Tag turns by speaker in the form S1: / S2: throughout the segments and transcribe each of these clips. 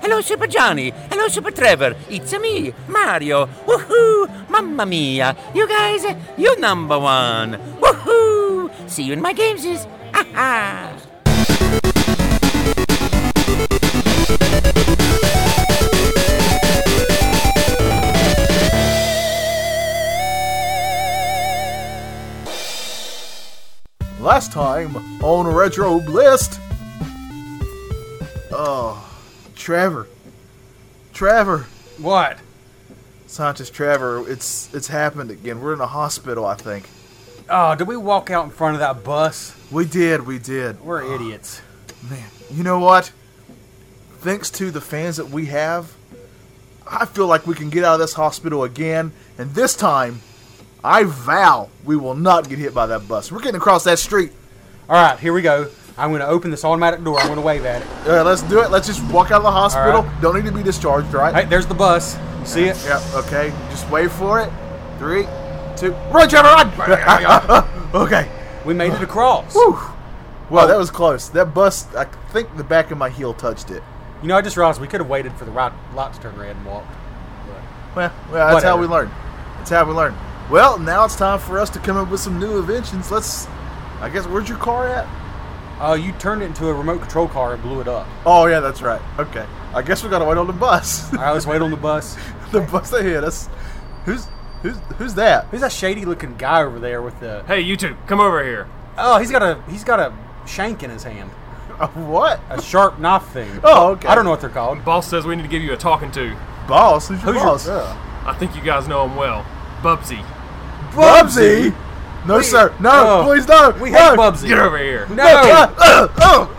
S1: Hello, Super Johnny. Hello, Super Trevor. It's me, Mario. Woohoo! Mamma mia! You guys, you number one. Woohoo! See you in my games. Ha ha!
S2: Last time on Retro List. Oh, Trevor. Trevor.
S3: What?
S2: Scientist Trevor, it's it's happened again. We're in a hospital, I think.
S3: Oh, did we walk out in front of that bus?
S2: We did, we did.
S3: We're idiots.
S2: Man, you know what? Thanks to the fans that we have, I feel like we can get out of this hospital again, and this time, I vow we will not get hit by that bus. We're getting across that street.
S3: All right, here we go. I'm going to open this automatic door. I'm going to wave at it.
S2: All right, let's do it. Let's just walk out of the hospital.
S3: right.
S2: Don't need to be discharged, right?
S3: Hey, there's the bus. You see it?
S2: Yep, okay. Just wait for it. Three, two, run, Trevor, run! okay.
S3: We made it across.
S2: Whew. Wow, that was close. That bus, I think the back of my heel touched it.
S3: You know, I just realized we could have waited for the right light to turn red and walked.
S2: Well, well that's how
S3: Whatever.
S2: we learn. That's how we learn. Well, now it's time for us to come up with some new inventions. Let's, I guess, where's your car at?
S3: Uh, you turned it into a remote control car and blew it up.
S2: Oh, yeah, that's right. Okay. I guess we gotta wait on the bus.
S3: All right, let's wait on the bus.
S2: the bus that hit us. Who's, who's, who's that?
S3: Who's that shady-looking guy over there with the?
S4: Hey, you two, come over here.
S3: Oh, he's got a he's got a shank in his hand,
S2: Uh, what?
S3: a sharp knife thing.
S2: Oh, okay.
S3: I don't know what they're called.
S4: Boss says we need to give you a talking to.
S2: Boss? Who's your
S3: Who's your-
S2: boss?
S4: I think you guys know him well. Bubsy.
S2: Bubsy? No, sir. No,
S3: Oh.
S2: please, no.
S3: We hate
S2: no.
S3: Bubsy.
S4: Get over here.
S3: No,
S2: Uh, uh, oh, oh,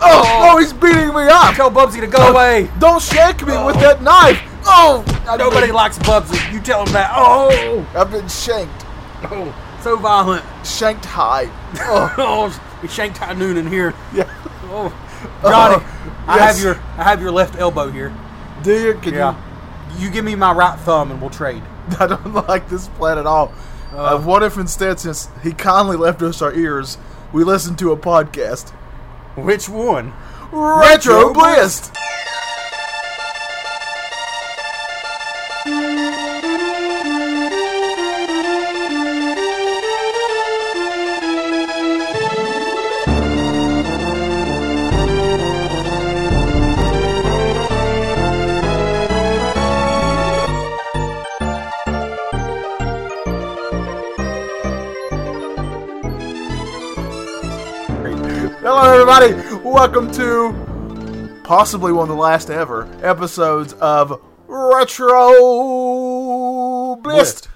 S2: oh, he's beating me up. Oh.
S3: tell Bubsy to go away.
S2: Don't shake me with that knife. Oh, I've
S3: Nobody
S2: been-
S3: likes Bubsy. You tell him that. Oh,
S2: I've been shanked.
S3: oh, so violent.
S2: Shanked high. Oh,
S3: Oh, we shanked high noon in here.
S2: yeah.
S3: Oh, Johnny, I
S2: yes.
S3: have your I have your left elbow here.
S2: Do you? Can
S3: Yeah, you give me my right thumb and we'll trade.
S2: you? I don't like this plan at all. Uh, what if instead, since he kindly left us our ears, we listened to a podcast?
S3: Which one?
S2: Retro
S3: Retro
S2: Blist! Hello, everybody. Welcome to possibly one of the last ever episodes of Retro Blist.
S3: Blist.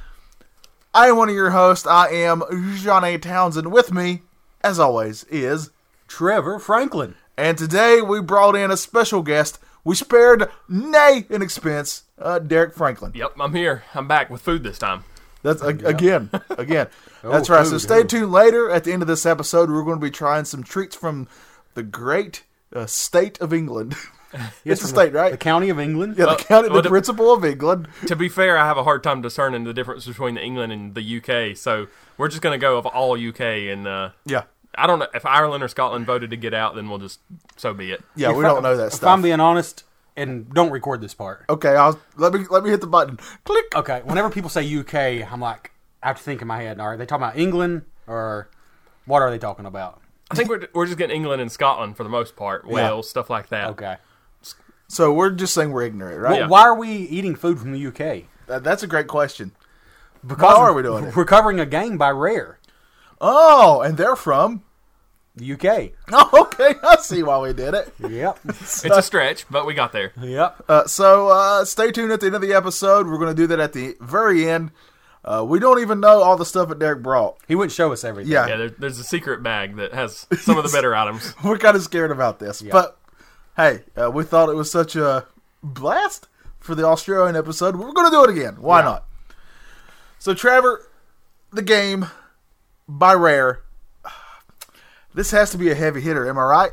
S2: I am one of your hosts. I am Johnny Townsend. With me, as always, is
S3: Trevor Franklin.
S2: and today we brought in a special guest. We spared nay an expense, uh, Derek Franklin.
S4: Yep, I'm here. I'm back with food this time.
S2: That's ag- again, again. That's right. So
S3: food,
S2: stay
S3: oh.
S2: tuned later. At the end of this episode, we're going to be trying some treats from the great uh, state of England. it's a
S3: from
S2: state,
S3: the,
S2: right?
S3: The County of England.
S2: yeah, the county,
S4: well,
S2: the
S4: the-
S2: principal of England.
S4: To be fair, I have a hard time discerning the difference between the England and the UK, so we're just going to go of all UK and uh
S2: Yeah,
S4: I don't know if Ireland or Scotland voted to get out, then we'll just so be it.
S2: yeah. we
S3: If I-
S2: don't know that
S3: If I'm
S2: stuff.
S3: being honest, and don't record this part.
S2: Okay, I'll let me let me hit the button. Click.
S3: Okay, whenever people say UK, I'm like, I have to think in my head. Are they talking about England or what are they talking about?
S4: I think we're we're just getting England and Scotland for the most part, Wales, stuff like that.
S3: Okay.
S2: So we're just saying we're ignorant, right?
S3: Well, why are we eating food from the UK?
S2: That- that's a great question.
S3: Because
S2: are we doing it?
S3: We're covering a game by Rare,
S2: Oh, and they're from.
S3: the UK.
S2: Oh, okay. I see why we did it.
S3: Yep.
S4: It's a stretch, but we got there.
S3: yep.
S2: Uh, so uh, stay tuned at the end of the episode. We're going to do that at the very end. Uh, we don't even know all the stuff that Derek brought.
S3: He wouldn't show us everything.
S2: Yeah,
S4: Yeah, there, there's a secret bag that has some of the better items.
S2: we're kind of scared about this, but hey, uh, we thought it was such a blast for the Australian episode. We're going to do it again. Why not? So, Trevor, the game by Rare. This has to be a heavy hitter, am I right?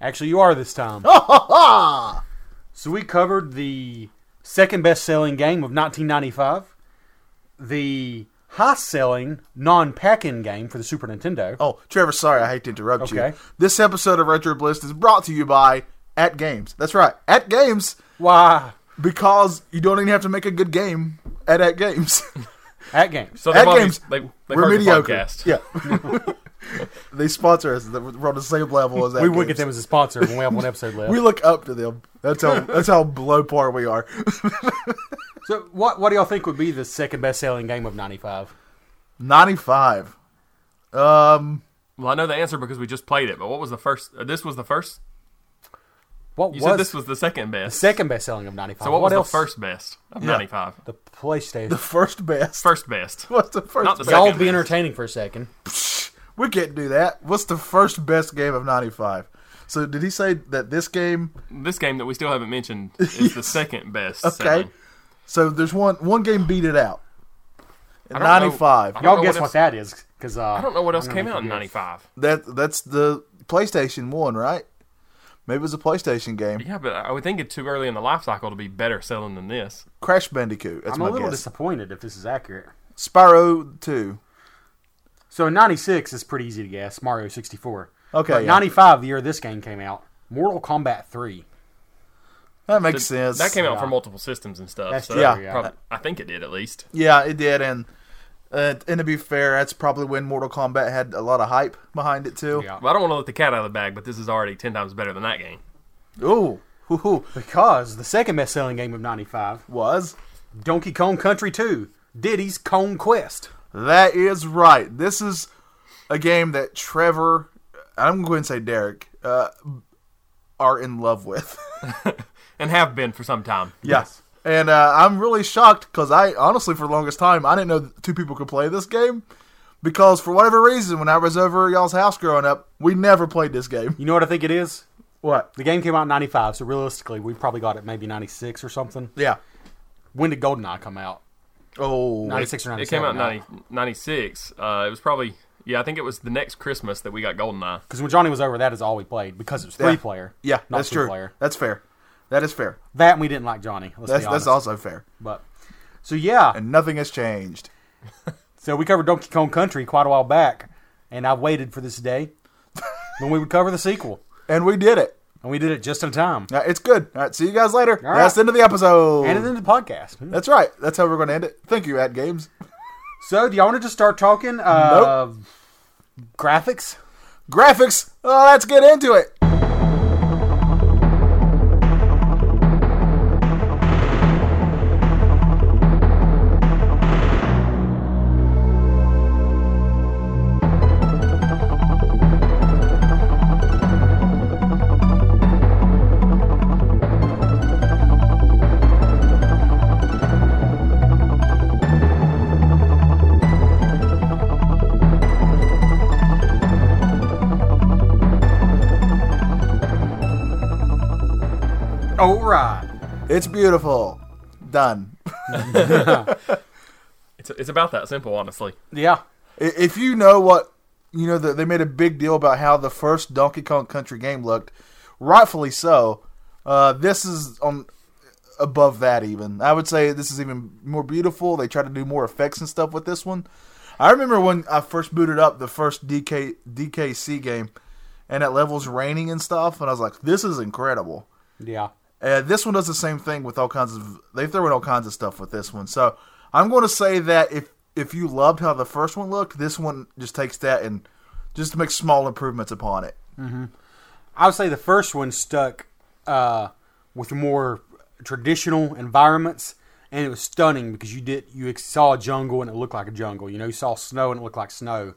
S3: Actually, you are this time.
S2: Ah,
S3: So we covered the second best-selling game of 1995, the high-selling non-pack-in game for the Super Nintendo.
S2: oh, Trevor, sorry, I hate to interrupt you.
S3: Okay.
S2: This episode of Retro Bliss is brought to you by At Games. That's right, At Games
S3: Why?
S2: because you don't even have to make a good game at at games.
S3: At games.
S4: So
S2: That
S4: they've already,
S2: game's-
S4: they, they've
S2: We're
S4: heard the
S2: mediocre.
S4: podcast.
S2: Yeah. they sponsor us. that We're on the same level as that.
S3: we would get
S2: games.
S3: them as a sponsor when we have one episode left.
S2: We look up to them. That's how that's how blow par we are.
S3: so, what what do y'all think would be the second best selling game of '95?
S2: Ninety five. Um,
S4: Well, I know the answer because we just played it. But what was the first? uh, This was the first.
S3: What
S4: You
S3: was
S4: said this was the second best.
S3: second best selling of '95?
S4: so what, was
S3: else?
S4: the first best of
S2: Yeah.
S4: '95?
S3: The PlayStation.
S2: the first best.
S4: First best.
S2: What's the first?
S4: Not the
S2: best?
S4: second
S3: Y'all
S4: best.
S3: be entertaining for a second.
S2: We can't do that. What's the first best game of ninety five? So did he say that this game?
S4: This game that we still haven't mentioned is the second best.
S2: Okay.
S4: selling.
S2: So there's one one game beat it out.
S4: I don't know-
S2: Ninety five.
S4: I don't
S3: Y'all
S4: know
S3: guess what,
S4: else-
S3: that is, because uh,
S4: I don't know what else came out in '95.
S2: That that's the PlayStation One, right? Maybe it was a PlayStation game.
S4: Yeah, but I would think it's too early in the life cycle to be better selling than this.
S2: Crash Bandicoot. That's
S3: I'm a
S2: my
S3: little
S2: guess.
S3: disappointed if this is accurate.
S2: Spyro Two.
S3: So in '96 is pretty easy to guess. Mario 64.
S2: Okay,
S3: But
S2: yeah.
S3: '95, the year this game came out, Mortal Kombat 3.
S2: That makes sense.
S4: That came out for multiple systems and stuff.
S3: That's
S4: so
S3: true,
S2: yeah.
S4: prob- I think it did at least.
S2: Yeah, it did, and uh, and to be fair, that's probably when Mortal Kombat had a lot of hype behind it too.
S3: Yeah.
S4: Well, I don't want to let the cat out of the bag, but this is already ten times better than that game.
S2: Ooh, hoo hoo.
S3: Because the second best-selling game of '95,
S2: was
S3: Donkey Kong Country 2, Diddy's Kong Quest.
S2: that is right. This is a game that Trevor, I'm going to say Derek, uh, are in love with.
S4: And have been for some time.
S2: Yes. And uh, I'm really shocked because I honestly, for the longest time, I didn't know that two people could play this game. Because for whatever reason, when I was over at y'all's house growing up, we never played this game.
S3: You know what I think it is?
S2: What?
S3: The game came out in '95, so realistically, we probably got it maybe '96 or something.
S2: Yeah.
S3: When did GoldenEye come out?
S2: Oh.
S3: '96 or '97?
S4: It came out in 90, 96. Uh, it was probably, yeah, I think it was the next Christmas that we got GoldenEye.
S3: Because when Johnny was over, that is all we played because it was
S2: Yeah.
S3: three player.
S2: Yeah,
S3: not
S2: that's
S3: two
S2: true.
S3: player.
S2: That's fair. That is fair.
S3: That and we didn't like Johnny. Let's
S2: That's
S3: be
S2: that's
S3: honest.
S2: also fair.
S3: But so yeah,
S2: And nothing has changed.
S3: so we covered Donkey Kong Country quite a while back, and I waited for this day when we would cover the sequel,
S2: And we did it.
S3: and we did it just in time.
S2: Uh, It's good. All right. See you guys later.
S3: All
S2: That's
S3: right.
S2: the end of the episode.
S3: And it ended the podcast.
S2: that's right. That's how we're going to end it. Thank you, At Games.
S3: So do y'all want to just start talking? Uh, Graphics.
S2: Graphics. Uh, let's get into it.
S3: All right.
S2: It's beautiful. Done.
S4: It's, it's about that simple, honestly.
S3: Yeah.
S2: I- If you know what, you know that they made a big deal about how the first Donkey Kong Country game looked, rightfully so. Uh, this is on above that even. I would say this is even more beautiful. They try to do more effects and stuff with this one. I remember when I first booted up the first DK DKC game, and at levels raining and stuff, and I was like, "This is incredible."
S3: Yeah.
S2: Uh, this one does the same thing with all kinds of. They throw in all kinds of stuff with this one. So I'm going to say that if if you loved how the first one looked, this one just takes that and just makes small improvements upon it.
S3: I would say the first one stuck uh, with more traditional environments, and it was stunning because you did you ex- saw a jungle and it looked like a jungle. You know, you saw snow and it looked like snow.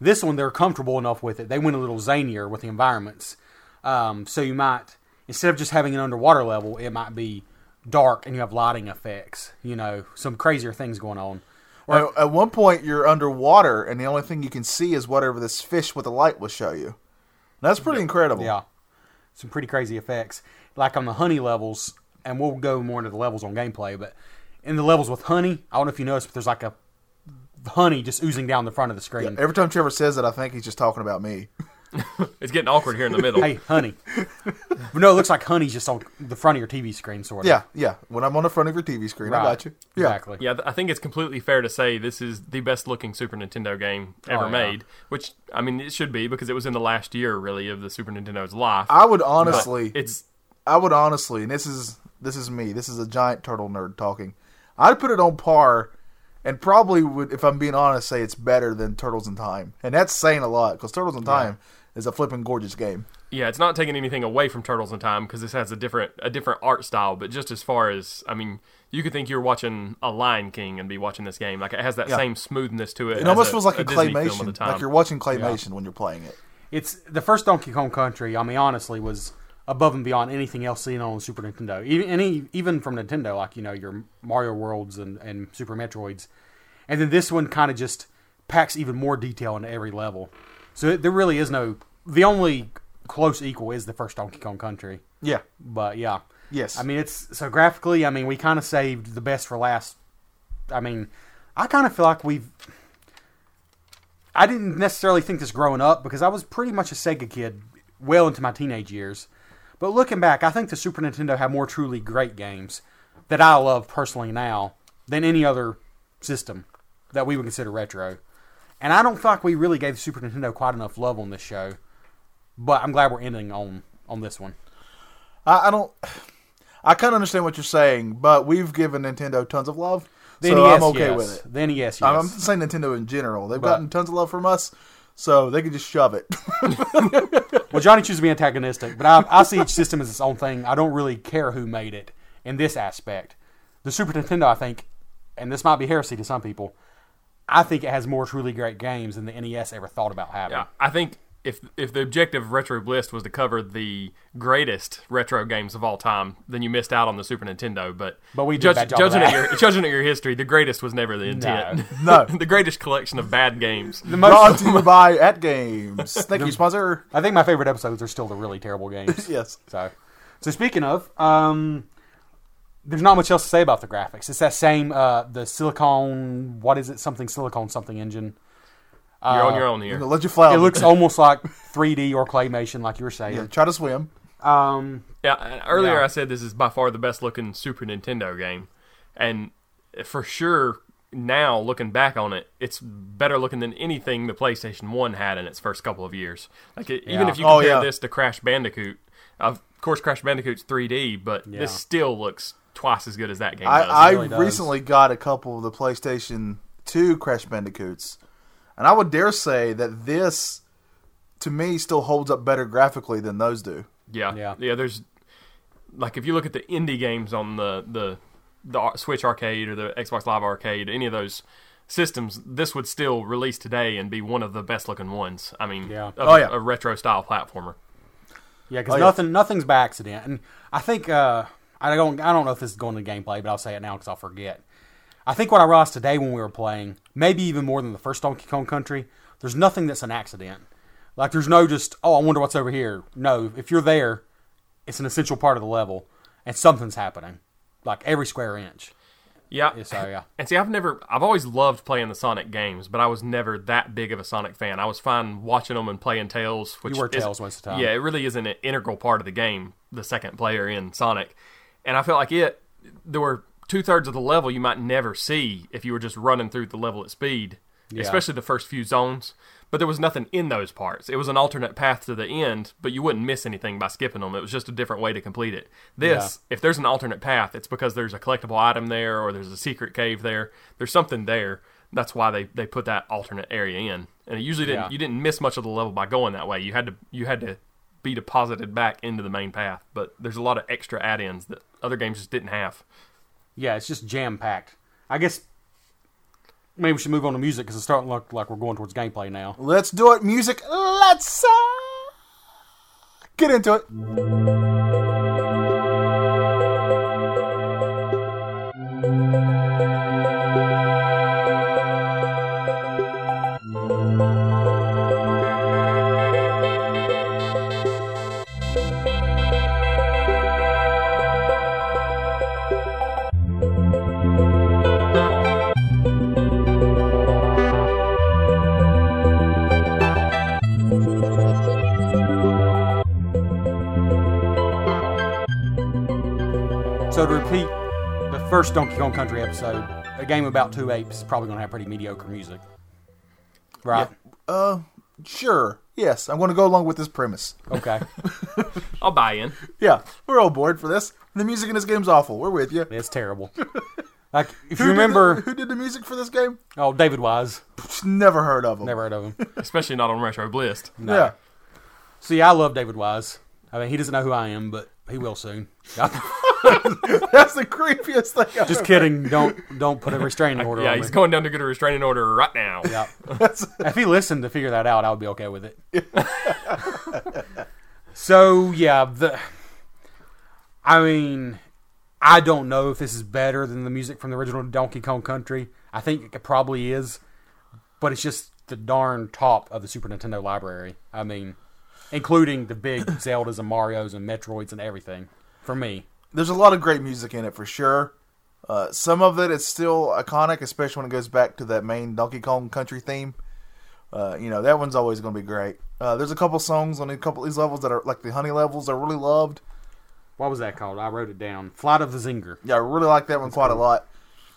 S3: This one they're comfortable enough with it. They went a little zanier with the environments. Um, so you might instead of just having an underwater level, it might be dark and you have lighting effects. You know, some crazier things going on.
S2: At, at one point, you're underwater, and the only thing you can see is whatever this fish with the light will show you. That's pretty incredible.
S3: Yeah. Some pretty crazy effects. Like on the honey levels, and we'll go more into the levels on gameplay, but in the levels with honey, I don't know if you noticed, but there's like a honey just oozing down the front of the screen.
S2: Every time Trevor says that, I think he's just talking about me.
S4: It's getting awkward here in the middle.
S3: Hey, honey. but no, it looks like honey's just on the front of your TV screen, sort of.
S2: Yeah, yeah. When I'm on the front of your TV screen, I
S3: Right.
S2: got you. Yeah.
S3: Exactly.
S4: Yeah, th- I think it's completely fair to say this is the best looking Super Nintendo game ever
S3: Oh, yeah.
S4: made, which, I mean, it should be because it was in the last year, really, of the Super Nintendo's life.
S2: I would
S4: But
S2: honestly,
S4: It's,
S2: I would honestly, and this is This is me. This is a giant turtle nerd talking. I'd put it on par, and probably would, if I'm being honest, say it's better than Turtles in Time, and that's saying a lot because Turtles in Time is a flipping gorgeous game.
S4: Yeah, it's not taking anything away from Turtles in Time because this has a different a different art style. But just as far as I mean, you could think you're watching a Lion King and be watching this game. Like it has that same smoothness to it.
S2: It almost feels like a,
S4: Disney film of the
S2: claymation,
S4: time.
S2: like you're watching claymation when you're playing it.
S3: It's the first Donkey Kong Country. I mean, honestly, was above and beyond anything else seen on Super Nintendo. Even any, even from Nintendo, like you know your Mario Worlds and, and Super Metroids, and then this one kind of just packs even more detail into every level. So it, there really is no. The only close equal is the first Donkey Kong Country.
S2: Yeah,
S3: But yeah.
S2: Yes.
S3: I mean, it's so graphically, I mean, we kind of saved the best for last. I mean, I kind of feel like we've. I didn't necessarily think this growing up because I was pretty much a Sega kid well into my teenage years. But looking back, I think the Super Nintendo had more truly great games that I love personally now than any other system that we would consider retro. And I don't feel like we really gave Super Nintendo quite enough love on this show. But I'm glad we're ending on on this one.
S2: I, I don't. I kind of understand what you're saying, but we've given Nintendo tons of love,
S3: The
S2: so
S3: NES,
S2: I'm okay
S3: yes.
S2: with it.
S3: The NES, yes.
S2: I'm I'm saying Nintendo in general. They've gotten tons of love from us, so they can just shove it.
S3: well, Johnny chooses to be antagonistic, but I, I see each system as its own thing. I don't really care who made it in this aspect. The Super Nintendo, I think, and this might be heresy to some people, I think it has more truly great games than the NES ever thought about having.
S4: Yeah, I think if if the objective of Retro Bliss was to cover the greatest retro games of all time, then you missed out on the Super Nintendo. But
S3: But we did a bad job of
S4: judging at
S3: that.
S4: your judging at your history, the greatest was never the intent.
S2: No.
S4: the greatest collection of bad games.
S2: Brought to you by At Games. Thank you, sponsor.
S3: I think my favorite episodes are still the really terrible games.
S2: Yes.
S3: So, so speaking of, um, there's not much else to say about the graphics. It's that same uh, the silicone. What is it? Something silicone something engine.
S4: You're on your own
S2: I'm
S4: here.
S2: gonna let you fly.
S3: It
S2: on
S3: looks almost like 3D or claymation, like you were saying.
S2: Yeah, try to swim.
S3: Um,
S4: Yeah, and earlier
S3: Yeah.
S4: I said this is by far the best looking Super Nintendo game, and for sure now looking back on it, it's better looking than anything the PlayStation One had in its first couple of years. Like it, even
S3: Yeah.
S4: if you
S2: Oh,
S4: compare
S2: yeah.
S4: this to Crash Bandicoot, of course Crash Bandicoot's 3D, but
S3: Yeah.
S4: this still looks twice as good as that game
S2: I,
S4: does.
S2: I
S3: really does.
S2: recently got a couple of the PlayStation 2 Crash Bandicoots, and I would dare say that this, to me, still holds up better graphically than those do.
S4: yeah,
S3: Yeah.
S4: yeah, There's like if you look at the indie games on the the the Ar- Switch Arcade or the Xbox Live Arcade, any of those systems, this would still release today and be one of the best looking ones. I mean,
S3: Yeah.
S4: of
S2: Oh, yeah.
S4: a retro style platformer.
S3: yeah, because
S2: Oh, yeah.
S3: nothing, nothing's by accident. And I think uh, I don't, I don't know if this is going to gameplay, but I'll say it now because I'll forget. I think what I realized today when we were playing, maybe even more than the first Donkey Kong Country, there's nothing that's an accident. Like there's no just, oh, I wonder what's over here. No, if you're there, it's an essential part of the level, and something's happening, like every square inch.
S4: Yeah.
S3: So yeah,
S4: And see, I've never, I've always loved playing the Sonic games, but I was never that big of a Sonic fan. I was fine watching them and playing Tails. Which
S3: You were
S4: is-
S3: Tails most of the time.
S4: Yeah, it really isn't an integral part of the game, the second player in Sonic. And I felt like it, there were two thirds of the level you might never see if you were just running through the level at speed, especially the first few zones. But there was nothing in those parts. It was an alternate path to the end, but you wouldn't miss anything by skipping them. It was just a different way to complete it. This, if there's an alternate path, it's because there's a collectible item there or there's a secret cave there. There's something there. That's why they, they put that alternate area in. And it usually didn't
S3: Yeah.
S4: you didn't miss much of the level by going that way. You had to you had to be deposited back into the main path. But there's a lot of extra add ins that other games just didn't have.
S3: yeah, it's just jam packed. I guess maybe we should move on to music because it's starting to look like we're going towards gameplay now.
S2: Let's do it, music. Let's uh, get into it.
S3: So to repeat the first Donkey Kong Country episode, a game about two apes is probably going to have pretty mediocre music, right?
S2: Sure. Yes, I'm going to go along with this premise.
S3: Okay.
S4: I'll buy in.
S2: Yeah, we're all bored for this. The music in this game's awful. We're with you.
S3: It's terrible. Like if
S2: Who did
S3: you
S2: the-
S3: remember,
S2: who did the music for this game?
S3: oh David Wise,
S2: Never heard of them.
S3: never heard of him.
S4: Especially not on Retro Blist.
S2: Yeah.
S3: See, I love David Wise. I mean, he doesn't know who I am, but he will soon.
S2: That's the creepiest thing. I've
S3: Just kidding. Don't don't put a restraining order
S4: Yeah,
S3: on
S4: he's
S3: me.
S4: going down to get a restraining order right now.
S3: Yeah. if he listened to figure that out, I would be okay with it. so yeah, the I mean, I don't know if this is better than the music from the original Donkey Kong Country. I think it probably is, but it's just the darn top of the Super Nintendo library. I mean, including the big Zeldas and Mario's and Metroids and everything. For me,
S2: there's a lot of great music in it for sure. Uh, some of it is still iconic, especially when it goes back to that main Donkey Kong Country theme. Uh, you know that one's always going to be great. Uh, there's a couple songs on a couple of these levels that are like the Honey levels I really loved.
S3: what was that called? I wrote it down. Flight of the Zinger.
S2: Yeah, I really like that one quite a lot.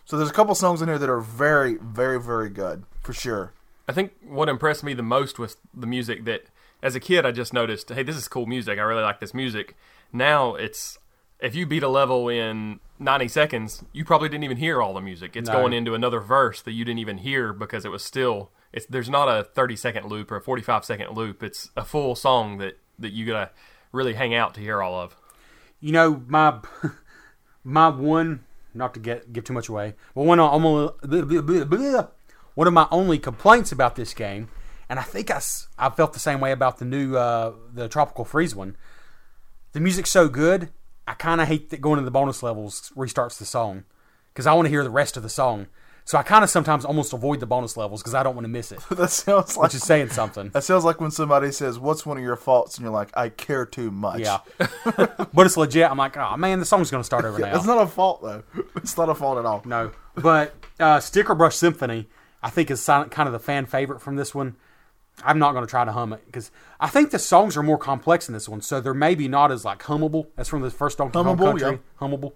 S2: So there's a couple songs in here that are very, very, very good for sure.
S4: I think what impressed me the most was the music that, as a kid, I just noticed, hey, this is cool music. I really like this music. Now it's, if you beat a level in 90 seconds, you probably didn't even hear all the music. It's
S3: No.
S4: going into another verse that you didn't even hear because it was still, it's, there's not a 30 second loop or a 45 second loop. It's a full song that, that you gotta really hang out to hear all of.
S3: you know my my one not to get give too much away but one of- almo- bleh, bleh, bleh, bleh. one of my only complaints about this game and i think i, s- I felt the same way about the new uh, the tropical freeze one the music's so good i kind of hate that going to the bonus levels restarts the song because i want to hear the rest of the song so i kind of sometimes almost avoid the bonus levels because i don't want to miss it
S2: that sounds like
S3: which is saying something
S2: that sounds like when somebody says, "What's one of your faults?" and you're like, "I care too much."
S3: yeah but it's legit i'm like oh man the song's gonna start over now
S2: it's not a fault though. It's not a fault at all.
S3: No, but uh, Sticker Brush Symphony, I think, is silent, kind of the fan favorite from this one. I'm not going to try to hum it because I think the songs are more complex in this one, so they're maybe not as like hummable as from the first Donkey Kong
S2: Hummable,
S3: Country.
S2: yeah.
S3: Hummable,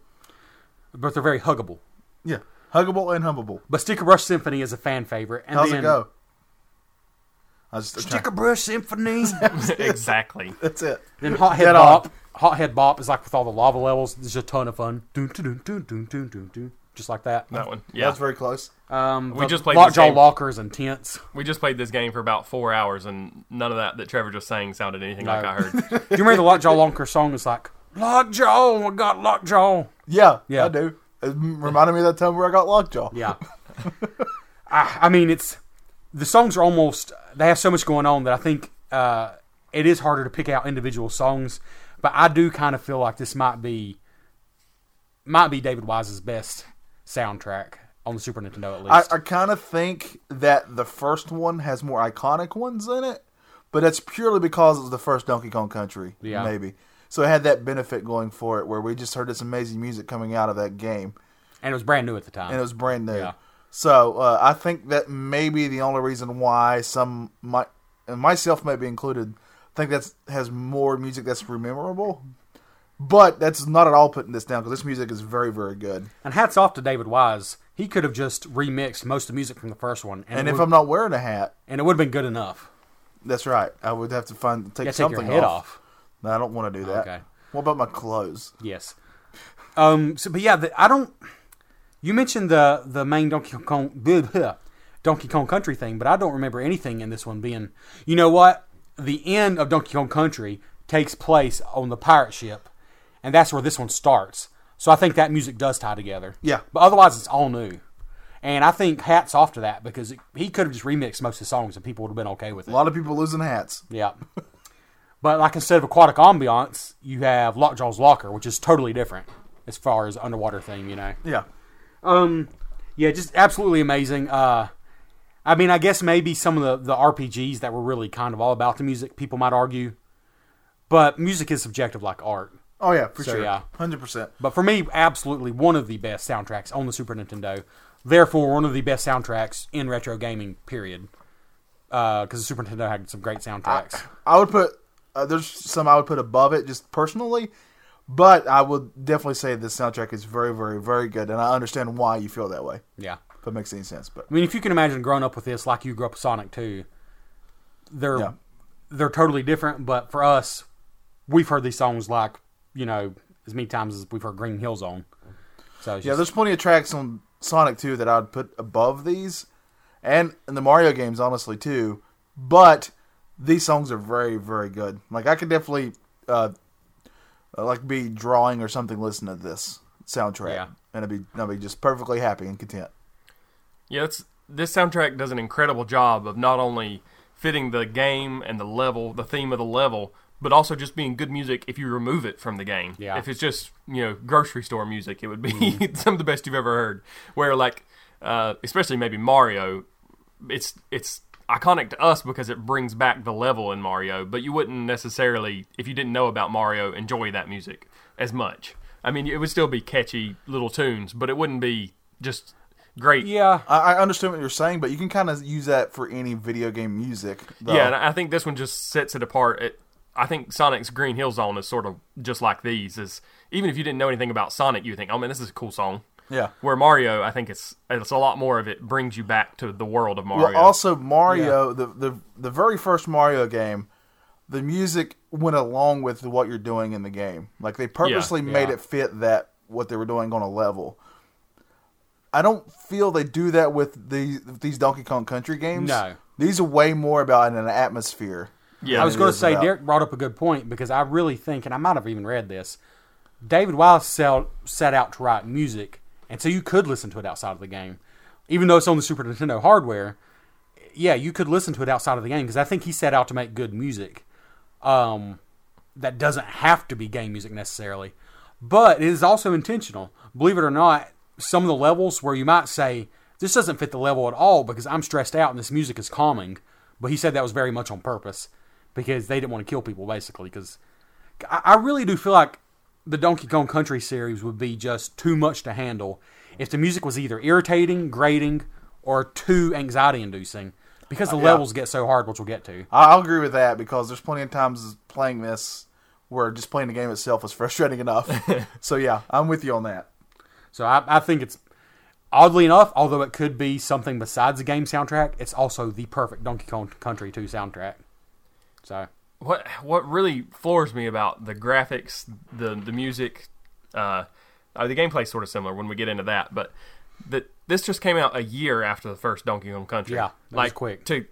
S3: but they're very huggable.
S2: Yeah, huggable and hummable.
S3: But Sticker Brush Symphony is a fan favorite. And
S2: How's
S3: then,
S2: it go? I was just
S3: Sticker Brush Symphony.
S4: exactly.
S2: That's it.
S3: then Hot Head
S2: Get on.
S3: Bop. Hot Head Bop is like with all the lava levels. It's a ton of fun. Dun, dun, dun, dun, dun, dun, dun, dun. Just like that.
S4: That one.
S2: Yeah,
S4: Yeah.
S2: that's very close.
S3: Um,
S4: We
S3: the
S4: just played this
S3: Lockjaw
S4: game.
S3: Lockers and Tents.
S4: We just played this game for about four hours, and none of that that Trevor just sang sounded anything like
S3: No.
S4: I heard.
S3: Do you remember the Lockjaw Lonker song? It's like Lockjaw, I got Lockjaw.
S2: Yeah,
S3: Yeah.
S2: I do. It m- reminded me of that time where I got lockjaw.
S3: Yeah. Ah, I, I mean, it's the songs are almost they have so much going on that I think uh, it is harder to pick out individual songs. But I do kind of feel like this might be might be David Wise's best soundtrack on the Super Nintendo at
S2: I,
S3: least.
S2: I kind of think that the first one has more iconic ones in it, but that's purely because it was the first Donkey Kong Country,
S3: Yeah.
S2: maybe. So it had that benefit going for it, where we just heard this amazing music coming out of that game,
S3: and it was brand new at the time.
S2: and it was brand new.
S3: Yeah.
S2: So uh, I think that may be the only reason why some might, and myself may be included, think that's has more music that's memorable. But that's not at all putting this down because this music is very, very good.
S3: and hats off to David Wise. He could have just remixed most of the music from the first one, and,
S2: And
S3: it
S2: if
S3: would,
S2: I'm not wearing a hat,
S3: and it would have been good enough.
S2: that's right. I would have to find take
S3: Yeah, take
S2: something
S3: your head
S2: off.
S3: off.
S2: No, I don't want to do that.
S3: Okay.
S2: What about my clothes?
S3: Yes. Um. So, but yeah, the, I don't. You mentioned the the main Donkey Kong blah, blah, Donkey Kong Country thing, but I don't remember anything in this one being. You know what? The end of Donkey Kong Country takes place on the pirate ship, and that's where this one starts. So I think that music does tie together.
S2: Yeah.
S3: But otherwise, it's all new. And I think hats off to that because it, he could have just remixed most of the songs and people would have been okay with it.
S2: A lot of people losing hats.
S3: Yeah. But like instead of aquatic ambiance, you have Lockjaw's Locker, which is totally different as far as underwater theme, you know.
S2: Yeah.
S3: Um yeah, just absolutely amazing. Uh I mean, I guess maybe some of the, the RPGs that were really kind of all about the music, people might argue. But music is subjective like art.
S2: Oh yeah, for
S3: So,
S2: sure.
S3: yeah.
S2: Hundred percent.
S3: But for me, absolutely one of the best soundtracks on the Super Nintendo. Therefore, one of the best soundtracks in retro gaming, period. Because the Super Nintendo had some great soundtracks.
S2: I would put uh, there's some I would put above it just personally, but I would definitely say this soundtrack is very, very, very good, and I understand why you feel that way.
S3: yeah.
S2: If that makes any sense, but
S3: I mean, if you can imagine growing up with this, like you grew up with Sonic 2, they're
S2: Yeah.
S3: they're totally different. But for us, we've heard these songs like you know as many times as we've heard Green Hill Zone. So it's
S2: Yeah,
S3: just-
S2: there's plenty of tracks on Sonic 2 that I'd put above these, and in the Mario games, honestly, too. But these songs are very, very good. Like I could definitely, uh, uh, like be drawing or something, listen to this soundtrack,
S3: Yeah.
S2: and I'd be, I'd be just perfectly happy and content.
S4: Yeah, it's, this soundtrack does an incredible job of not only fitting the game and the level, the theme of the level, but also just being good music if you remove it from the game.
S3: Yeah. Mm-hmm.
S4: If it's just, you know, grocery store music, it would be some of the best you've ever heard. Where, like, uh, especially maybe Mario, it's it's iconic to us because it brings back the level in Mario, but you wouldn't necessarily, if you didn't know about Mario, enjoy that music as much. I mean, it would still be catchy little tunes, but it wouldn't be just great
S3: yeah.
S2: I, I understand what you're saying, but you can kind of use that for any video game music. though.
S4: Yeah, and I think this one just sets it apart. It, I think Sonic's Green Hill Zone is sort of just like these. Is even if you didn't know anything about Sonic, you think, "Oh man, this is a cool song."
S2: yeah.
S4: Where Mario, I think it's it's a lot more of it brings you back to the world of Mario.
S2: Well, also Mario, the, the the very first Mario game, the music went along with what you're doing in the game. Like they purposely made
S3: yeah.
S2: it fit that what they were doing on a level. I don't feel they do that with the these Donkey Kong Country games.
S3: No.
S2: these are way more about an atmosphere.
S4: yeah,
S3: I was
S2: it
S3: going to
S2: is
S3: say
S2: about-
S3: Derek brought up a good point because I really think, and I might have even read this, David Wise sell, set out to write music, and so you could listen to it outside of the game, even though it's on the Super Nintendo hardware. Yeah, you could listen to it outside of the game because I think he set out to make good music. Um, that doesn't have to be game music necessarily, but it is also intentional. Believe it or not, some of the levels where you might say, this doesn't fit the level at all because I'm stressed out and this music is calming, but he said that was very much on purpose because they didn't want to kill people basically. Because I, I really do feel like the Donkey Kong Country series would be just too much to handle if the music was either irritating, grating, or too anxiety inducing because the levels get so hard, which we'll get to.
S2: I- I'll agree with that because there's plenty of times playing this where just playing the game itself is frustrating enough. so yeah, I'm with you on that.
S3: So I, I think it's oddly enough, although it could be something besides the game soundtrack, it's also the perfect Donkey Kong Country 2 soundtrack. So
S4: what what really floors me about the graphics, the the music, uh, uh, the gameplay's sort of similar when we get into that, but that this just came out a year after the first Donkey Kong Country.
S3: Yeah, that was
S4: like
S3: quick.
S4: to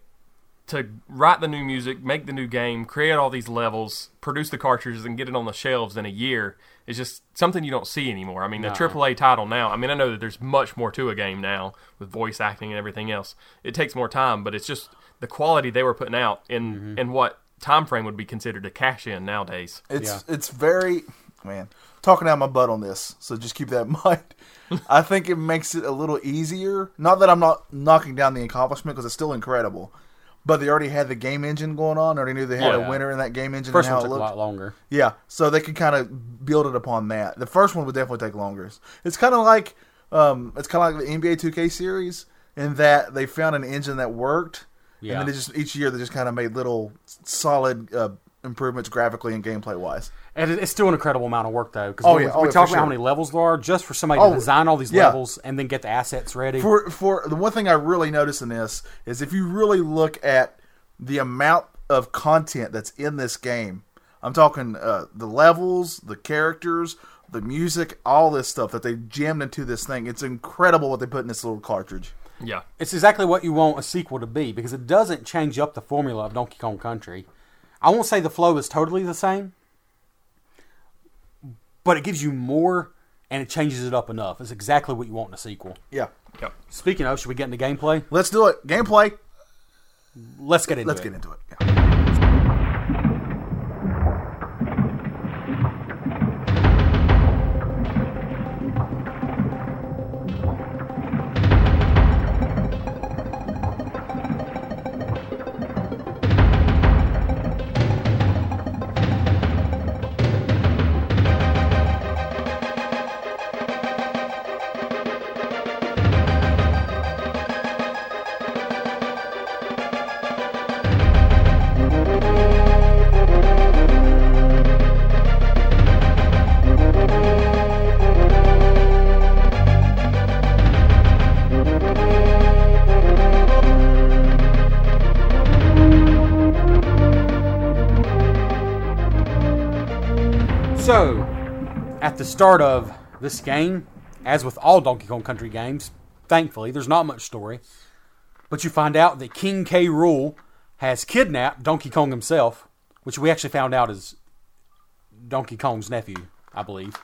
S4: to write the new music, make the new game, create all these levels, produce the cartridges, and get it on the shelves in a year is just something you don't see anymore. I mean, the AAA title now. I mean, I know that there's much more to a game now with voice acting and everything else. It takes more time, but it's just the quality they were putting out in in what time frame would be considered a cash in nowadays.
S2: It's it's very man talking out my butt on this, so just keep that in mind. I think it makes it a little easier. Not that I'm not knocking down the accomplishment because it's still incredible, but they already had the game engine going on. Already knew they had
S4: Yeah.
S2: a winner in that game engine
S3: first
S2: and
S3: one
S2: how
S3: took
S2: it
S3: a
S2: looked.
S3: lot longer.
S2: Yeah, so they could kind of build it upon that. The first one would definitely take longer. It's kind of like um, it's kind of like the NBA 2K series in that they found an engine that worked,
S3: Yeah.
S2: and then they just each year they just kind of made little s- solid uh, improvements graphically and gameplay wise.
S3: And it- it's still an incredible amount of work though, because
S2: Oh,
S3: we,
S2: yeah.
S3: we
S2: Oh, yeah,
S3: talk about
S2: for
S3: how
S2: sure.
S3: many levels there are just for somebody
S2: Oh,
S3: to design all these
S2: yeah.
S3: levels and then get the assets ready.
S2: for for the one thing I really notice in this is if you really look at the amount of content that's in this game. I'm talking uh, the levels, the characters, the music, all this stuff that they jammed into this thing. It's incredible what they put in this little cartridge.
S4: Yeah.
S3: it's exactly what you want a sequel to be because it doesn't change up the formula of Donkey Kong Country. I won't say the flow is totally the same, but it gives you more and it changes it up enough. It's exactly what you want in a sequel.
S2: Yeah.
S4: Yep.
S3: Speaking of, should we get into gameplay?
S2: Let's do it. Gameplay.
S3: Let's get into
S2: Let's
S3: it.
S2: get into it. Yeah.
S3: the start of this game, as with all Donkey Kong Country games, thankfully, there's not much story. But you find out that King K. Rule has kidnapped Donkey Kong himself, which we actually found out is Donkey Kong's nephew, I believe.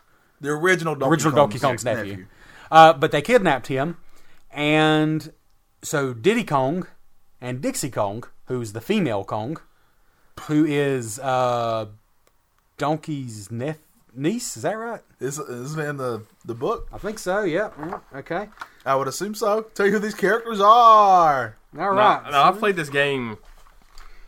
S2: The original Donkey
S3: original
S2: Kong's
S3: Donkey Kong's nephew. Uh, but they kidnapped him, and so Diddy Kong and Dixie Kong, who's the female Kong, who is uh, Donkey's nep- niece. Is that right?
S2: Is, isn't it in the, the book?
S3: I think so. Yeah. Mm, Okay.
S2: I would assume so. Tell you who these characters are.
S3: All
S4: No,
S3: right.
S4: no, I've played this game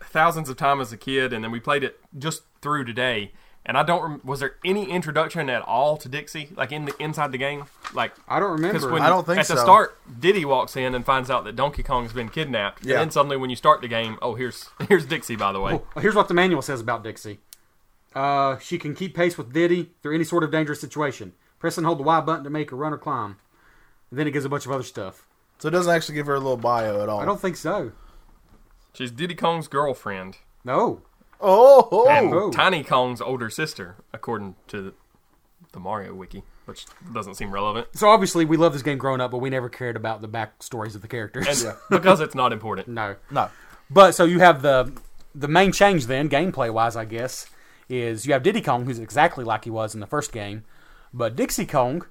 S4: thousands of times as a kid, and then we played it just through today. And I don't. Rem- was there any introduction at all to Dixie, like in the inside the game, like?
S3: I don't remember.
S4: 'cause when-
S2: I don't think
S4: at the
S2: so.
S4: start, Diddy walks in and finds out that Donkey Kong has been kidnapped,
S2: Yeah.
S4: and then suddenly when you start the game, oh here's here's Dixie by the way.
S3: Well, here's what the manual says about Dixie. Uh, she can keep pace with Diddy through any sort of dangerous situation. Press and hold the Y button to make her run or climb. And then it gives a bunch of other stuff.
S2: So it doesn't actually give her a little bio at all.
S3: I don't think so.
S4: She's Diddy Kong's girlfriend
S3: No.
S2: oh, oh.
S4: and
S3: Oh.
S4: Tiny Kong's older sister, according to the, the Mario Wiki, which doesn't seem relevant
S3: So obviously we love this game growing up, but we never cared about the backstories of the characters.
S4: because it's not important.
S3: no.
S2: No.
S3: But so you have the the main change then, gameplay wise, I guess, is you have Diddy Kong, who's exactly like he was in the first game, but Dixie Kong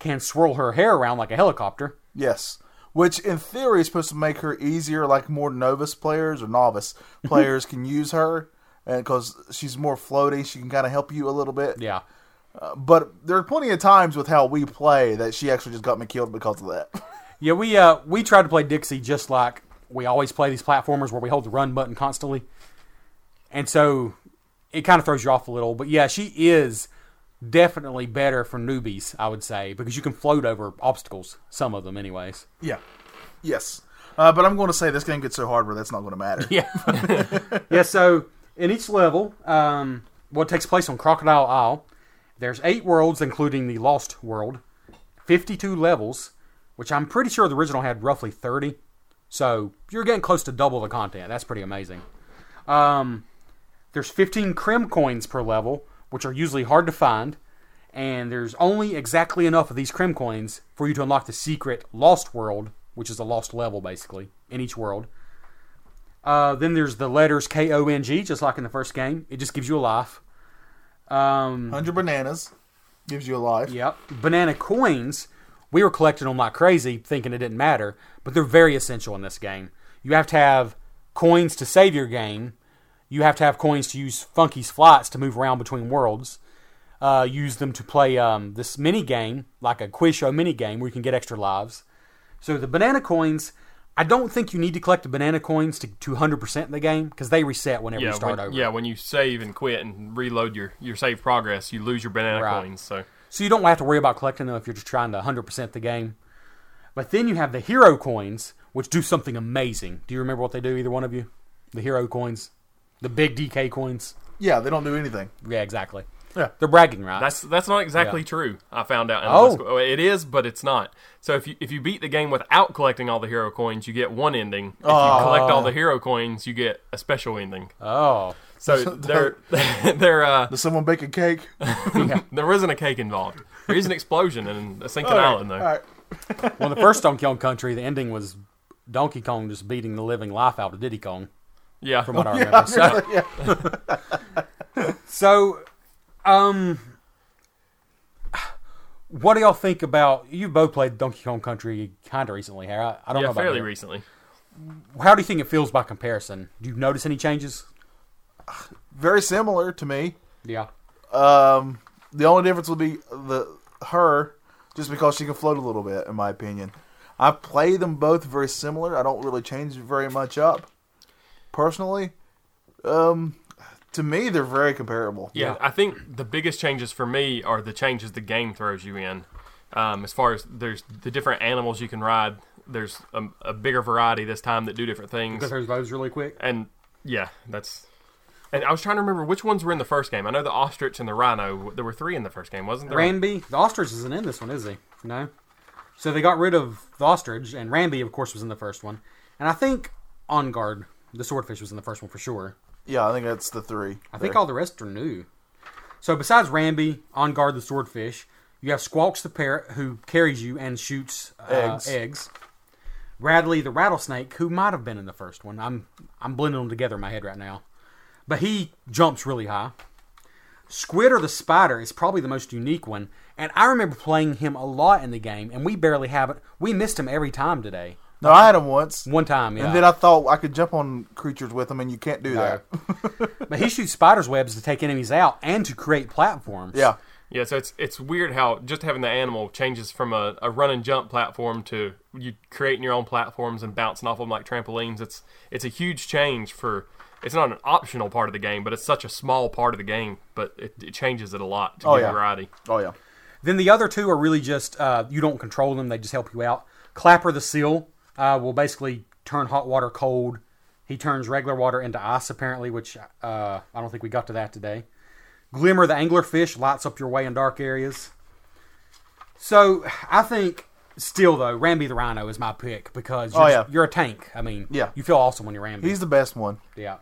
S3: can swirl her hair around like a helicopter.
S2: Yes. Which in theory is supposed to make her easier, like more novice players or novice players can use her, and because she's more floaty, she can kind of help you a little bit.
S3: Yeah.
S2: But there are plenty of times with how we play that she actually just got me killed because of that.
S3: Yeah, we uh we tried to play Dixie just like we always play these platformers where we hold the run button constantly. And so it kind of throws you off a little, but yeah, she is definitely better for newbies, I would say, because you can float over obstacles, some of them anyways.
S2: yeah. Yes. Uh, but I'm going to say this game gets so hard where that's not going to matter.
S3: Yeah. yeah, so in each level, um, what takes place on Crocodile Isle, there's eight worlds, including the Lost World, 52 levels, which I'm pretty sure the original had roughly 30. So you're getting close to double the content. That's pretty amazing. Um, there's 15 Krim coins per level, which are usually hard to find. And there's only exactly enough of these Krim coins for you to unlock the secret Lost World, which is a lost level, basically, in each world. Uh, then there's the letters K O N G, just like in the first game. It just gives you a life. Um,
S2: 100 bananas gives you a life.
S3: yep. Banana coins, we were collecting them like crazy, thinking it didn't matter, but they're very essential in this game. You have to have coins to save your game. You have to have coins to use Funky's flights to move around between worlds. Uh, use them to play um, this mini game, like a quiz show mini game, where you can get extra lives. So the banana coins, I don't think you need to collect the banana coins to, to 100% in the game because they reset whenever
S4: Yeah,
S3: you start
S4: when,
S3: over.
S4: yeah. When you save and quit and reload your your save progress, you lose your banana
S3: Right.
S4: coins. So
S3: So you don't have to worry about collecting them if you're just trying to 100% the game. But then you have the hero coins, which do something amazing. Do you remember what they do, either one of you? The hero coins? The big DK coins?
S2: Yeah, they don't do anything.
S3: Yeah, exactly.
S2: Yeah.
S3: They're bragging rights.
S4: that's that's not exactly true. I found out. in
S3: Oh.
S4: the list- well, it is, but it's not. So if you if you beat the game without collecting all the hero coins, you get one ending. If
S3: Ah.
S4: you collect all the hero coins, you get a special ending.
S3: oh.
S4: So there there uh,
S2: Does someone bake a cake?
S4: there isn't a cake involved. There is an explosion and a sinking island though.
S2: All right.
S3: Well, in the first Donkey Kong Country, the ending was Donkey Kong just beating the living life out of Diddy Kong.
S4: Yeah,
S3: from what I remember. So, so, um, what do y'all think about? You both played Donkey Kong Country kind of recently, Harry. I, I don't know
S4: yeah,
S3: about
S4: fairly
S3: you.
S4: recently.
S3: How do you think it feels by comparison? Do you notice any changes?
S2: Very similar to me.
S3: Yeah,
S2: Um, the only difference will be the her, just because she can float a little bit, in my opinion. I play them both very similar. I don't really change very much up, personally. Um, to me, they're very comparable.
S4: Yeah, I think the biggest changes for me are the changes the game throws you in. Um, as far as there's the different animals you can ride, there's a, a bigger variety this time that do different things.
S3: because there's those really quick.
S4: And yeah, that's. And I was trying to remember which ones were in the first game. I know the ostrich and the rhino. There were three in the first game, wasn't there?
S3: Ranby, the ostrich isn't in this one, is he? No. So they got rid of the ostrich, and Ranby, of course, was in the first one, and I think On Guard, the swordfish, was in the first one for sure.
S2: Yeah, I think that's the three.
S3: I think
S2: there.
S3: all the rest are new. So besides Ramby, On Guard the Swordfish, you have Squawks the Parrot, who carries you and shoots uh,
S2: Eggs.
S3: eggs. Radley the Rattlesnake, who might have been in the first one. I'm I'm blending them together in my head right now. But he jumps really high. Squid or the Spider is probably the most unique one. And I remember playing him a lot in the game, and we barely have it. We missed him every time today.
S2: No, I had him once,
S3: One time, yeah.
S2: and then I thought I could jump on creatures with him, and you can't do that.
S3: but he shoots spider's webs to take enemies out and to create platforms.
S2: Yeah,
S4: Yeah, so it's it's weird how just having the animal changes from a, a run and jump platform to you creating your own platforms and bouncing off them like trampolines. It's it's a huge change for it's not an optional part of the game, but it's such a small part of the game, but it, it changes it a lot to
S2: Oh,
S4: give
S2: yeah.
S4: variety.
S2: oh yeah,
S3: Then the other two are really just uh, you don't control them; they just help you out. Clapper the seal uh, will basically turn hot water cold. He turns regular water into ice, apparently, which uh, I don't think we got to that today. Glimmer the anglerfish lights up your way in dark areas. So I think still though, Ramby the rhino is my pick because you're,
S2: Oh, yeah.
S3: you're a tank. I mean,
S2: Yeah.
S3: you feel awesome when you're Ramby.
S2: he's the best one.
S3: yeah.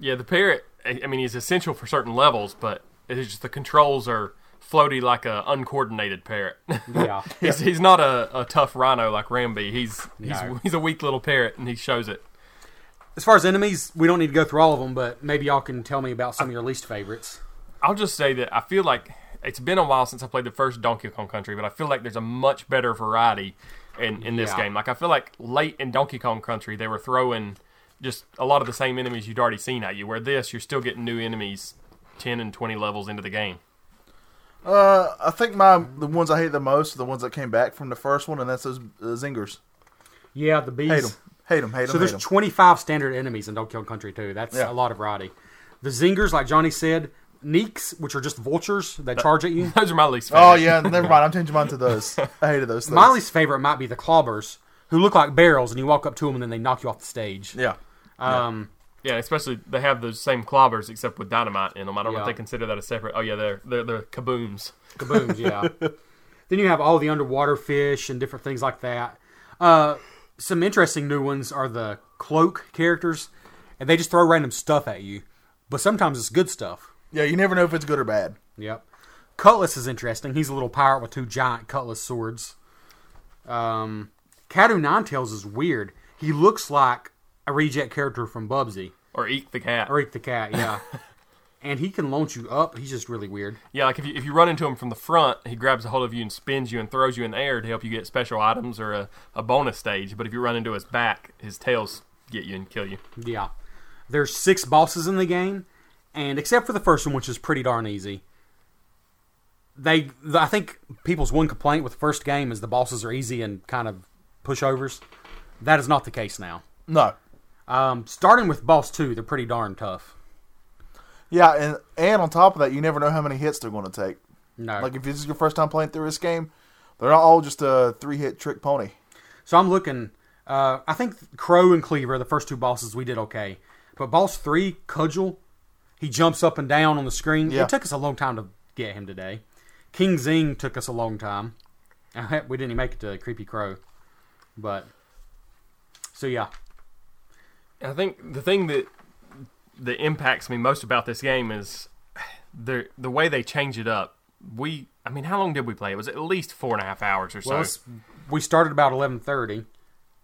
S4: Yeah, the parrot. I I mean, he's essential for certain levels, but it's just the controls are floaty like a uncoordinated parrot.
S3: Yeah.
S4: he's, he's not a, a tough rhino like Ramby. He's
S3: No.
S4: he's he's a weak little parrot, and he shows it.
S3: As far as enemies, we don't need to go through all of them, but maybe y'all can tell me about some of your least favorites.
S4: I'll just say that I feel like it's been a while since I played the first Donkey Kong Country, but I feel like there's a much better variety in, in this
S3: Yeah.
S4: game. Like I feel like late in Donkey Kong Country, they were throwing just a lot of the same enemies you'd already seen at you. Where this, you're still getting new enemies, ten and twenty levels into the game.
S2: Uh, I think my the ones I hate the most are the ones that came back from the first one, and that's those uh, zingers.
S3: Yeah, the bees.
S2: Hate them, hate them, hate them.
S3: So there's 25 standard enemies in Donkey Kong Country 2. That's
S2: Yeah.
S3: a lot of variety. The zingers, like Johnny said, neeks, which are just vultures that charge at you.
S4: Those are my least favorite.
S2: Oh yeah, never mind. I'm changing mine to those. I hated those. Things.
S3: My least favorite might be the clobbers, who look like barrels, and you walk up to them and then they knock you off the stage.
S2: yeah,
S3: Um,
S4: Yeah, especially they have those same clobbers except with dynamite in them. I don't know if
S3: Yeah.
S4: they consider that a separate. Oh yeah, they're they're, they're kabooms.
S3: kabooms, yeah. then you have all the underwater fish and different things like that. Uh, some interesting new ones are the cloak characters, and they just throw random stuff at you, but sometimes it's good stuff.
S2: yeah. You never know if it's good or bad.
S3: Yep. Cutlass is interesting. He's a little pirate with two giant cutlass swords. Um, Catu Ninetails is weird. He looks like a reject character from Bubsy,
S4: Or eat the cat.
S3: or Eat the Cat, yeah. and he can launch you up. He's just really weird.
S4: Yeah, like if you, if you run into him from the front, he grabs a hold of you and spins you and throws you in the air to help you get special items or a, a bonus stage. But if you run into his back, his tails get you and kill you.
S3: Yeah. There's six bosses in the game, and except for the first one, which is pretty darn easy. They, th- I think people's one complaint with the first game is the bosses are easy and kind of pushovers. That is not the case now.
S2: No,
S3: Um, starting with boss two, they're pretty darn tough.
S2: yeah, and and on top of that, you never know how many hits they're going to take.
S3: No.
S2: Like if this is your first time playing through this game, they're not all just a three hit trick pony.
S3: So I'm looking. Uh, I think Crow and Cleaver, the first two bosses, we did okay. But boss three, Cudgel, he jumps up and down on the screen.
S2: Yeah.
S3: It took us a long time to get him today. King Zing took us a long time. we didn't even make it to Creepy Crow. But so yeah,
S4: I think the thing that that impacts me most about this game is the the way they change it up. We, I mean, how long did we play? It was at least four and a half hours or so.
S3: well, it's- we started about eleven thirty,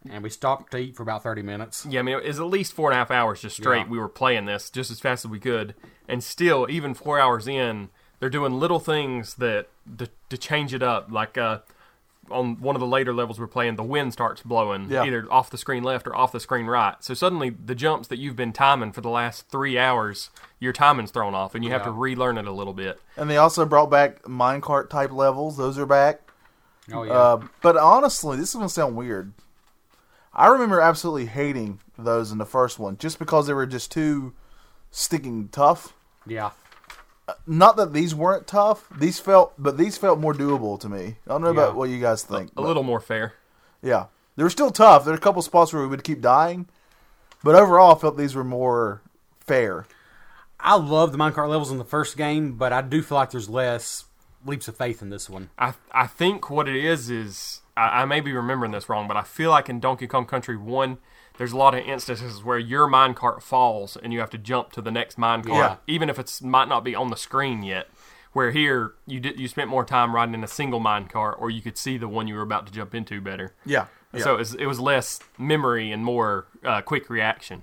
S3: and we stopped to eat for about thirty minutes.
S4: Yeah, I mean, it was at least four and a half hours just straight.
S3: Yeah.
S4: We were playing this just as fast as we could, and still, even four hours in, they're doing little things that to, to change it up. Like uh, on one of the later levels we're playing, the wind starts blowing
S2: Yeah.
S4: either off the screen left or off the screen right. So suddenly, the jumps that you've been timing for the last three hours, your timing's thrown off, and you have to relearn it a little bit.
S2: And they also brought back minecart type levels. Those are back.
S3: Oh yeah,
S2: Uh, but honestly, this is gonna sound weird. I remember absolutely hating those in the first one, just because they were just too sticking tough.
S3: yeah.
S2: Not that these weren't tough; these felt, but these felt more doable to me. I don't know
S3: Yeah. Uh,
S2: about what you guys think.
S4: A
S2: but-
S4: little more fair.
S2: yeah, they were still tough. There were a couple spots where we would keep dying, but overall, I felt these were more fair.
S3: I love the minecart levels in the first game, but I do feel like there's less leaps of faith in this one.
S4: I I think what it is is I, I may be remembering this wrong, but I feel like in Donkey Kong Country One, there's a lot of instances where your minecart falls and you have to jump to the next minecart,
S3: Yeah.
S4: even if it's might not be on the screen yet. Where here you did you spent more time riding in a single mine cart, or you could see the one you were about to jump into better.
S2: Yeah. yeah.
S4: So it was, it was less memory and more uh, quick reaction.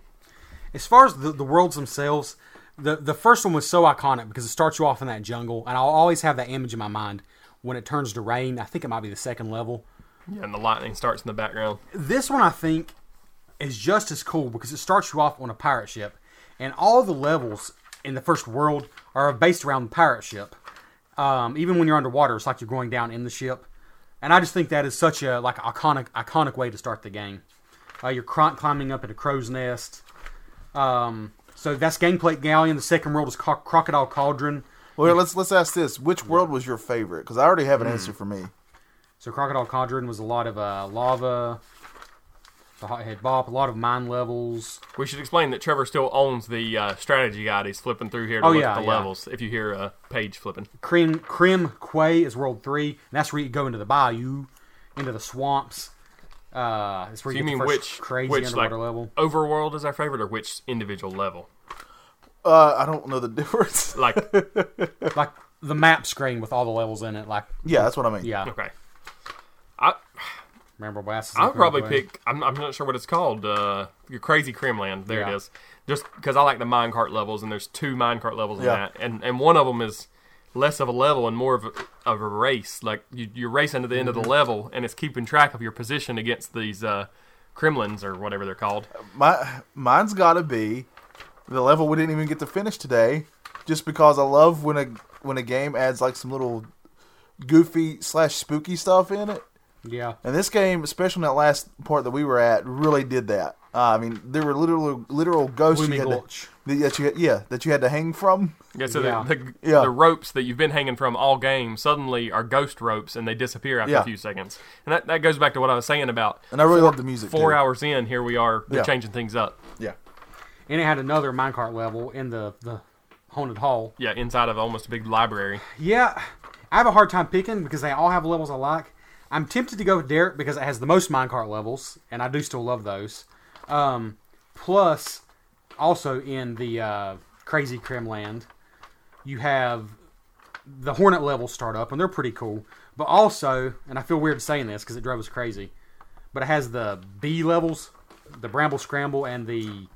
S3: As far as the, the worlds themselves, the the first one was so iconic because it starts you off in that jungle, and I'll always have that image in my mind when it turns to rain. I think it might be the second level.
S4: Yeah, and the lightning starts in the background.
S3: This one I think is just as cool because it starts you off on a pirate ship, and all the levels in the first world are based around the pirate ship. Um, even when you're underwater, it's like you're going down in the ship, and I just think that is such a like iconic iconic way to start the game. Uh, you're cr- climbing up at a crow's nest. Um, so that's Gangplank Galleon. The second world is co- Crocodile Cauldron.
S2: Well, let's let's ask this: Which world was your favorite? Because I already have an
S3: Hmm.
S2: answer for me.
S3: So Crocodile Cauldron was a lot of uh, lava, the Hothead Bop, a lot of mine levels.
S4: We should explain that Trevor still owns the uh, strategy guide. He's flipping through here to
S3: Oh,
S4: look
S3: yeah,
S4: at the
S3: yeah.
S4: levels. If you hear a page flipping,
S3: Krim Krim Quay is world three, and that's where you go into the bayou, into the swamps. Uh, that's where
S4: do
S3: you,
S4: you
S3: get the
S4: mean
S3: first
S4: which
S3: crazy
S4: which
S3: underwater
S4: like
S3: level.
S4: overworld is our favorite, or which individual level?
S2: Uh, I don't know the difference.
S4: Like
S3: like the map screen with all the levels in it. Like
S2: yeah, that's what I mean.
S3: yeah,
S4: okay, I
S3: remember Blast.
S4: I'll probably pick. I'm, I'm not sure what it's called. Uh, your crazy Crimland. There
S3: Yeah.
S4: it is. Just because I like the minecart levels, and there's two minecart levels in
S2: Yeah.
S4: that, and and one of them is less of a level and more of a, of a race. Like you, you're racing to the end of the level, and it's keeping track of your position against these uh, Kremlins or whatever they're called.
S2: My mine's got to be the level we didn't even get to finish today, just because I love when a when a game adds like some little goofy slash spooky stuff in it.
S3: Yeah,
S2: And this game, especially in that last part that we were at, really did that. Uh, I mean, there were literal literal ghosts
S3: Gloomy
S2: you had
S3: Gulch.
S2: to, that you had, yeah that you had to hang from.
S4: Yeah. So
S3: Yeah.
S4: The, the,
S2: Yeah.
S4: the ropes that you've been hanging from all game suddenly are ghost ropes, and they disappear after
S2: Yeah.
S4: a few seconds. And that, that goes back to what I was saying about
S2: And I really love the music.
S4: four
S2: too.
S4: hours in. Here we are. They're
S2: Yeah.
S4: changing things up.
S2: Yeah.
S3: and it had another minecart level in the the haunted hall.
S4: Yeah, inside of almost a big library.
S3: Yeah, I have a hard time picking because they all have levels I like. I'm tempted to go with Derek because it has the most minecart levels, and I do still love those. Um, plus, also in the uh, Crazy Crimland, you have the Hornet levels start up, and they're pretty cool. But also, and I feel weird saying this because it drove us crazy, but it has the B levels, the Bramble Scramble, and the.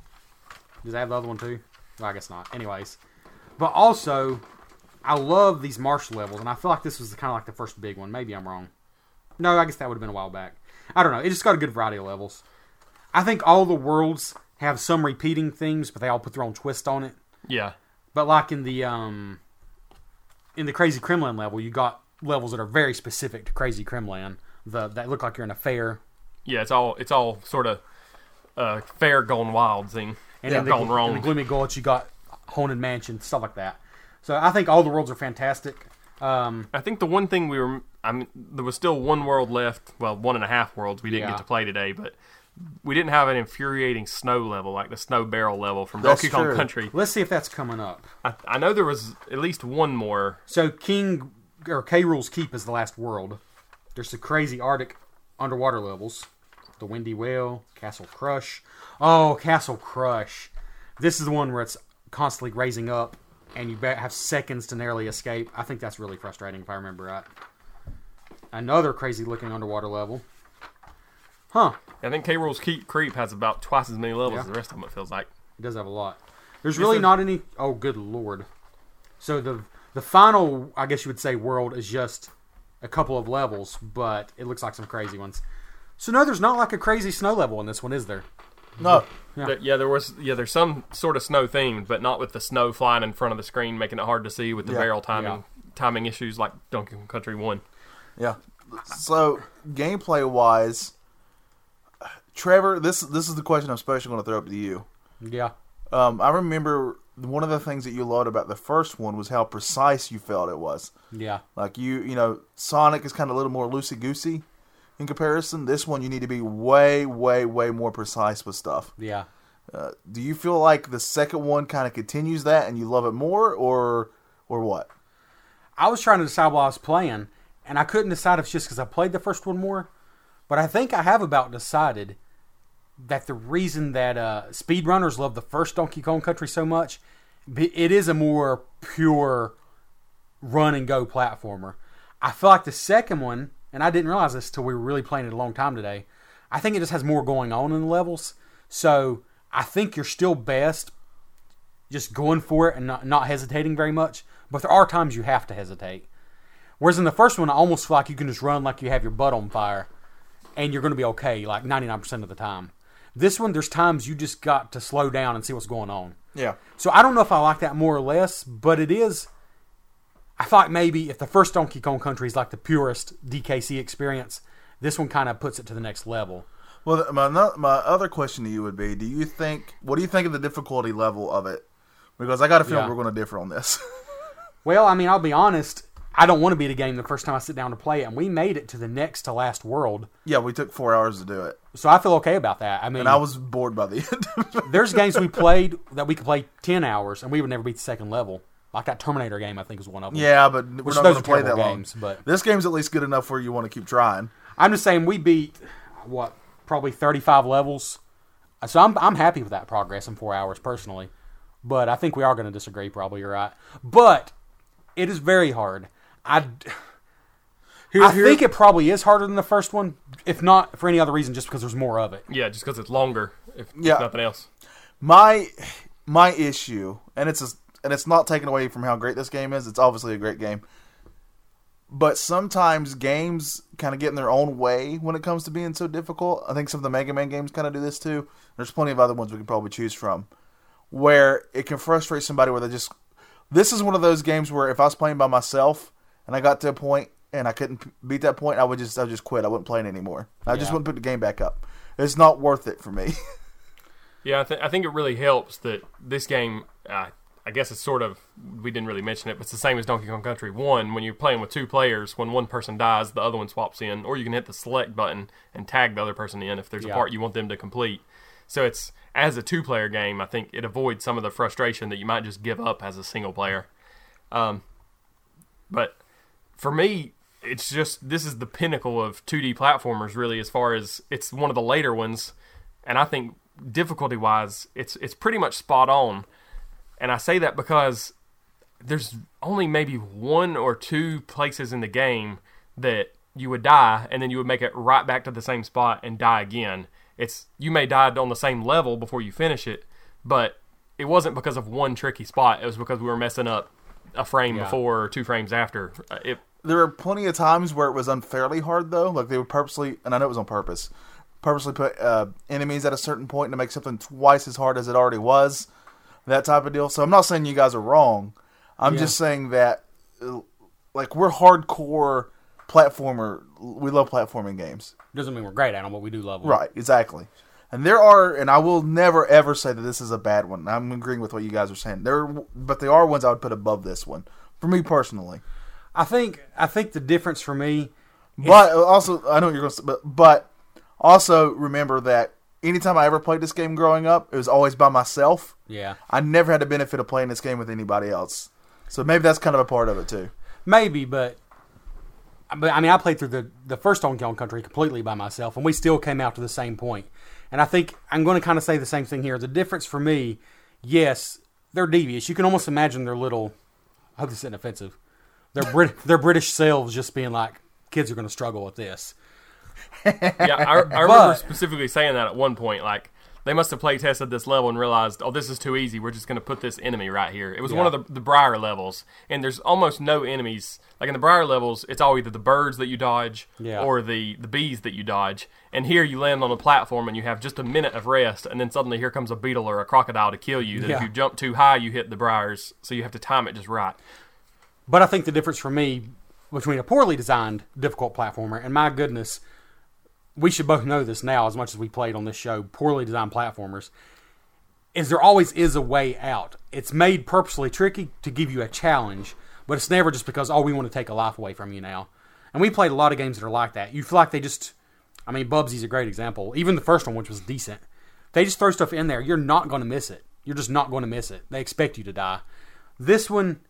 S3: Does that have the other one too? Well, I guess not. Anyways, but also I love these marsh levels, and I feel like this was kind of like the first big one. Maybe I'm wrong. No, I guess that would have been a while back. I don't know. It just got a good variety of levels. I think all the worlds have some repeating themes, but they all put their own twist on it.
S4: Yeah.
S3: But like in the um, in the Crazy Kremlin level, you got levels that are very specific to Crazy Kremlin. The that look like you're in a fair.
S4: Yeah, it's all it's all sort of uh, fair gone wild thing.
S3: And
S4: Yeah,
S3: in, the,
S4: gone wrong.
S3: in the Gloomy Gulch, you got Haunted Mansion, stuff like that. So I think all the worlds are fantastic. Um,
S4: I think the one thing we were I mean there was still one world left, well one and a half worlds we didn't
S3: Yeah.
S4: get to play today, but we didn't have an infuriating snow level like the snow barrel level from
S2: That's
S4: Donkey Kong
S2: true.
S4: Country.
S3: let's see if that's coming up.
S4: I, I know there was at least one more.
S3: So King or K Rules Keep is the last world. There's the crazy Arctic underwater levels, the Windy Whale, Castle Crush. Oh, Castle Crush! This is the one where it's constantly raising up, and you ba- have seconds to narrowly escape. I think that's really frustrating if I remember right. Another crazy looking underwater level. Huh?
S4: I think K Rules Keep Creep has about twice as many levels as the rest of them. It feels like.
S3: It does have a lot. There's really not any. Oh, good lord! So the the final, I guess you would say, world is just a couple of levels, but it looks like some crazy ones. So no, there's not like a crazy snow level in this one, is there?
S2: No.
S4: There- Yeah. there was yeah, there's some sort of snow themed, but not with the snow flying in front of the screen, making it hard to see with the
S2: Yeah,
S4: barrel timing timing issues like Donkey Kong Country One.
S2: Yeah. So gameplay wise, Trevor, this this is the question I'm especially going to throw up to you.
S3: Yeah.
S2: Um, I remember one of the things that you loved about the first one was how precise you felt it was.
S3: Yeah.
S2: Like you, you know, Sonic is kind of a little more loosey goosey in comparison. This one, you need to be way, way, way more precise with stuff.
S3: Yeah.
S2: Uh, do you feel like the second one kind of continues that, and you love it more, or or what?
S3: I was trying to decide while I was playing, and I couldn't decide if it's just because I played the first one more, but I think I have about decided that the reason that uh, speedrunners love the first Donkey Kong Country so much, b- it is a more pure run and go platformer. I feel like the second one, and I didn't realize this till we were really playing it a long time today. I think it just has more going on in the levels, so I think you're still best just going for it and not, not hesitating very much. But there are times you have to hesitate. Whereas in the first one, I almost feel like you can just run like you have your butt on fire, and you're going to be okay like 99% of the time. This one, there's times you just got to slow down and see what's going on.
S2: Yeah.
S3: So I don't know if I like that more or less, but it is. I thought maybe if the first Donkey Kong Country is like the purest DKC experience, this one kind of puts it to the next level.
S2: Well, th- my no- my other question to you would be: Do you think? What do you think of the difficulty level of it? Because I got a feeling
S3: Yeah.
S2: we're going to differ on this.
S3: Well, I mean, I'll be honest. I don't want to beat a game the first time I sit down to play it, and we made it to the next to last world,
S2: yeah, we took four hours to do it,
S3: so I feel okay about that. I mean,
S2: and I was bored by the end.
S3: there's games we played that we could play ten hours, and we would never beat the second level. Like that Terminator game, I think is one of them.
S2: yeah, but we're
S3: Which
S2: not
S3: those
S2: going to
S3: are
S2: play that
S3: terrible
S2: long.
S3: games, but-
S2: This game's at least good enough where you want to keep trying.
S3: I'm just saying we beat what probably 35 levels, so I'm I'm happy with that progress in four hours personally. But I think we are going to disagree. Probably you're right, but it is very hard. I I think it probably is harder than the first one, if not for any other reason, just because there's more of it.
S4: Yeah, just because it's longer, if
S2: Yeah.
S4: nothing else.
S2: my my issue, and it's a, and it's not taken away from how great this game is. It's obviously a great game, but sometimes games kind of get in their own way when it comes to being so difficult. I think some of the Mega Man games kind of do this too. There's plenty of other ones we could probably choose from where it can frustrate somebody where they just this is one of those games where if I was playing by myself and I got to a point and I couldn't p- beat that point, I would just I would just quit. I wouldn't play it anymore. I just
S3: Yeah.
S2: wouldn't put the game back up. It's not worth it for me.
S4: Yeah, I, th- I think it really helps that this game. Uh, I guess it's sort of we didn't really mention it, but it's the same as Donkey Kong Country One. When you're playing with two players, when one person dies, the other one swaps in, or you can hit the select button and tag the other person in if there's
S3: Yeah.
S4: a part you want them to complete. So it's as a two-player game, I think it avoids some of the frustration that you might just give up as a single player. Um, but for me, it's just this is the pinnacle of 2D platformers, really. As far as it's one of the later ones, and I think difficulty wise, it's it's pretty much spot on. And I say that because there's only maybe one or two places in the game that you would die, and then you would make it right back to the same spot and die again. It's you may die on the same level before you finish it, but it wasn't because of one tricky spot. It was because we were messing up a frame before or two frames after. Uh, It,
S2: there were plenty of times where it was unfairly hard though like they would purposely and i know it was on purpose purposely put uh, enemies at a certain point to make something twice as hard as it already was that type of deal so i'm not saying you guys are wrong i'm just saying that uh, like we're hardcore platformer we love platforming games
S3: Doesn't mean we're great at them, but we do love them.
S2: right exactly and there are and i will never ever say that this is a bad one i'm agreeing with what you guys are saying there but there are ones i would put above this one for me personally
S3: I think I think the difference for me,
S2: But also, I know what you're going to, but, but also remember that anytime I ever played this game growing up, it was always by myself.
S3: yeah,
S2: I never had the benefit of playing this game with anybody else. So maybe that's kind of a part of it too.
S3: maybe, but. But I mean, I played through the the first Donkey Kong Country completely by myself, and we still came out to the same point. And I think I'm going to kind of say the same thing here. The difference for me, yes, they're devious. You can almost imagine their little. I hope this isn't offensive. Their Brit their British selves just being like, kids are going to struggle with this.
S4: yeah, I, I remember
S3: But-
S4: specifically saying that at one point. Like they must have play tested this level and realized, oh, this is too easy. We're just going to put this enemy right here. It was one of the, the Briar levels, and there's almost no enemies. Like in the Briar levels, it's all either the birds that you dodge
S3: Yeah.
S4: or the the bees that you dodge. And here you land on a platform and you have just a minute of rest, and then suddenly here comes a beetle or a crocodile to kill you. That
S3: Yeah.
S4: if you jump too high, you hit the briars, so you have to time it just right.
S3: But I think the difference for me between a poorly designed difficult platformer and my goodness, we should both know this now as much as we played on this show, poorly designed platformers, is there always is a way out. It's made purposely tricky to give you a challenge, but it's never just because oh we want to take a life away from you now. And we played a lot of games that are like that. You feel like they just I mean Bubsy's a great example. Even the first one which was decent. They just throw stuff in there. You're not going to miss it. You're just not going to miss it. They expect you to die. This one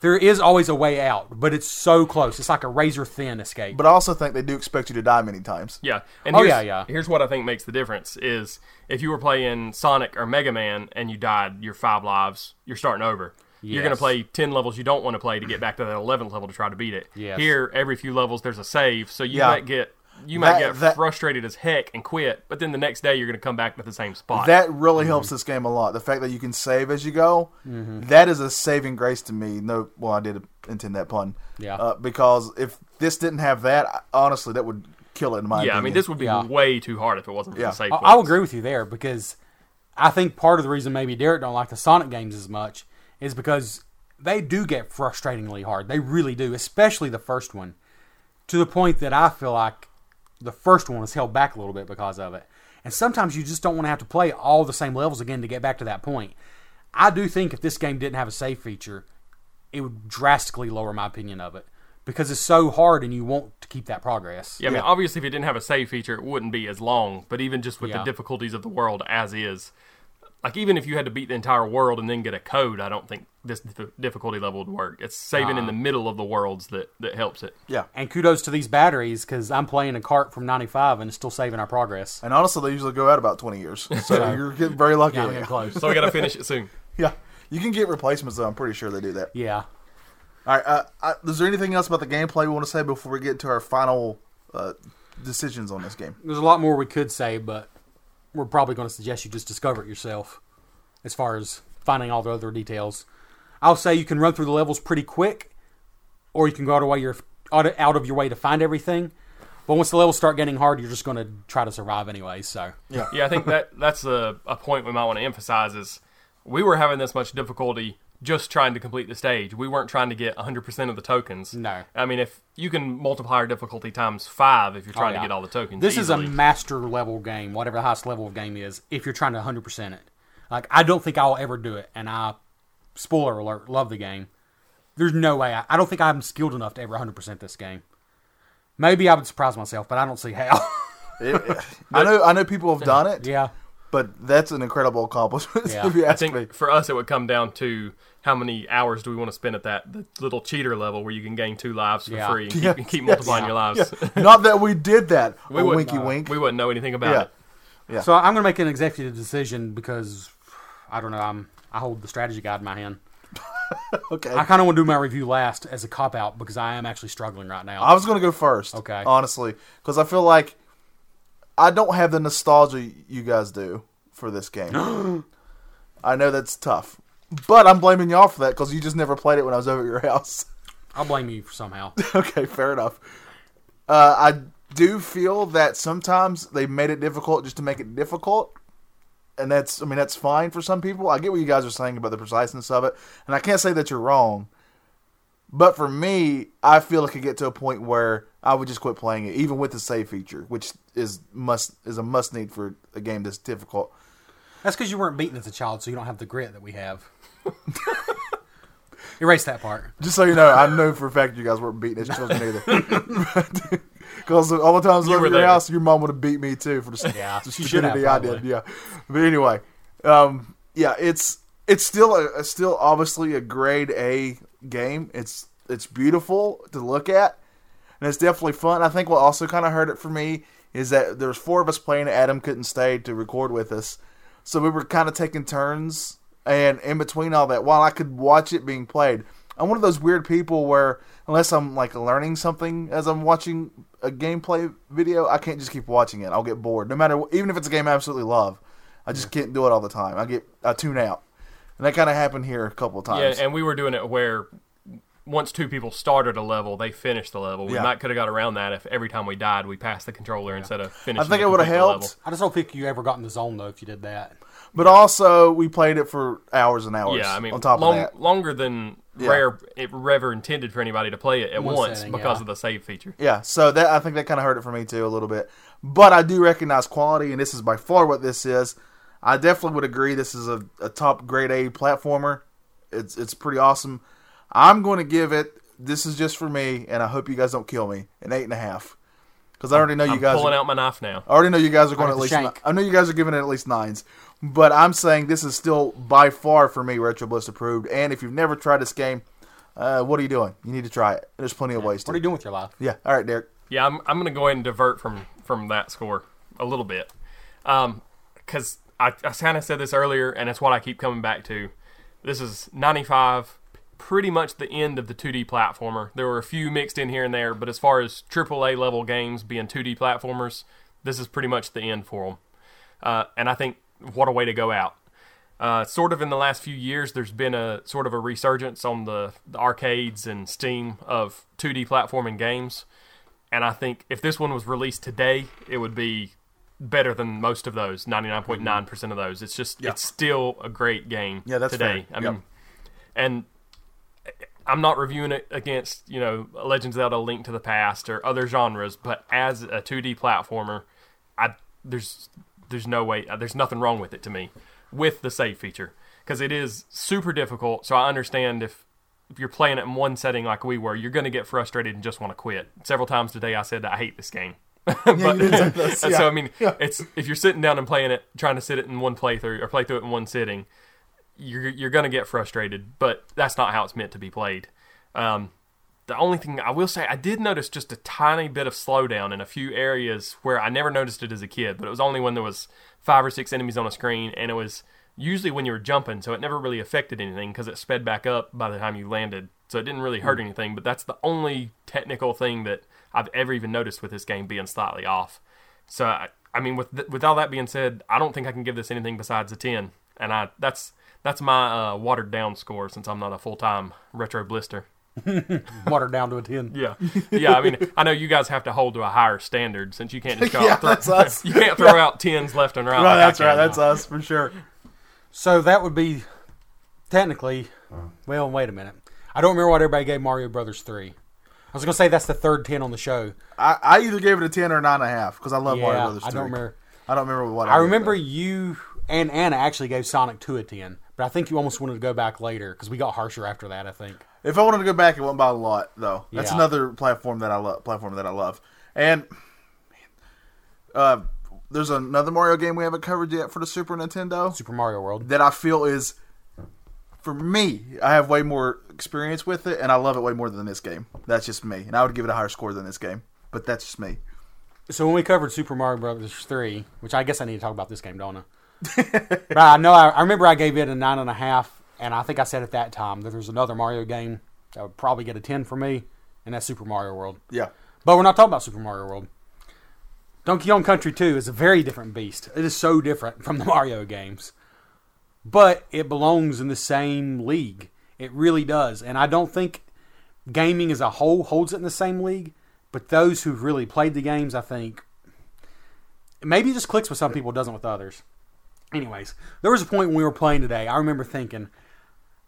S3: there is always a way out, but it's so close. It's like a razor thin escape.
S2: But I also think they do expect you to die many times.
S4: Yeah. And
S3: Oh,
S4: here's,
S3: yeah, yeah.
S4: Here's what I think makes the difference is if you were playing Sonic or Mega Man and you died, you're five lives, you're starting over. You're going
S3: Yes.
S4: to play 10 levels you don't want to play to get back to that 11th level to try to beat it.
S3: Yes.
S4: Here, every few levels, there's a save, so you
S2: Yeah.
S4: might get. You
S2: That-
S4: might get
S2: that-
S4: frustrated as heck and quit, but then the next day you're going to come back to the same spot.
S2: That
S4: Mm-hmm.
S2: really helps this game a lot. The fact that you can save as you go, that is a saving grace to me. No, well, I did intend that pun.
S3: Yeah.
S2: Uh, because if this didn't have that, I- honestly, that would kill it in my
S4: yeah, I mean, this would be
S3: Yeah.
S4: way too hard if it wasn't for
S2: Yeah.
S4: the save.
S3: I,
S4: points.
S3: I'll agree with you there because I think part of the reason maybe Derek don't like the Sonic games as much is because they do get frustratingly hard. They really do, especially the first one. To the point that I feel like the first one was held back a little bit because of it. And sometimes you just don't want to have to play all the same levels again to get back to that point. I do think if this game didn't have a save feature, it would drastically lower my opinion of it because it's so hard and you want to keep that progress.
S4: Yeah, I mean, obviously, if it didn't have a save feature, it wouldn't be as long. But even just with
S3: Yeah.
S4: the difficulties of the world as is, like even if you had to beat the entire world and then get a code, I don't think this dif- difficulty level would work. It's saving in the middle of the worlds that that helps it.
S2: Yeah.
S3: And kudos to these batteries because I'm playing a cart from 95 and it's still saving our progress.
S2: And honestly, they usually go out about 20 years. So you're getting very lucky.
S3: I'm getting close.
S4: So we got to finish it soon.
S2: Yeah. You can get replacements, though. I'm pretty sure they do that.
S3: Yeah.
S2: All right. Uh, I, is there anything else about the gameplay we want to say before we get to our final uh, decisions on this game?
S3: There's a lot more we could say, but we're probably going to suggest you just discover it yourself as far as finding all the other details. I'll say you can run through the levels pretty quick, or you can go out of, way your, out of- out of your way to find everything. But once the levels start getting hard, you're just going to try to survive anyway. So,
S4: yeah, I think that that's a, a point we might want to emphasize is we were having this much difficulty just trying to complete the stage. We weren't trying to get 100% of the tokens.
S3: No.
S4: I mean, if you can multiply our difficulty times five if you're trying
S3: Oh, yeah.
S4: to get all the tokens.
S3: This
S4: easily.
S3: is a master level game, whatever the highest level of game is, if you're trying to 100% it. Like, I don't think I'll ever do it, and I, spoiler alert, love the game. There's no way. I, I don't think I'm skilled enough to ever 100% this game. Maybe I would surprise myself, but I don't see how.
S2: I know I know people have done it,
S3: yeah.
S2: but that's an incredible accomplishment,
S3: Yeah.
S2: if you
S4: I
S2: ask me.
S4: think for us, it would come down to how many hours do we want to spend at that the little cheater level where you can gain two lives for
S3: Yeah.
S4: free and keep, and keep multiplying your lives.
S2: Not that we did that. a
S4: wouldn't,
S2: winky
S4: uh,
S2: wink.
S4: We wouldn't know anything about
S2: Yeah.
S4: it.
S3: So I'm going to make an executive decision because, I don't know, I'm, I hold the strategy guide in my hand.
S2: okay.
S3: I kind of want to do my review last as a cop out because I am actually struggling right now.
S2: I was going to go first.
S3: Okay.
S2: Honestly, because I feel like I don't have the nostalgia you guys do for this game. I know that's tough, but I'm blaming y'all for that because you just never played it when I was over at your house.
S3: I'll blame you for somehow.
S2: okay, fair enough. Uh, I do feel that sometimes they made it difficult just to make it difficult. And that's, I mean, that's fine for some people. I get what you guys are saying about the preciseness of it. And I can't say that you're wrong. But for me, I feel it could get to a point where I would just quit playing it, even with the save feature, which is must is a must need for a game that's difficult.
S3: That's because you weren't beaten as a child, so you don't have the grit that we have. Erase that part.
S2: Just so you know, I know for a fact you guys weren't beating his children either. Because all the times I lived
S4: were
S2: at your
S4: there.
S2: house, your mom would have beat me too for the,
S3: Yeah,
S2: the
S3: she should have,
S2: stupidity I did.
S3: probably.
S2: Yeah, but anyway, um, yeah, it's it's still a, a- still obviously a grade A game. It's it's beautiful to look at, and it's definitely fun. I think what also kind of hurt it for me is that there was four of us playing. Adam couldn't stay to record with us, so we were kind of taking turns. And in between all that, while I could watch it being played, I'm one of those weird people where unless I'm like learning something as I'm watching a gameplay video, I can't just keep watching it. I'll get bored. No matter even if it's a game I absolutely love, I just can't do it all the time. I get I tune out, and that kind of happened here a couple of
S4: Yeah,
S2: times.
S4: and we were doing it where once two people started a level, they finished the level. We
S2: Yeah.
S4: might could have got around that if every time we died, we passed the controller instead of
S2: I
S4: finishing.
S2: think
S4: to
S2: it would have
S4: complete the level.
S2: helped,
S3: I just don't think you ever got in the zone though if you did that.
S2: but also we played it for hours and hours.
S4: Yeah, I mean,
S2: on top
S4: long,
S2: of that,
S4: longer than
S2: Yeah.
S4: rare it ever intended for anybody to play it at
S3: One
S4: once
S3: setting,
S4: because
S3: yeah.
S4: of the save feature.
S2: Yeah, so that I think that kind of hurt it for me too a little bit, but I do recognize quality, and this is by far what this is. I definitely would agree this is a, a top grade A platformer. It's it's pretty awesome. I'm going to give it. This is just for me, and I hope you guys don't kill me. An eight and a half, because I already know you
S4: I'm
S2: guys.
S4: pulling
S2: are-
S4: out my knife now.
S2: I already know you guys are going
S3: Like
S2: at
S3: the
S2: least.
S3: shank.
S2: ni- I know you guys are giving it at least nines, but I'm saying this is still by far for me RetroBliss approved. And if you've never tried this game, uh, what are you doing? You need to try it. There's plenty of ways
S3: What
S2: to.
S3: are you doing with your life?
S2: yeah. All right, Derek.
S4: Yeah, I'm, I'm going to go ahead and divert from from that score a little bit, Um, because I, I kind of said this earlier, and it's what I keep coming back to. This is 95, pretty much the end of the 2D platformer. There were a few mixed in here and there, but as far as AAA level games being 2D platformers, this is pretty much the end for them. Uh, and I think what a way to go out. Uh, sort of in the last few years, there's been a sort of a resurgence on the, the arcades and Steam of 2D platforming games. And I think if this one was released today, it would be better than most of those 99.9% of those it's just
S2: Yeah.
S4: it's still a great game
S2: Yeah, that's
S4: today
S2: fair.
S4: i
S2: Yep.
S4: mean and i'm not reviewing it against you know legend of zelda link to the past or other genres but as a 2d platformer i there's there's no way uh, there's nothing wrong with it to me with the save feature because it is super difficult so i understand if if you're playing it in one setting like we were, you're going to get frustrated and just want to quit. Several times today, I said that I hate this game. but,
S2: did say this,
S4: and
S2: yeah.
S4: So I mean, it's if you're sitting down and playing it, trying to sit it in one playthrough or play through it in one sitting, you're you're going to get frustrated. But that's not how it's meant to be played. Um, the only thing I will say, I did notice just a tiny bit of slowdown in a few areas where I never noticed it as a kid, but it was only when there was five or six enemies on a screen, and it was usually when you were jumping, so it never really affected anything because it sped back up by the time you landed, so it didn't really hurt anything. But that's the only technical thing that I've ever even noticed with this game being slightly off. So I, I mean, with th- with all that being said, I don't think I can give this anything besides a ten, and I that's that's my uh, watered down score since I'm not a full time retro blister.
S3: Watered down to a 10.
S4: Yeah, yeah. I mean, I know you guys have to hold to a higher standard since you can't just go
S2: Yeah,
S4: out thro-
S2: that's us.
S4: You can't throw out tens left and right.
S2: Right,
S4: like I
S2: that's
S4: can
S2: right.
S4: now.
S2: That's us for sure.
S3: So that would be technically. Well, wait a minute. I don't remember what everybody gave Mario Brothers 3. I was going to say that's the third 10 on the show.
S2: I, I either gave it a ten or nine and a half because I love
S3: Yeah,
S2: Mario Brothers.
S3: I
S2: 3.
S3: don't remember.
S2: I don't remember what I,
S3: I
S2: gave
S3: remember
S2: it.
S3: you and Anna actually gave Sonic 2 a 10, but I think you almost wanted to go back later because we got harsher after that, I think.
S2: If I wanted to go back, it went by a lot though. That's
S3: Yeah.
S2: another platform that I love. Platform that I love. And uh, there's another Mario game we haven't covered yet for the Super Nintendo
S3: Super Mario World.
S2: that I feel is for me. I have way more experience with it, and I love it way more than this game. That's just me, and I would give it a higher score than this game. But that's just me.
S3: So when we covered Super Mario Brothers three, which I guess I need to talk about this game, don't I? but I know I, I remember I gave it a nine and a half, and I think I said at that time that there was another Mario game that would probably get a ten for me, and that's Super Mario World.
S2: Yeah.
S3: But we're not talking about Super Mario World. Donkey Kong Country 2 is a very different beast. It is so different from the Mario games. But it belongs in the same league. It really does. And I don't think gaming as a whole holds it in the same league. But those who've really played the games, I think, maybe it just clicks with some people, doesn't with others. Anyways, there was a point when we were playing today. I remember thinking,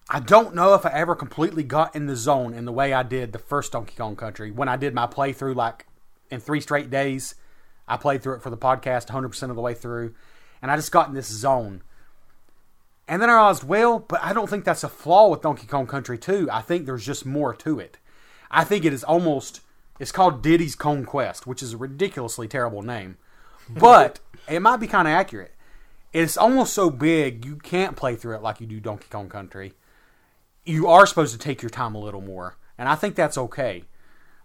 S3: I don't know if I ever completely got in the zone in the way I did the first Donkey Kong Country when I did my playthrough like in three straight days. I played through it for the podcast 100% of the way through, and I just got in this zone. And then I realized, well, but I don't think that's a flaw with Donkey Kong Country 2. I think there's just more to it. I think it is almost, it's called Diddy's Conquest, which is a ridiculously terrible name, but it might be kind of accurate. It's almost so big you can't play through it like you do Donkey Kong Country you are supposed to take your time a little more, and I think that's okay.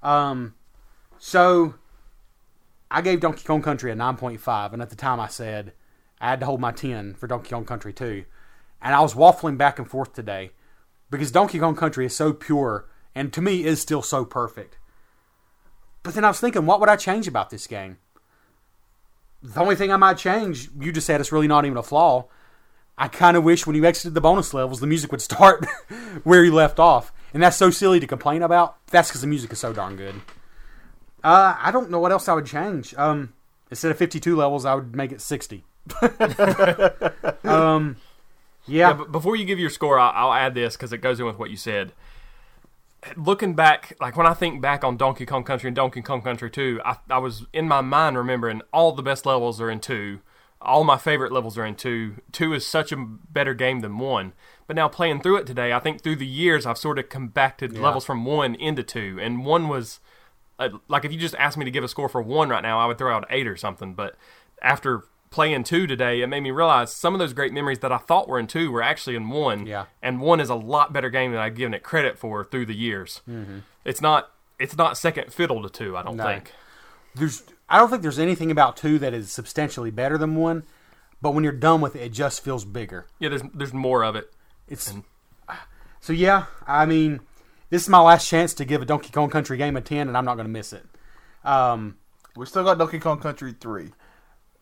S3: Um, so I gave Donkey Kong Country a 9.5, and at the time I said I had to hold my 10 for Donkey Kong Country 2. And I was waffling back and forth today because Donkey Kong Country is so pure and to me is still so perfect. But then I was thinking, what would I change about this game? The only thing I might change, you just said it's really not even a flaw. I kind of wish when you exited the bonus levels, the music would start where you left off. And that's so silly to complain about. That's because the music is so darn good. Uh, I don't know what else I would change. Um, instead of 52 levels, I would make it 60. um, yeah,
S4: Yeah, but before you give your score, I'll, I'll add this because it goes in with what you said. Looking back, like when I think back on Donkey Kong Country and Donkey Kong Country 2, I, I was in my mind remembering all the best levels are in 2. All my favorite levels are in 2. 2 is such a better game than 1. But now playing through it today, I think through the years, I've sort of compacted levels from 1 into 2. And 1 was uh, like if you just asked me to give a score for one right now, I would throw out eight or something. But after playing two today, it made me realize some of those great memories that I thought were in two were actually in one.
S3: Yeah.
S4: and one is a lot better game than I've given it credit for through the years.
S3: Mm-hmm.
S4: It's not. It's not second fiddle to two. I don't think.
S3: there's I don't think there's anything about two that is substantially better than one. But when you're done with it, it just feels bigger.
S4: Yeah, there's there's more of it.
S3: It's So yeah, I mean, this is my last chance to give a Donkey Kong Country game a ten, and I'm not going to miss it. Um,
S2: We still got Donkey Kong Country three.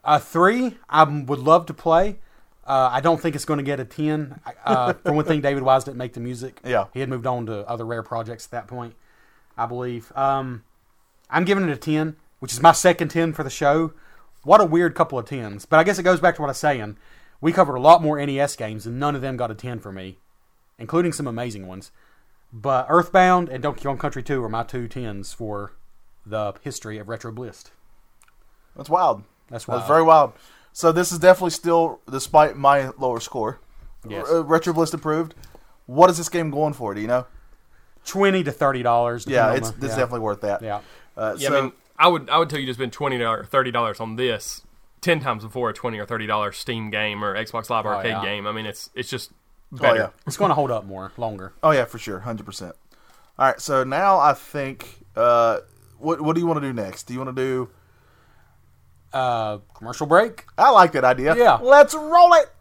S3: a Uh, three, I would love to play. Uh, I don't think it's going to get a ten. Uh, for one thing, David Wise didn't make the music.
S2: Yeah.
S3: he had moved on to other rare projects at that point, I believe. Um, I'm giving it a ten, which is my second ten for the show. What a weird couple of tens, but I guess it goes back to what I was saying. We covered a lot more NES games, and none of them got a ten for me, including some amazing ones. But Earthbound and Donkey Kong Country 2 are my two tens for the history of Retro Blist.
S2: That's wild.
S3: That's
S2: That's
S3: wild.
S2: very wild. So this is definitely still, despite my lower score,
S3: Yes.
S2: R- uh, Retro Bliss improved. What is this game going for? Do you know?
S3: twenty to thirty dollars.
S2: Yeah, it's it's definitely worth that.
S3: yeah.
S2: Uh,
S4: Yeah,
S2: so
S4: I mean, I would I would tell you to spend twenty dollars, thirty dollars on this ten times before a twenty or thirty dollar Steam game or Xbox Live Arcade
S3: Oh, yeah.
S4: game. I mean, it's it's just
S2: oh
S4: better.
S2: yeah,
S3: It's going to hold up more longer.
S2: oh yeah, for sure, hundred percent. All right, so now I think, uh, what what do you want to do next? Do you want to do?
S3: Uh, commercial break.
S2: I like that idea.
S3: Yeah.
S2: let's roll it.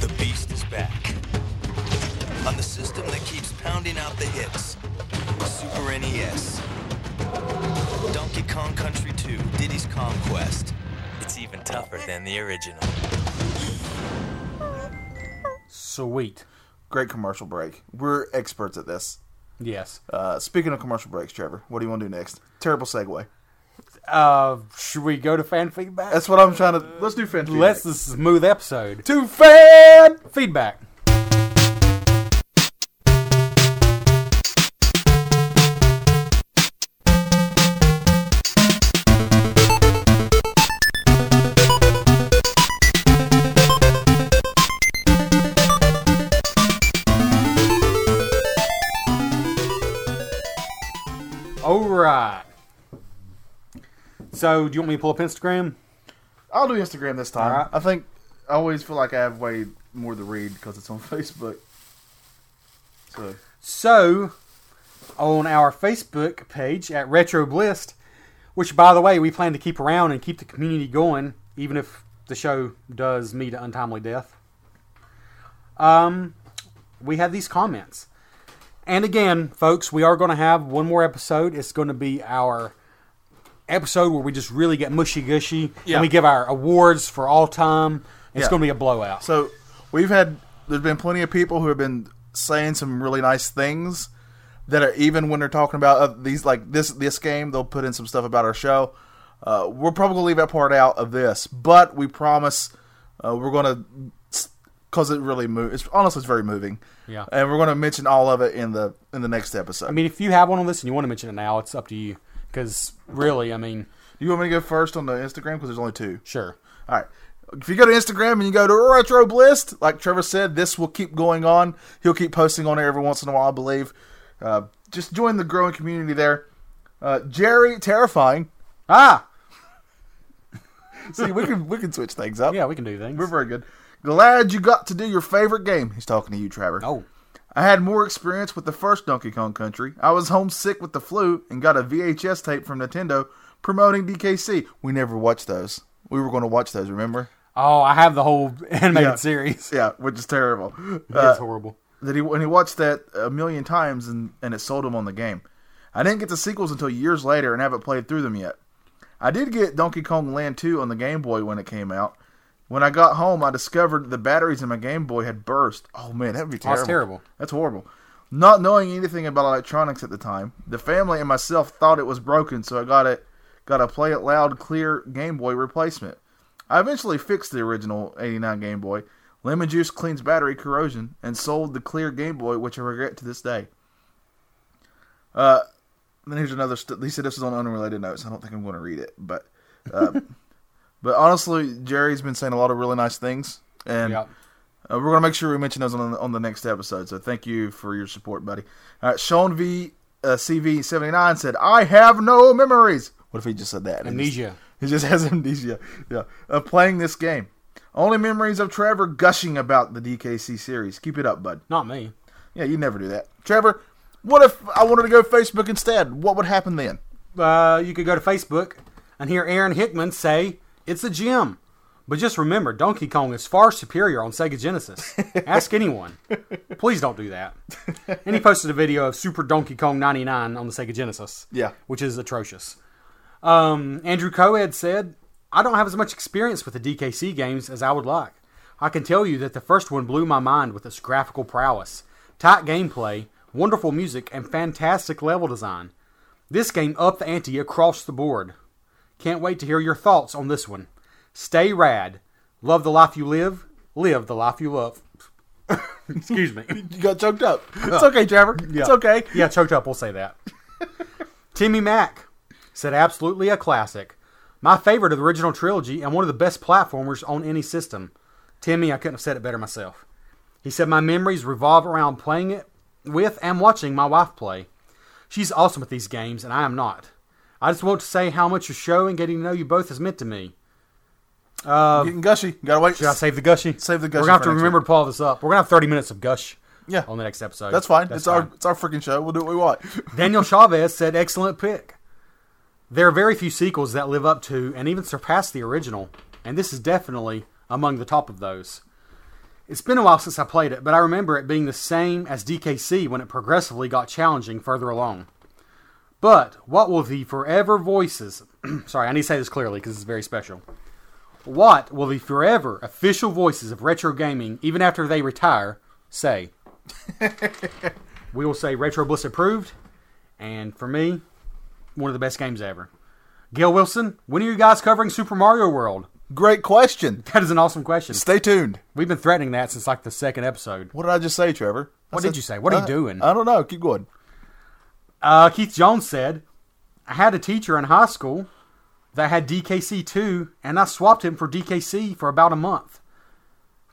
S5: The beast is back. On the system that keeps pounding out the hits. Super NES. Donkey Kong Country 2, Diddy's Conquest. It's even tougher than the original.
S3: Sweet.
S2: Great commercial break. We're experts at this.
S3: Yes.
S2: Uh, speaking of commercial breaks, Trevor, what do you want to do next? Terrible segue.
S3: Uh, should we go to fan feedback?
S2: That's what I'm trying to. Let's do fan feedback.
S3: Let's this smooth episode.
S2: do fan.
S3: Feedback. All right. So, do you want me to pull up Instagram?
S2: I'll do Instagram this time.
S3: Alright.
S2: I think I always feel like I have way more to read because it's on Facebook. So
S3: So, on our Facebook page at Retro Blist, which by the way, we plan to keep around and keep the community going, even if the show does meet an untimely death. Um, we have these comments. And again, folks, we are going to have one more episode. It's going to be our episode where we just really get mushy gushy
S4: Yeah.
S3: and we give our awards for all time. It's
S2: Yeah.
S3: going to be a blowout.
S2: So we've had there's been plenty of people who have been saying some really nice things that are even when they're talking about uh, these like this this game they'll put in some stuff about our show. Uh, we're probably gonna leave that part out of this, but we promise uh, we're gonna because it really moves. It's honestly it's very moving.
S3: Yeah.
S2: and we're gonna mention all of it in the in the next episode.
S3: I mean, if you have one on this and you want to mention it now, it's up to you. Because really, I mean,
S2: you want me to go first on the Instagram because there's only two.
S3: Sure.
S2: All right. If you go to Instagram and you go to Retro Blist, like Trevor said, this will keep going on. He'll keep posting on there every once in a while, I believe. Uh, just join the growing community there. Uh, Jerry, terrifying.
S3: Ah,
S2: See, we can we can switch things up.
S3: yeah, we can do things.
S2: we're very good. Glad you got to do your favorite game. He's talking to you, Trevor.
S3: oh,
S2: I had more experience with the first Donkey Kong Country. I was homesick with the flu and got a VHS tape from Nintendo promoting DKC. We never watched those. We were going to watch those. Remember?
S3: oh, I have the whole animated
S2: Yeah.
S3: series.
S2: Yeah, which is terrible. Uh,
S3: That's horrible.
S2: that he when he watched that a million times and, and it sold him on the game. I didn't get the sequels until years later and haven't played through them yet. I did get Donkey Kong Land 2 on the Game Boy when it came out. When I got home, I discovered the batteries in my Game Boy had burst. Oh man, that would be terrible.
S3: that's terrible.
S2: That's horrible. Not knowing anything about electronics at the time, the family and myself thought it was broken, so I got it got a play it loud clear Game Boy replacement. I eventually fixed the original 89 Game Boy. Lemon juice cleans battery corrosion and sold the clear Game Boy, which I regret to this day. Uh, then here's another. St- he said this is on unrelated notes. I don't think I'm going to read it, but uh, but honestly, Jerry's been saying a lot of really nice things, and
S3: Yep.
S2: uh, we're going to make sure we mention those on the, on the next episode. So thank you for your support, buddy. All right, Sean V uh, CV seventy nine said, "I have no memories." What if he just said that? And he just-
S3: Amnesia.
S2: He just has amnesia. Yeah, of playing this game. Only memories of Trevor gushing about the DKC series. Keep it up, bud.
S3: Not me.
S2: Yeah, you never do that, Trevor. What if I wanted to go Facebook instead? What would happen then?
S3: Uh, you could go to Facebook and hear Aaron Hickman say, It's a gem. But just remember, Donkey Kong is far superior on Sega Genesis. Ask anyone. Please don't do that. And he posted a video of Super Donkey Kong 99 on the Sega Genesis.
S2: Yeah.
S3: Which is atrocious. Um, Andrew Coed said, I don't have as much experience with the DKC games as I would like. I can tell you that the first one blew my mind with its graphical prowess, tight gameplay, wonderful music, and fantastic level design. This game upped the ante across the board. Can't wait to hear your thoughts on this one. Stay rad. Love the life you live. Live the life you love. Excuse me.
S2: You got choked up. It's okay, Trevor. It's okay.
S3: Yeah, choked up. We'll say that. Timmy Mack said, absolutely a classic. My favorite of the original trilogy and one of the best platformers on any system. Timmy, I couldn't have said it better myself. He said, My memories revolve around playing it with and watching my wife play. She's awesome at these games, and I am not. I just want to say how much your show and getting to know you both has meant to me.
S2: Getting gushy. Gotta wait.
S3: Um, Should I save the gushy?
S2: Save the
S3: We're
S2: gushy
S3: gonna have
S2: for
S3: to
S2: next
S3: remember to pull this up. We're gonna have thirty minutes of gush.
S2: Yeah.
S3: On the next episode.
S2: That's fine. it's our
S3: fine.
S2: it's our freaking show. We'll do what we want.
S3: Daniel Chavez said, "Excellent pick." There are very few sequels that live up to and even surpass the original, and this is definitely among the top of those. It's been a while since I played it, but I remember it being the same as DKC when it progressively got challenging further along. But what will the forever voices? sorry, I need to say this clearly because it's very special. What will the forever official voices of retro gaming, even after they retire, say? we will say Retro Bliss approved, and for me, one of the best games ever. Gail Wilson, when are you guys covering Super Mario World?
S2: Great question.
S3: That is an awesome question.
S2: Stay tuned.
S3: We've been threatening that since like the second episode.
S2: What did I just say, Trevor? I
S3: What
S2: said-
S3: did you say? What are you
S2: I-
S3: doing?
S2: I don't know. Keep going.
S3: Uh, Keith Jones said, I had a teacher in high school that had DKC 2, and I swapped him for DKC for about a month.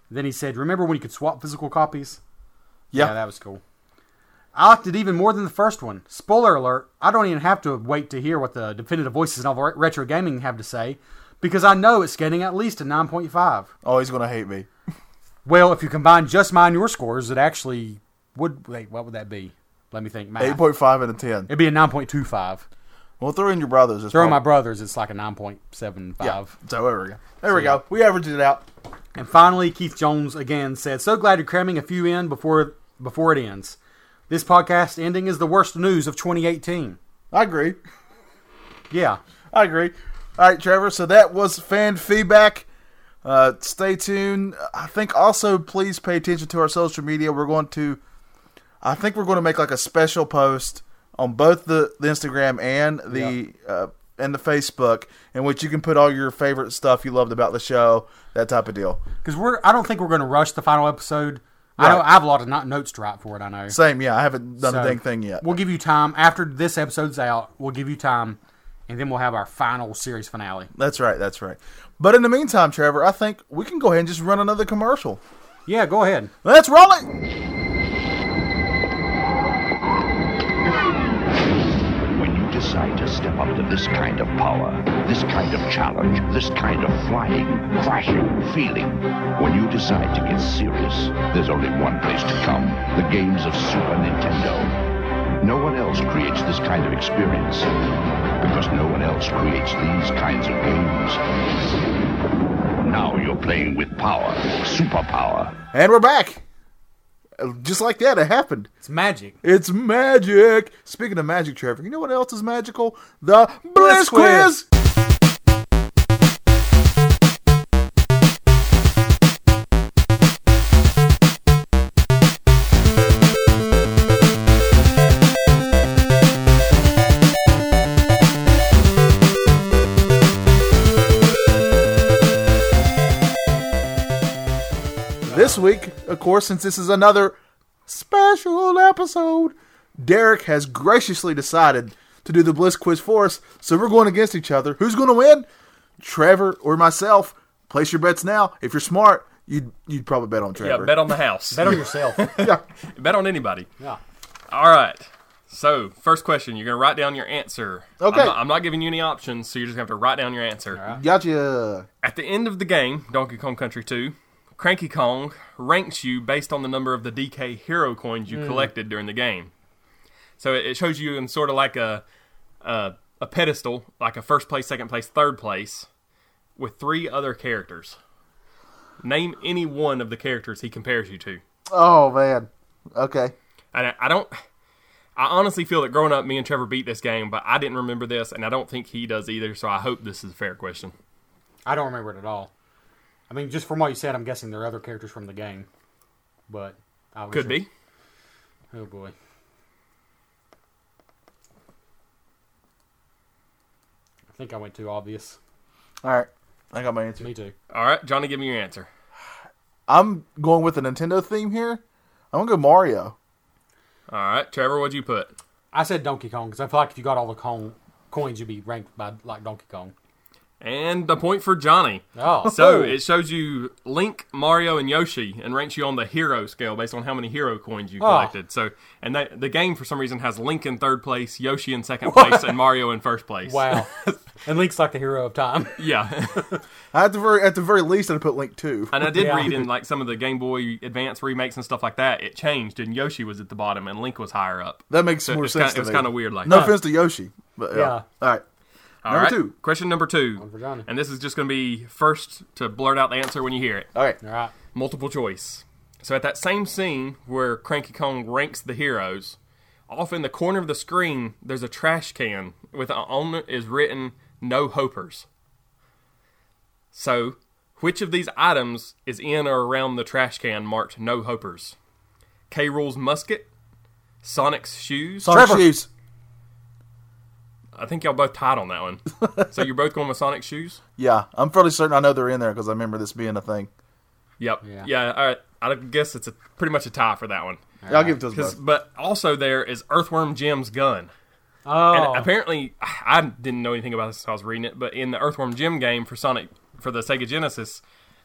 S3: Then he said, Remember when you could swap physical copies?
S2: Yeah.
S3: Yeah, that was cool. I liked it even more than the first one. Spoiler alert, I don't even have to wait to hear what the definitive voices of retro gaming have to say because I know it's getting at least a 9.5.
S2: oh, he's gonna hate me.
S3: Well, if you combine just mine and your scores, it actually would. Wait, what would that be? Let me think. Math.
S2: Eight point five out of ten.
S3: It'd be a 9.25.
S2: Well, throw in your brothers.
S3: Throw in my brothers, it's like a 9.75.
S2: So there we go. There we go. We averaged it out.
S3: And finally, Keith Jones again said, "So glad you're cramming a few in before before it ends. This podcast ending is the worst news of 2018."
S2: I agree.
S3: Yeah,
S2: I agree. All right, Trevor. So that was fan feedback. Uh, stay tuned. I think also please pay attention to our social media. We're going to, I think we're going to make like a special post on both the, the Instagram and the uh, and the Facebook, in which you can put all your favorite stuff you loved about the show, that type of deal.
S3: because we're I don't think we're going to rush the final episode. I
S2: Right.
S3: know I have a lot of not notes to write for it. I know.
S2: Same, yeah. I haven't done
S3: So,
S2: a dang thing yet.
S3: We'll give you time after this episode's out. We'll give you time, and then we'll have our final series finale.
S2: That's right. That's right. But in the meantime, Trevor, I think we can go ahead and just run another commercial.
S3: Yeah, go ahead.
S2: Let's roll it.
S6: When you decide to step up to this kind of power, this kind of challenge, this kind of flying, crashing, feeling, when you decide to get serious, there's only one place to come the games of Super Nintendo. No one else creates this kind of experience because no one else creates these kinds of games. Now you're playing with power, superpower.
S2: And we're back. Uh, Just like that, it happened.
S3: It's magic.
S2: It's magic. Speaking of magic, Trevor, you know what else is magical? The Blitz
S3: Blitz
S2: Quiz.
S3: Quiz.
S2: This week, of course, since this is another special episode, Derek has graciously decided to do the Blitz Quiz for us. So we're going against each other. Who's going to win? Trevor or myself? Place your bets now. If you're smart, you'd you'd probably bet on
S4: Yeah,
S2: Trevor.
S4: bet on the house.
S3: Bet on yourself.
S4: bet on anybody.
S3: yeah.
S4: All right. So, first question, you're going to write down your answer.
S2: Okay.
S4: I'm not, I'm not giving you any options, so you're just going to have to write down your answer.
S2: Gotcha.
S4: At the end of the game, Donkey Kong Country 2, Cranky Kong ranks you based on the number of the DK hero coins you collected during the game. So it, it shows you in sort of like a, a a pedestal, like a first place, second place, third place, with three other characters. Name any one of the characters he compares you to.
S2: Oh man. Okay.
S4: And I, I don't. I honestly feel that growing up, me and Trevor beat this game, but I didn't remember this, and I don't think he does either. So I hope this is a fair question.
S3: I don't remember it at all. I mean, just from what you said, I'm guessing there are other characters from the game, but I was
S4: Could be.
S3: Oh boy. I think I went too obvious.
S2: All right. I got my answer.
S3: Me too.
S4: All right, Johnny, give me your answer.
S2: I'm going with the Nintendo theme here. I'm gonna go Mario.
S4: All right, Trevor, what'd you put?
S3: I said Donkey Kong because I feel like if you got all the con- coins, you'd be ranked by like Donkey Kong.
S4: And the point for Johnny.
S3: Oh,
S4: So it shows you Link, Mario, and Yoshi, and ranks you on the hero scale based on how many hero coins you
S3: Oh.
S4: collected. So, and that, the game for some reason has Link in third place, Yoshi in second place, and Mario in first place.
S3: wow. and Link's like the hero of time.
S4: Yeah,
S2: At the very at the very least, I'd put Link Two.
S4: and I did
S3: Yeah.
S4: read in like some of the Game Boy Advance remakes and stuff like that, it changed, and Yoshi was at the bottom, and Link was higher up.
S2: That makes
S4: So
S2: more
S4: it's
S2: sense.
S4: kinda- it's
S2: to me.
S4: kinda weird like
S2: no
S4: that.
S2: offense to Yoshi, but yeah.
S3: Yeah.
S2: All right.
S4: All
S2: Number
S4: right,
S2: two.
S4: Question number two.
S3: for Johnny.
S4: And this is just going to be first to blurt out the answer when you hear it.
S2: All right.
S3: All right.
S4: Multiple choice. So at that same scene where Cranky Kong ranks the heroes, off in the corner of the screen there's a trash can with uh, on it is written "No Hopers." So, which of these items is in or around the trash can marked "No Hopers"? K. Rule's musket, Sonic's shoes.
S2: Sonic
S3: Trevor.
S2: shoes.
S4: I think y'all both tied on that one. so you're both going with Sonic's shoes.
S2: Yeah, I'm fairly certain I know they're in there because I remember this being a thing.
S4: Yep.
S3: Yeah.
S4: Yeah. all right. I guess it's a, pretty much a tie for that one.
S2: I'll give it to us
S4: 'Cause-
S2: both.
S4: But also there is Earthworm Jim's gun.
S3: Oh,
S4: And uh, apparently, I I didn't know anything about this until I was reading it. But in the Earthworm Jim game for Sonic for the Sega Genesis,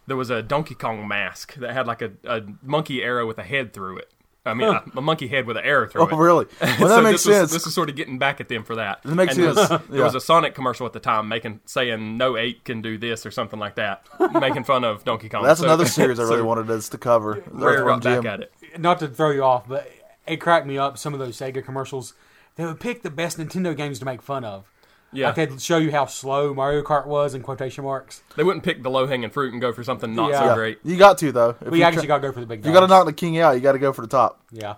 S4: there was a Donkey Kong mask that had like a, a monkey arrow with a head through it. I mean, a, a monkey head with an arrow through it.
S2: Oh, really? Well, that
S4: So
S2: makes
S4: this was-
S2: sense.
S4: this is sort of getting back at them for that. It
S2: makes
S4: and
S2: sense.
S4: There was, there
S2: Yeah.
S4: was a Sonic commercial at the time making saying no eight can do this or something like that, making fun of Donkey Kong.
S2: That's
S4: So-
S2: another series I
S4: so
S2: really wanted us to cover.
S4: Rare
S2: Earthworm
S4: got back
S2: Jim.
S4: at it.
S3: not to throw you off, but it cracked me up. Some of those Sega commercials, they would pick the best Nintendo games to make fun of.
S4: Yeah.
S3: Like they'd show you how slow Mario Kart was in quotation marks.
S4: They wouldn't pick the low hanging fruit and go for something not
S3: Yeah.
S4: so
S2: Yeah.
S4: great.
S2: You got to though. If
S3: We
S2: you
S3: actually
S2: try-
S3: got to go for the big.
S2: You got to
S3: dogs.
S2: knock the king out. You got to go for the top.
S3: Yeah.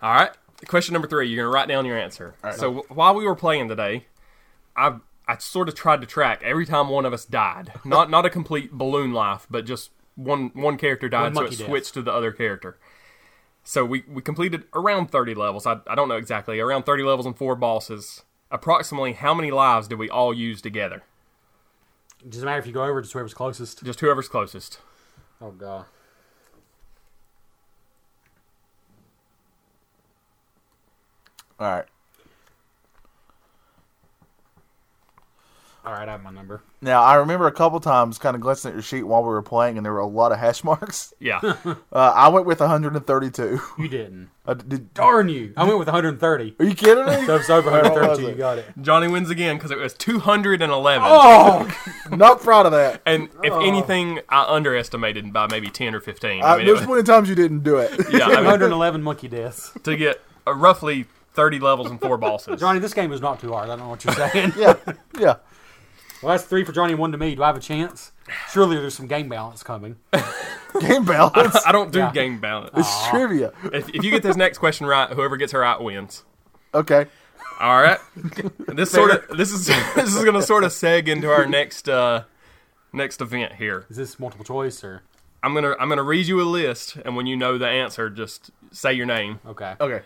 S4: All right. Question number three. You're gonna write down your answer. So w- while we were playing today, I I sort of tried to track every time one of us died. Not not a complete balloon life, but just one one character died, so it
S3: monkey death.
S4: switched to the other character. So we, we completed around 30 levels. I, I don't know exactly. Around 30 levels and four bosses. Approximately how many lives did we all use together?
S3: Doesn't matter if you go over, just whoever's closest.
S4: Just whoever's closest.
S3: Oh god.
S2: All right.
S3: All right, I have my number.
S2: Now I remember a couple times kind of glancing at your sheet while we were playing, and there were a lot of hash marks.
S4: Yeah.
S2: Uh, I went with 132.
S3: You didn't.
S2: I did,
S3: Darn you! I went with 130.
S2: are you kidding me?
S3: So if it's over
S2: was
S3: 132, you
S2: it?
S3: got it.
S4: Johnny wins again because it was 211.
S3: Oh,
S2: Not proud of that.
S4: And if anything, I underestimated by maybe 10 or 15. I
S3: Uh,
S2: I,
S4: mean, it
S2: there's
S4: was-
S2: plenty of times you didn't do it.
S4: yeah, I mean,
S3: 111 monkey deaths.
S4: to get uh, roughly 30 levels and four bosses.
S3: Johnny, this game is not too hard. I don't know what you're saying.
S2: yeah, yeah.
S3: Well, that's three for Johnny, and one to me. Do I have a chance? Surely there's some game balance coming.
S2: Game balance.
S4: I don't do
S3: Yeah.
S4: game balance.
S2: It's trivia.
S4: If, if you get this next question right, whoever gets her right wins.
S2: Okay.
S4: All right. This sort of this is this is going to sort of seg into our next uh, next event here.
S3: Is this multiple choice or
S4: I'm going to I'm going to read you a list and when you know the answer just say your name.
S3: okay? Oh
S2: Okay.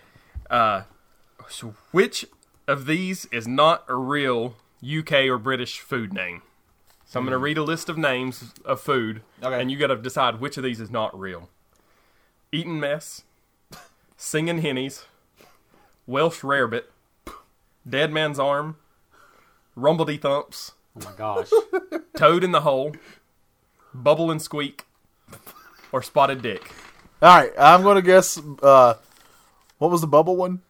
S4: So which of these is not a real UK or British food name? So I'm
S3: Hmm.
S4: going to read a list of names of food,
S2: Okay.
S4: and you got to decide which of these is not real. Eating mess, singing hennies, Welsh rarebit, dead man's arm, rumbledy thumps,
S3: Oh my gosh!
S4: toad in the hole, bubble and squeak, or spotted dick.
S2: All right. I'm gonna guess. Uh, what was the bubble one?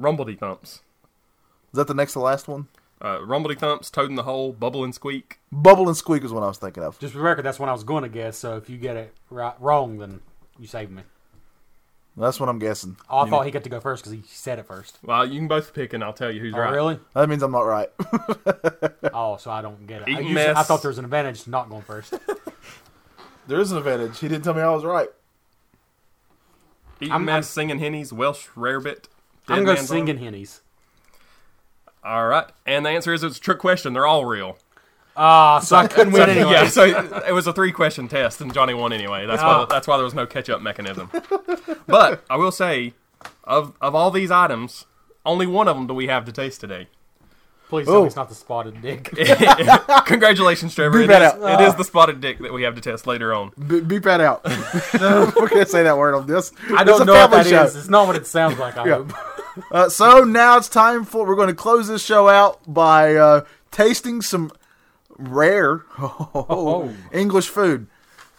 S4: Rumbledy E thumps,
S2: Is that the next to last one?
S4: uh, rumbledy thumps, toad in the hole, bubble and squeak.
S2: Bubble and squeak is what I was thinking of.
S3: Just for the record, that's what I was going to guess. So if you get it right, wrong, then you saved me.
S2: That's what I'm guessing.
S3: Oh, I thought he got to go first because he said it first.
S4: Well, you can both pick, and I'll tell you who's
S3: Oh,
S4: right.
S3: really?
S2: That means I'm not right.
S3: Oh, so I don't get it. I,
S4: Eating
S3: usually- I
S4: mess.
S3: thought there was an advantage to not going first.
S2: there is an advantage. He didn't tell me I was right.
S4: Eating
S3: I'm-
S4: mess, singing hennies, Welsh rarebit. dead
S3: I'm going
S4: man's arm.
S3: singing hennies.
S4: All right, and the answer is it's a trick question. They're all real.
S3: Ah, so I couldn't win anyway.
S4: Yeah, so it was a three question test, and Johnny won anyway. That's
S2: Ah.
S4: why that's why there was no catch up mechanism. but I will say, of of all these items, only one of them do we have to taste today.
S3: Please tell me it's not the spotted dick.
S4: Congratulations, Trevor.
S2: Beep
S4: It
S2: that
S4: is,
S2: out. Ah.
S4: it is the spotted dick that we have to test later on.
S2: B- beep that out. we can't say that word on this. it's
S3: I
S2: a
S3: don't know what
S2: family
S3: that is.
S2: show.
S3: It's not what it sounds like. I hope.
S2: Uh, so now it's time for we're going to close this show out by uh, tasting some rare
S3: Oh.
S2: English food.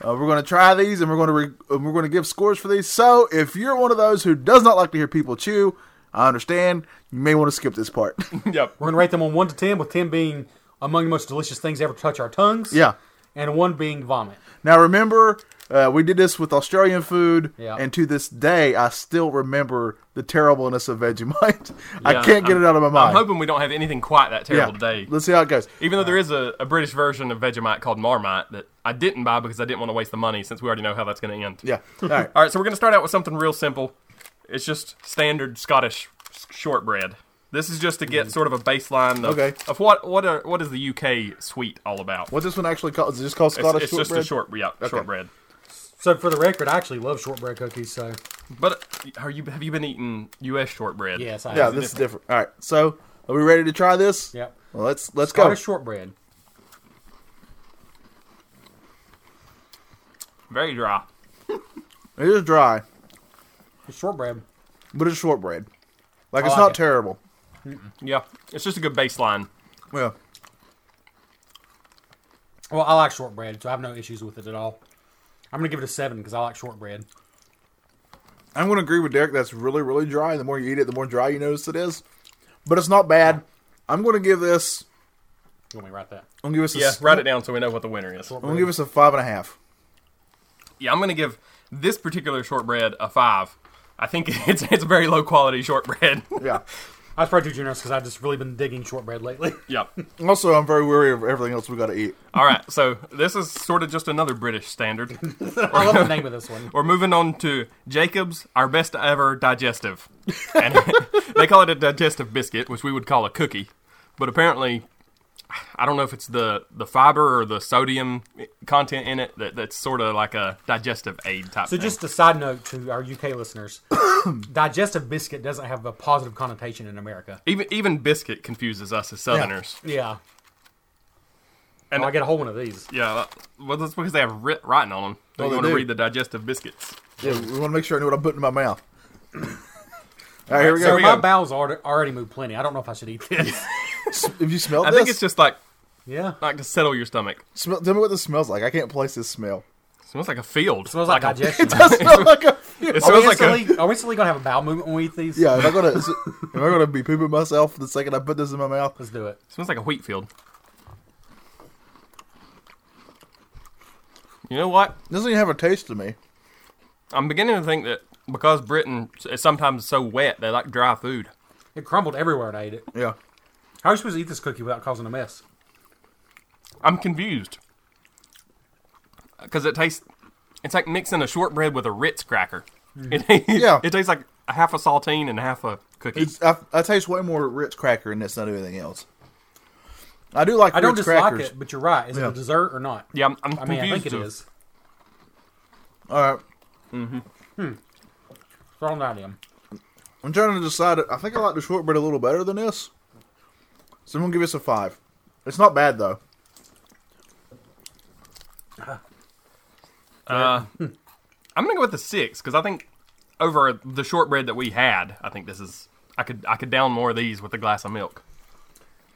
S2: Uh, we're going to try these, and we're going to re- and we're going to give scores for these. So if you're one of those who does not like to hear people chew, I understand. You may want to skip this part.
S4: Yep.
S3: We're gonna rate them on one to ten, with ten being among the most delicious things ever to touch our tongues.
S2: yeah.
S3: and one being vomit.
S2: Now remember, uh, we did this with Australian food,
S3: Yeah.
S2: and to this day, I still remember the terribleness of Vegemite. I
S4: Yeah,
S2: can't get
S4: I'm-
S2: it out of my mind.
S4: I'm hoping we don't have anything quite that
S2: yeah.
S4: terrible today.
S2: Let's see how it goes.
S4: Even though there is a, a British version of Vegemite called Marmite that I didn't buy because I didn't want to waste the money since we already know how that's going to end.
S2: Yeah. All right.
S4: All right, so we're going to start out with something real simple. It's just standard Scottish s- shortbread. This is just to get sort of a baseline of,
S2: Okay.
S4: of what what are, what is the UK sweet all about.
S2: What's this one actually called? Is it just called
S4: It's,
S2: Scottish
S4: it's
S2: shortbread?
S4: just a short, yeah, shortbread.
S3: So for the record, I actually love shortbread cookies. So
S4: But uh, are you have you been eating US shortbread?
S3: yes, I
S2: Yeah, this is different. All right. So, are we ready to try this?
S3: Yep.
S2: Well, let's let's
S3: Got a
S2: go.
S3: shortbread.
S4: very dry.
S2: It is dry,
S3: It's shortbread.
S2: but it's shortbread. Like it's
S3: like
S2: not
S3: it.
S2: terrible.
S4: Yeah, it's just a good baseline.
S2: Yeah.
S3: Well, I like shortbread, so I have no issues with it at all. I'm gonna give it a seven because I like shortbread.
S2: I'm going to agree with Derek. That's really really dry. The more you eat it, the more dry you notice it is. But it's not bad. I'm going to give this.
S3: You want me to write that?
S2: I'm going to give us.
S4: Yeah,
S2: A,
S4: write it down so we know what the winner is.
S2: I'm going to give us a five and a half.
S4: Yeah, I'm gonna give this particular shortbread a five. I think it's it's a very low quality shortbread.
S2: Yeah.
S3: I was probably too generous because I've just really been digging shortbread lately.
S4: yeah.
S2: also, I'm very wary of everything else we got to eat.
S4: All right, so this is sort of just another British standard.
S3: I love the name of this one.
S4: We're moving on to Jacob's, our best ever digestive. And they call it a digestive biscuit, which we would call a cookie. But apparently, I don't know if it's the, the fiber or the sodium content in it that, that's sort of like a digestive aid type
S3: So,
S4: thing.
S3: just a side note to our UK listeners: digestive biscuit doesn't have a positive connotation in America.
S4: even, even biscuit confuses us as Southerners.
S3: Yeah.
S4: And-
S3: And I get a whole one of these.
S4: Yeah, well, that's because they have writ- writing on them. Don't
S2: Oh,
S4: you
S2: they
S4: want to
S2: do.
S4: read the digestive biscuits?
S2: Yeah, we want to make sure I know what I'm putting in my mouth. All right, here we
S4: so
S2: go.
S4: we
S3: My
S4: go.
S3: bowels already, already moved plenty. I don't know if I should eat this.
S2: If you smell
S4: I
S2: this,
S4: think it's just like
S3: yeah.
S4: like to settle your stomach.
S2: smell, tell me what this smells like. I can't place this smell.
S4: smells like a field.
S3: smells like,
S4: a,
S3: digestion.
S2: It smells like a
S4: It
S3: Are
S4: smells
S3: we,
S4: like a,
S3: instantly, are we instantly gonna have a bowel movement when we eat these?
S2: Yeah, am I gonna is it- am I gonna be pooping myself the second I put this in my mouth?
S3: Let's do it.
S4: Smells like a wheat field. You know what?
S2: It doesn't even have a taste to me.
S4: I'm beginning to think that because Britain is sometimes so wet, they like dry food.
S3: It crumbled everywhere and I ate it.
S2: Yeah,
S3: How are you supposed to eat this cookie without causing a mess?
S4: I'm confused because it tastes. It's like mixing a shortbread with a Ritz cracker.
S3: Mm-hmm.
S4: It,
S2: Yeah.
S4: it tastes like a half a saltine and half a cookie.
S2: it's I, I taste way more Ritz cracker in this than anything else. I do like
S3: I don't
S2: Ritz
S3: dislike
S2: crackers.
S3: it, but you're right. Is
S2: Yeah.
S3: it a dessert or not?
S4: yeah, I'm, I'm
S3: I mean,
S4: confused.
S3: I think it
S4: of-
S3: is.
S2: All right,
S3: Throw them down him.
S2: I'm trying to decide. I think I like the shortbread a little better than this, so I'm gonna give this a five. It's not bad though.
S4: I'm gonna go with the six because I think over the shortbread that we had, I think this is. I could I could down more of these with a glass of milk.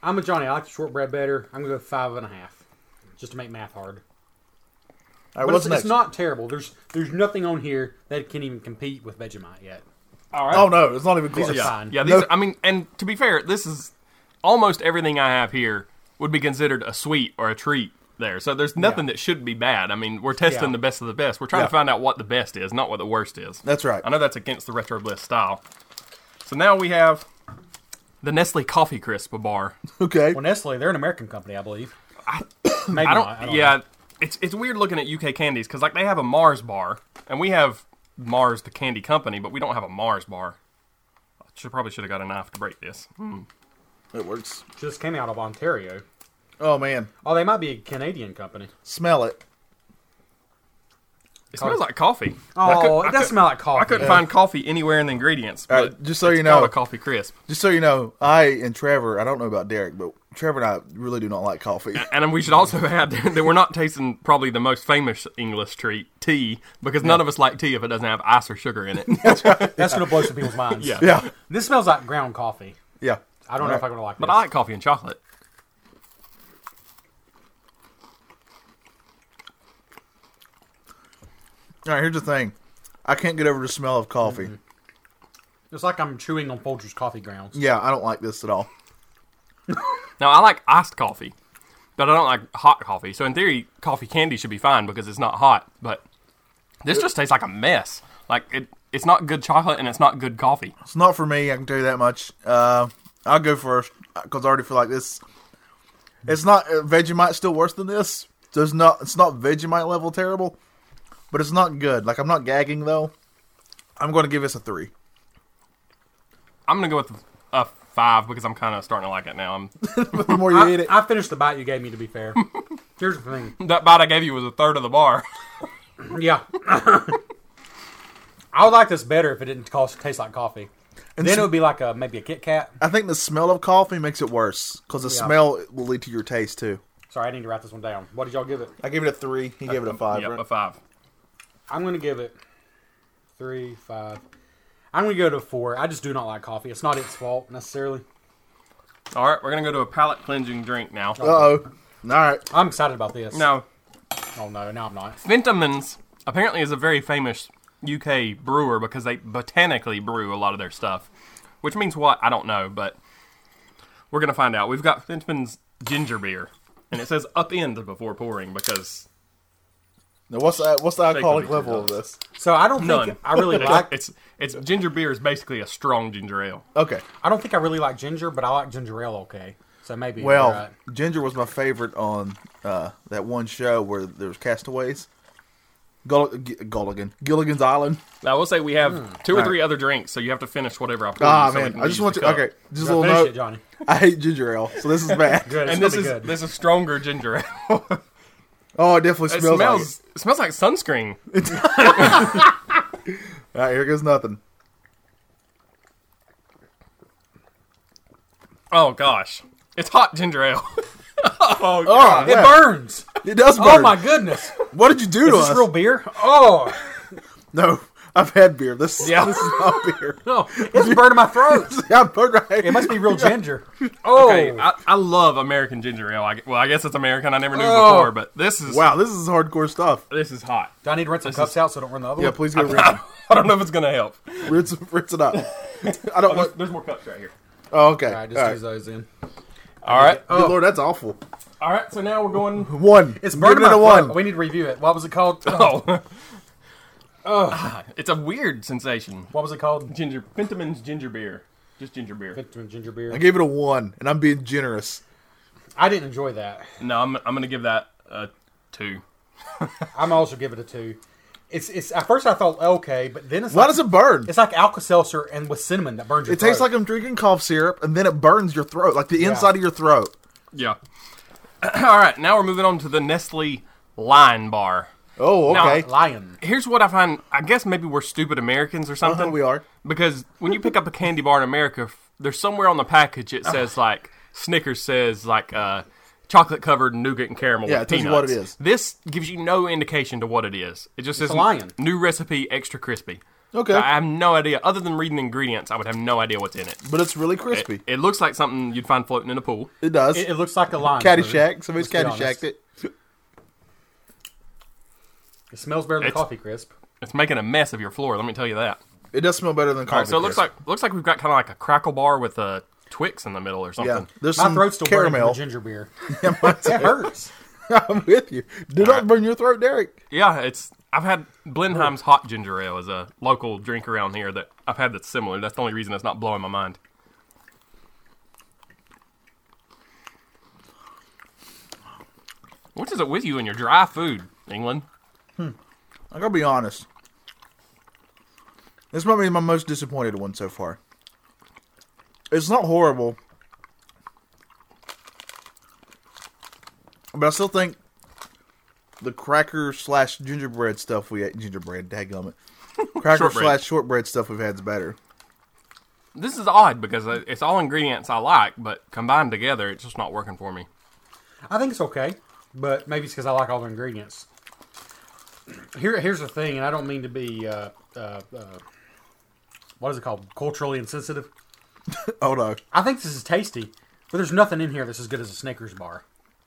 S3: I'm a Johnny. I like the shortbread better. I'm gonna go five and a half, just to make math hard.
S2: All right,
S3: But
S2: what's
S3: it's,
S2: next?
S3: it's not terrible. There's there's nothing on here that can even compete with Vegemite yet.
S2: oh no, it's not even
S3: These
S2: close.
S3: are
S4: Yeah,
S3: fine.
S4: yeah. These
S2: No-
S4: are, I mean, and to be fair, this is almost everything I have here would be considered a sweet or a treat there. So there's nothing that should be bad. I mean, we're testing
S3: Yeah.
S4: the best of the best. We're trying to
S2: Yeah.
S4: find out what the best is, not what the worst is.
S2: That's right.
S4: I know that's against the retro bliss style. So now we have the Nestle Coffee Crisp bar.
S2: Okay.
S3: Well, Nestle, they're an American company, I believe. Maybe
S4: I don't.
S3: not,
S4: yeah, it's it's weird looking at UK candies because like they have a Mars bar, and we have Mars the candy company, but we don't have a Mars bar. I should probably should have got a knife to break this.
S2: It works.
S3: know. Just came out of Ontario.
S2: Oh man,
S3: Oh, they might be a Canadian company.
S2: smell it.
S4: It smells like coffee. I
S3: Oh,
S4: could- I
S3: it does
S4: could-
S3: smell like coffee.
S4: I couldn't find coffee anywhere in the ingredients.
S2: All right,
S4: but
S2: Uh, just so
S4: it's
S2: you know.
S4: called a coffee crisp.
S2: Just so you know, I and Trevor. I don't know about Derek, but Trevor and I really do not like coffee.
S4: And we should also add that we're not tasting probably the most famous English treat, tea, because none of us like tea if it doesn't have ice or sugar in it.
S3: That's going to blow some people's minds.
S4: Yeah.
S2: yeah,
S3: This smells like ground coffee.
S2: yeah.
S3: I don't know if I'm going to like
S4: but
S3: this.
S4: I like coffee and chocolate.
S2: All right, here's the thing. I can't get over the smell of coffee.
S3: Mm-hmm. It's like I'm chewing on Folgers coffee grounds.
S2: Yeah, I don't like this at all.
S4: Now, I like iced coffee, but I don't like hot coffee. So, in theory, coffee candy should be fine because it's not hot. But this just tastes like a mess. Like, it, it's not good chocolate and it's not good coffee.
S2: It's not for me. I can tell you that much. Uh, I'll go first because I already feel like this. It's not uh, Vegemite. Still worse than this. So it's not. It's not Vegemite level terrible, but it's not good. Like I'm not gagging though. I'm going to give this a three.
S4: I'm going to go with a five because I'm kind of starting to like it now. I'm,
S2: The more you eat
S3: I,
S2: it,
S3: I finished the bite you gave me, to be fair. Here's the thing.
S4: that bite I gave you was a third of the bar.
S3: Yeah. I would like this better if it didn't cost, taste like coffee. then it would be like a maybe a Kit Kat.
S2: I think the smell of coffee makes it worse because the
S3: Yeah.
S2: smell will lead to your taste too.
S3: Sorry, I need to write this one down. What did y'all give it?
S2: I gave it a three. He gave it a five.
S4: yep, a five.
S3: I'm going to give it three, five. I'm going to go to four. I just do not like coffee. It's not its fault necessarily.
S4: All right, we're going to go to a palate cleansing drink now.
S2: Uh oh. All right.
S3: I'm excited about this.
S4: Now,
S3: Oh, no, now I'm not.
S4: Fentimans apparently is a very famous UK brewer because they botanically brew a lot of their stuff, which means what I don't know, but we're gonna find out. We've got Fentimans ginger beer, and it says upend before pouring because
S2: Now what's the, what's the alcoholic
S4: Shake would be
S2: level of
S4: too
S2: this?
S3: So I don't
S4: none.
S3: think I really
S4: It's-
S3: like.
S4: it's, it's ginger beer is basically a strong ginger ale.
S2: Okay.
S3: I don't think I really like ginger, but I like ginger ale okay. So maybe.
S2: Well,
S3: you're right.
S2: Ginger was my favorite on uh, that one show where there was castaways. Gull- G- Gulligan, Gilligan's Island.
S4: Now, I will say we have two or three other drinks, so you have to finish whatever
S3: Oh,
S4: I pour.
S2: Ah
S4: you so we
S2: man,
S4: can
S2: I just
S4: use
S2: want
S4: the
S2: to.
S4: cup.
S2: Okay, just a
S3: Finish
S2: little
S3: it,
S2: note.
S3: Johnny.
S2: I hate ginger ale, so this is bad.
S3: Good.
S4: And this
S3: be
S4: is
S3: good.
S4: this is stronger ginger ale.
S2: oh, it definitely
S4: It
S2: smells. like
S4: smells it smells like sunscreen.
S2: it. All right, here goes nothing.
S4: Oh gosh, it's hot ginger ale. oh,
S2: Oh,
S4: God.
S3: it
S2: yeah,
S3: burns.
S2: it does burn.
S3: Oh my goodness!
S2: What did you do to
S3: Is
S2: us?
S3: this real beer? Oh
S2: No, I've had beer. This,
S4: Yeah.
S2: this is not beer.
S3: no, it's burning my throat.
S2: I burned right.
S3: It must be real ginger. Oh,
S4: Okay, I, I love American ginger ale. I, gu- well, I guess it's American. I never knew
S3: Oh.
S4: before, but this is
S2: Wow, this is hardcore stuff.
S4: This is hot.
S3: do I need to rinse some cups out so I don't run the other
S2: Yeah,
S3: one?
S2: please go rinse,
S4: I don't know if it's gonna help.
S2: rinse, rinse it up. I don't want.
S4: There's more cups right here.
S2: Oh, okay.
S3: All right, just
S2: All
S3: use
S2: right.
S3: those in.
S4: All right,
S2: Good lord, that's awful.
S4: all right. So now we're going.
S2: One.
S3: It's
S2: I'm
S3: burning
S2: giving
S3: my
S2: it a
S3: throat.
S2: one.
S3: We need to review it. What was it called?
S4: Oh, Ah, it's a weird sensation.
S3: What was it called?
S4: Ginger Fentiman's ginger beer, just ginger beer.
S3: Ginger
S2: I
S3: beer.
S2: gave it a one, and I'm being generous.
S3: I didn't enjoy that.
S4: No, I'm I'm gonna give that a two.
S3: I'm also give it a two. It's it's at first I thought okay, but then it's
S2: Why
S3: like,
S2: does it burn?
S3: It's like Alka Seltzer and with cinnamon that burns your
S2: It tastes
S3: throat.
S2: like I'm drinking cough syrup, and then it burns your throat, like the inside of your throat.
S4: Yeah. all right, now we're moving on to the Nestle Line Bar.
S2: Oh,
S4: Now,
S2: okay.
S3: lion.
S4: Here's what I find. I guess maybe we're stupid Americans or something.
S2: Uh-huh, we are.
S4: because when you pick up a candy bar in America, f- there's somewhere on the package
S2: Ah.
S4: it says like Snickers says like uh, chocolate covered nougat and caramel.
S2: Yeah, it
S4: with
S2: tells you what
S4: peanuts.
S2: it is.
S4: This gives you no indication to what it is. It just says
S3: a lion.
S4: new recipe, extra crispy.
S2: Okay.
S4: So I have no idea. Other than reading the ingredients, I would have no idea what's in it.
S2: but it's really crispy. It,
S4: It looks like something you'd find floating in a pool.
S2: does.
S3: It, it looks like a lion.
S2: Caddyshack. Somebody's
S3: Let's be honest.
S2: caddyshacked it.
S3: It smells better than
S4: It's-
S3: coffee crisp.
S4: It's making a mess of your floor. Let me tell you that.
S2: It does smell better than coffee.
S4: All right, so it looks
S2: crisp.
S4: like looks like we've got kind of like a crackle bar with a Twix in the middle or something.
S2: yeah. There's
S3: My
S2: some
S3: throat's still burning from
S2: caramel.
S3: the ginger beer. it hurts.
S2: I'm with you. Do not burn your throat, Derek.
S4: Yeah, it's I've had Blenheim's hot ginger ale as a local drink around here that I've had that's similar. That's the only reason that's not blowing my mind. What is it with you and your dry food, England?
S2: I'm gonna be honest. This might be my most disappointed one so far. It's not horrible, but I still think the cracker slash gingerbread stuff we ate gingerbread dadgummit cracker
S4: Shortbread.
S2: slash shortbread stuff we've had is better.
S4: This is odd because uh, it's all ingredients I like, but combined together, it's just not working for me.
S3: I think it's okay, but maybe it's because I like all the ingredients. Here, here's the thing, and I don't mean to be uh, uh, uh, what is it called? Culturally insensitive.
S2: Oh no,
S3: I think this is tasty, but there's nothing in here that's as good as a Snickers bar.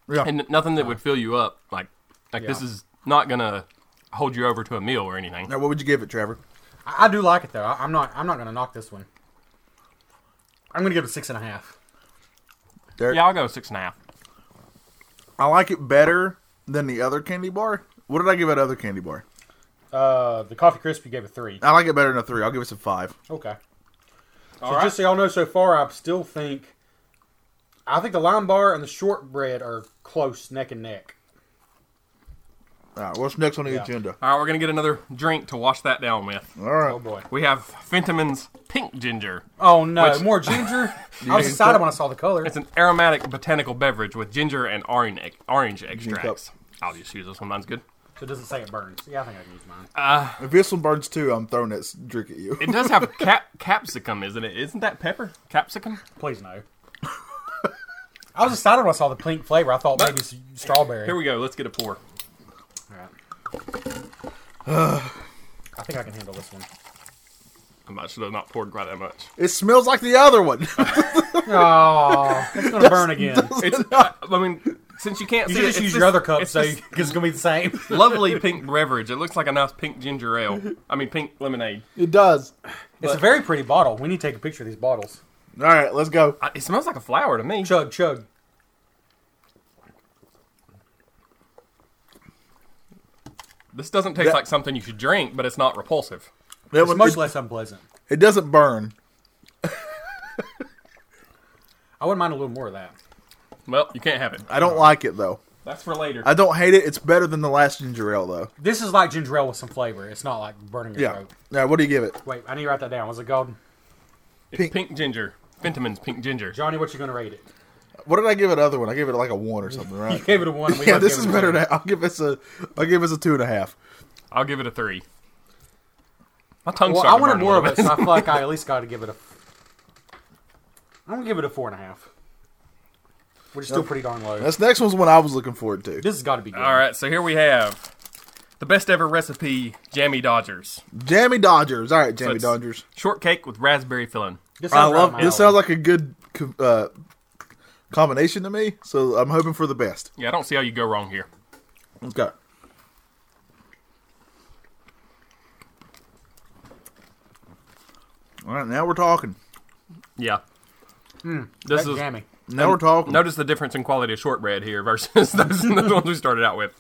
S4: And nothing that would fill you up. Like, like this
S3: Yeah.
S4: is not gonna hold you over to a meal or anything.
S2: now what would you give it, Trevor?
S3: I, I do like it though. I, I'm not. I'm not going to knock this one. I'm going to give it a six and a half.
S2: Derek,
S4: Yeah, I'll go six and a half.
S2: I like it better than the other candy bar. What did I give that other candy bar?
S3: Uh, the coffee crisp you gave a three.
S2: I like it better than a three. I'll give it a five.
S3: Okay. so just so y'all know, so far I still think, I think the lime bar and the shortbread are close neck and neck.
S2: All right, what's next on the agenda?
S4: All right, we're gonna get another drink to wash that down with.
S2: All right,
S3: Oh boy.
S4: We have Fentimans Pink Ginger.
S3: Oh no,
S4: Which-
S3: more ginger. I was excited when I saw the color.
S4: It's an aromatic botanical beverage with ginger and orange ex- orange extracts. I'll just use this one. Mine's good.
S3: So it doesn't say it burns. Yeah, I think I can use mine.
S4: Uh,
S2: if this one burns too, I'm throwing that s- drink at you.
S4: It does have cap- capsicum, isn't it? Isn't that pepper? Capsicum?
S3: Please no. I was excited when I saw the pink flavor. I thought maybe it's strawberry.
S4: Here we go. Let's get a pour.
S3: All right. I think I can handle this one.
S4: I should have not poured quite that much.
S2: It smells like the other one.
S3: Oh, it's gonna burn again.
S4: It's, I, I mean, since you can't
S3: You
S4: see
S3: should
S4: it,
S3: just
S4: it's
S3: use
S4: this-
S3: your other cup,
S4: it's
S3: so
S4: this
S3: you- 'cause it's gonna be the same.
S4: lovely pink beverage. It looks like a nice pink ginger ale. I mean, pink lemonade.
S2: it does.
S3: It's a very pretty bottle. We need to take a picture of these bottles.
S2: All right, let's go.
S4: I, Uh, it smells like a flower to me.
S3: Chug, chug.
S4: This doesn't taste
S2: That-
S4: like something you should drink, but it's not repulsive.
S2: That
S3: It's
S2: one-
S3: much
S2: it-
S3: less unpleasant.
S2: it doesn't burn.
S3: I wouldn't mind a little more of that.
S4: Well, you can't have it.
S2: I don't like it though.
S4: That's for later.
S2: I don't hate it. It's better than the last ginger ale though.
S3: This is like ginger ale with some flavor. It's not like burning your
S2: Yeah.
S3: throat.
S2: Yeah. What do you give it?
S3: Wait, I need to write that down. Was it golden?
S4: it's
S2: pink-
S4: pink. ginger. Fentimans pink ginger.
S3: Johnny, what you gonna rate it?
S2: What did I give it? Other one? I gave it like a one or something, right?
S3: Gave it a one. We
S2: yeah,
S3: both
S2: this
S3: gave
S2: is
S3: it a
S2: better
S3: one.
S2: than I'll give us a I'll give us a two and a half.
S4: I'll give it a three. My tongue's
S3: Well, I
S4: starting to
S3: wanted
S4: burn a
S3: more of
S4: little
S3: it, so I feel like I at least got to give it a. I'm gonna give it a four and a half, which is still pretty darn low.
S2: This next one's one I was looking forward to.
S3: This has got to be good.
S4: All right, so here we have the best ever recipe Jammy Dodgers.
S2: Jammy Dodgers. All right, Jammy
S4: it's-
S2: Dodgers.
S4: Shortcake with raspberry filling.
S3: This
S2: I
S3: sounds right
S2: love
S3: up my
S2: this.
S3: alley.
S2: Sounds like a good co- uh, combination to me. So I'm hoping for the best.
S4: Yeah, I don't see how you go wrong here.
S2: Let's go. All right, now we're talking.
S4: Yeah. this
S3: Hmm, That's
S4: is
S3: jammy.
S2: Now we're talking.
S4: notice the difference in quality of shortbread here versus those, those ones we started out with.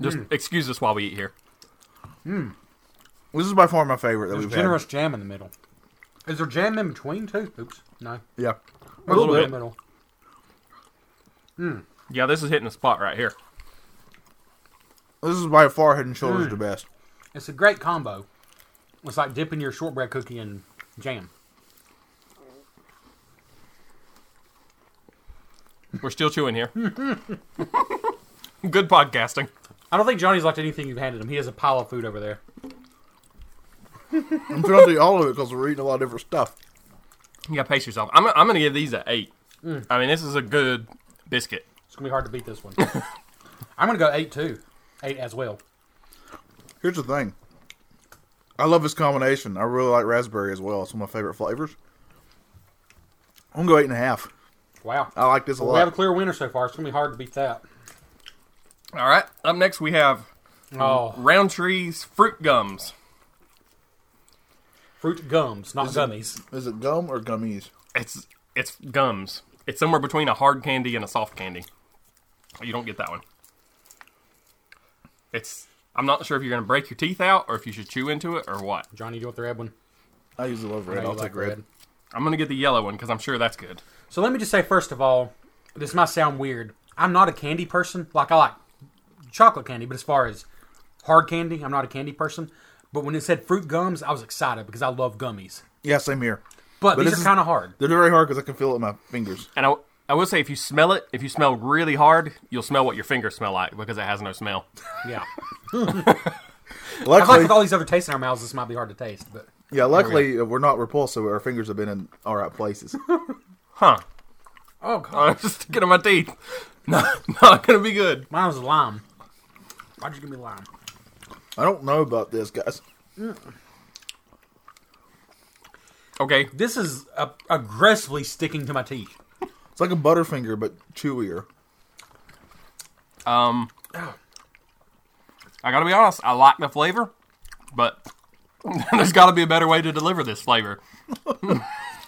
S4: Just
S3: Hmm.
S4: excuse us while we eat here.
S2: This is by far my favorite that
S3: There's
S2: we've
S3: generous jam in the middle. Is there jam in between too? Oops, no.
S2: had. Yeah,
S3: A little bit
S4: bit.
S3: in the middle.
S4: Yeah, this is hitting the spot right here.
S2: this is by far head and shoulders the best.
S3: It's a great combo. It's like dipping your shortbread cookie in jam.
S4: We're still chewing here. Good podcasting.
S3: I don't think Johnny's liked anything you've handed him. He has a pile of food over there.
S2: I'm trying to eat all of it because we're eating a lot of different stuff.
S4: You gotta pace yourself. I'm, I'm gonna give these a eight. I mean, this is a good biscuit.
S3: It's gonna be hard to beat this one. I'm gonna go eight too, eight as well.
S2: Here's the thing. I love this combination. I really like raspberry as well. It's one of my favorite flavors. I'm gonna go eight and a half.
S3: Wow.
S2: Oh, I like this a
S3: we have a
S2: lot.
S3: clear winner so far. It's gonna be hard to beat that.
S4: All right. Up next, we have
S3: Oh,
S4: Roundtree's fruit gums.
S3: fruit gums, not gummies.
S2: Is it gum or gummies?
S4: It's it's gums. It's somewhere between a hard candy and a soft candy. You don't get that one. It's. I'm not sure if you're going to break your teeth out or if you should chew into it or what.
S3: Johnny, do you want the red one?
S2: I usually love red.
S3: You
S2: I'll
S3: like
S2: take red.
S4: I'm going to get the yellow one because I'm sure that's good.
S3: So let me just say, first of all, this might sound weird. I'm not a candy person. Like I like chocolate candy, but as far as hard candy, I'm not a candy person. But when it said fruit gums, I was excited because I love gummies.
S2: Yeah, same here.
S3: But,
S2: But
S3: these
S2: this
S3: are
S2: is-
S3: kind of hard.
S2: They're very hard because I can feel it in my fingers.
S4: And I, I will say, if you smell it, if you smell really hard, you'll smell what your fingers smell like because it has no smell.
S3: Yeah, I like
S2: Luckily,
S3: with all these other tastes in our mouths, this might be hard to taste. But
S2: yeah, luckily uh, we're not repulsed, so our fingers have been in all right places.
S4: Huh.
S3: oh god,
S4: I'm just sticking in my teeth. No, not going to be good.
S3: mine was lime. Why'd you give me lime?
S2: I don't know about this, guys.
S4: Okay.
S3: This is uh, aggressively sticking to my teeth.
S2: It's like a butterfinger, but chewier.
S4: I gotta be honest, I like the flavor, but there's gotta be a better way to deliver this flavor.
S3: I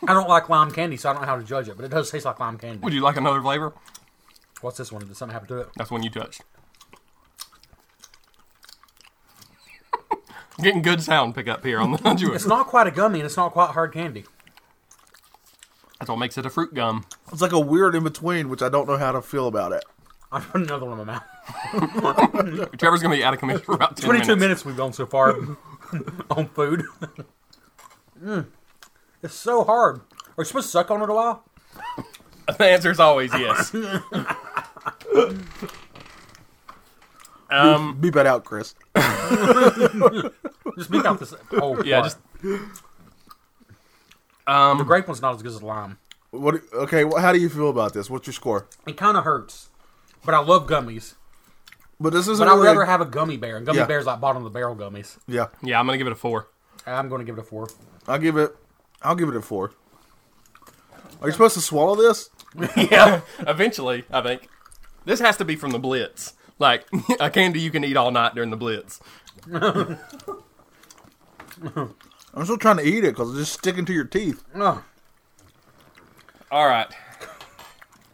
S3: don't like lime candy, so I don't know how to judge it. But it does taste like lime candy.
S4: Would you like another flavor?
S3: What's this one? Did something happen to it?
S4: That's one you touched. Getting good sound pickup here on the
S3: It's
S4: That's
S3: not quite a gummy, and it's not quite hard candy.
S4: what makes it a fruit gum.
S2: It's like a weird in between, which I don't know how to feel about it.
S3: I put another one in my mouth.
S4: Trevor's gonna be out of commission for about 10
S3: 22
S4: minutes.
S3: minutes we've gone so far on food. mm, it's so hard. Are you supposed to suck on it a while?
S4: The answer is always yes. um,
S2: Beep that out, Chris.
S3: Just beat out this whole
S4: yeah,
S3: part.
S4: just
S3: the grape one's not as good as lime.
S2: What? Okay, well, how do you feel about this? What's your score?
S3: It kind of hurts, but I love gummies.
S2: But this isn't.
S3: But I'd
S2: really-
S3: rather have a gummy bear. And gummy
S2: Yeah.
S3: bears like bottom of the barrel gummies.
S2: Yeah,
S4: yeah, I'm gonna give it a four.
S3: I'm going to give it a four.
S2: I'll give it. I'll give it a four. Are you supposed to swallow this?
S4: yeah, eventually, I think. This has to be from the Blitz. Like, a candy you can eat all night during the Blitz.
S2: I'm still trying to eat it because it's just sticking to your teeth.
S3: Oh,
S4: All right.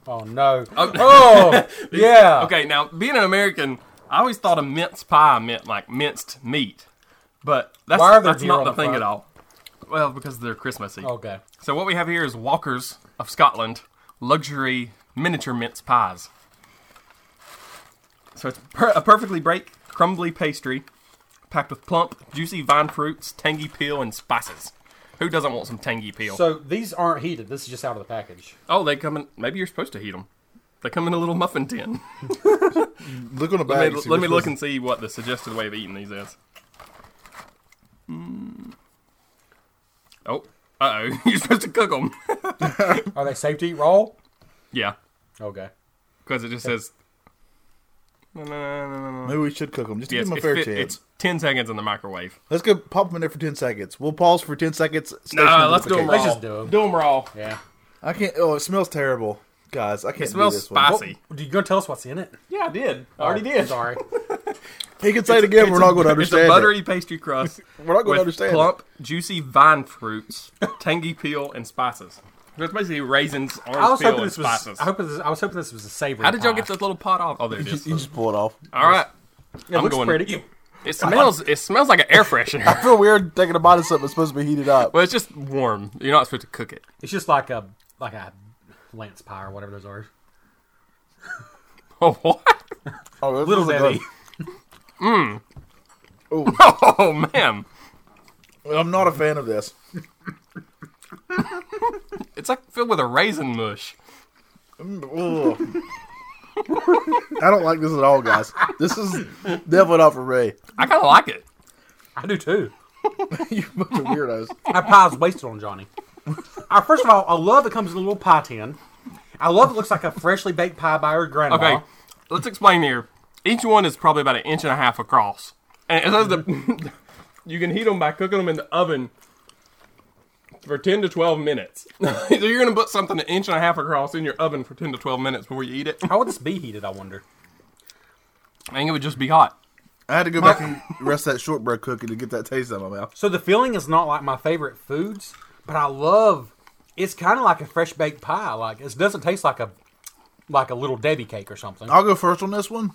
S3: oh no. Oh, yeah.
S4: Okay, now, being an American, I always thought a mince pie meant like minced meat. But that's,
S3: Why are there
S4: that's
S3: deer
S4: not
S3: on
S4: the
S3: the
S4: thing
S3: front?
S4: at all. Well, because they're Christmassy.
S3: Okay.
S4: So, what we have here is Walker's of Scotland luxury miniature mince pies. So, it's per- a perfectly baked, crumbly pastry packed with plump, juicy vine fruits, tangy peel, and spices. Who doesn't want some tangy peel?
S3: So these aren't heated. This is just out of the package.
S4: oh, they come in. Maybe you're supposed to heat them. They come in a little muffin tin.
S2: Look on the
S4: Let
S2: bag.
S4: me,
S2: see
S4: let
S2: what's
S4: me look
S2: this.
S4: and see what the suggested way of eating these is. Mm. Oh, uh oh. You're supposed to cook them.
S3: Are they safe to eat raw?
S4: yeah,
S3: Okay.
S4: because it just says. No, no, no, no, no, no.
S2: Maybe we should cook them just to give
S4: Yes,
S2: them a
S4: it
S2: fair
S4: fit-
S2: chance.
S4: it's 10 seconds in the microwave.
S2: Let's go pop them in there for ten seconds. We'll pause for ten seconds.
S4: No,
S2: station
S4: let's do them raw.
S2: notification.
S3: Let's just do 'em.
S4: Do them raw.
S3: Yeah.
S2: I can't. Oh, it smells terrible, guys. I can't.
S4: It smells
S2: do this
S4: spicy.
S2: One.
S3: Do you gonna tell us what's in it?
S4: Oh,
S3: Oh,
S4: Yeah, I did. I already did.
S3: Sorry.
S2: He can say it again. We're not going to understand.
S4: It's a
S2: it.
S4: buttery pastry crust.
S2: We're not gonna
S4: with
S2: understand it.
S4: Plump, juicy vine fruits, tangy peel, and spices. That's basically raisins,
S3: I
S4: orange
S3: was
S4: peel,
S3: hoping
S4: and
S3: this was.
S4: spices.
S3: I, hope Ah. this, I was hoping this was a savory.
S4: How did y'all
S3: pie.
S4: get this little pot off? Oh, there it
S2: You
S4: is.
S2: just, you just pull it off.
S4: All right.
S3: It
S4: I'm
S3: looks
S4: going-
S3: pretty.
S4: It smells. It smells like an air freshener.
S2: I feel weird taking a bite of something that's supposed to be heated up.
S4: well, it's just warm. You're not supposed to cook it.
S3: It's just like a like a lance pie or whatever those are.
S4: Oh what?
S2: Oh, this
S3: Little
S2: isn't
S3: Debbie.
S4: Oh man,
S2: good. I'm not a fan of this.
S4: it's like filled with a raisin mush.
S2: Ugh. I don't like this at all, guys. This is definitely not for me.
S4: I kind of like it.
S3: I do too.
S2: you bunch of weirdos.
S3: That pie's wasted on Johnny. I, first of all, I love it comes in a little pie tin. I love it looks like a freshly baked pie by her grandma.
S4: Okay, let's explain here. Each one is probably about an inch and a half across, and it says the you can heat them by cooking them in the oven for ten to twelve minutes. so you're gonna put something an inch and a half across in your oven for ten to twelve minutes before you eat it.
S3: How would this be heated? I wonder.
S4: I think it would just be hot.
S2: I had to go back and rest that shortbread cookie to get that taste out of my mouth.
S3: So the feeling is not like my favorite foods, but I love. It's kind of like a fresh baked pie. Like it doesn't taste like a like a little Debbie cake or something.
S4: Oh.
S2: I'll go first on this one.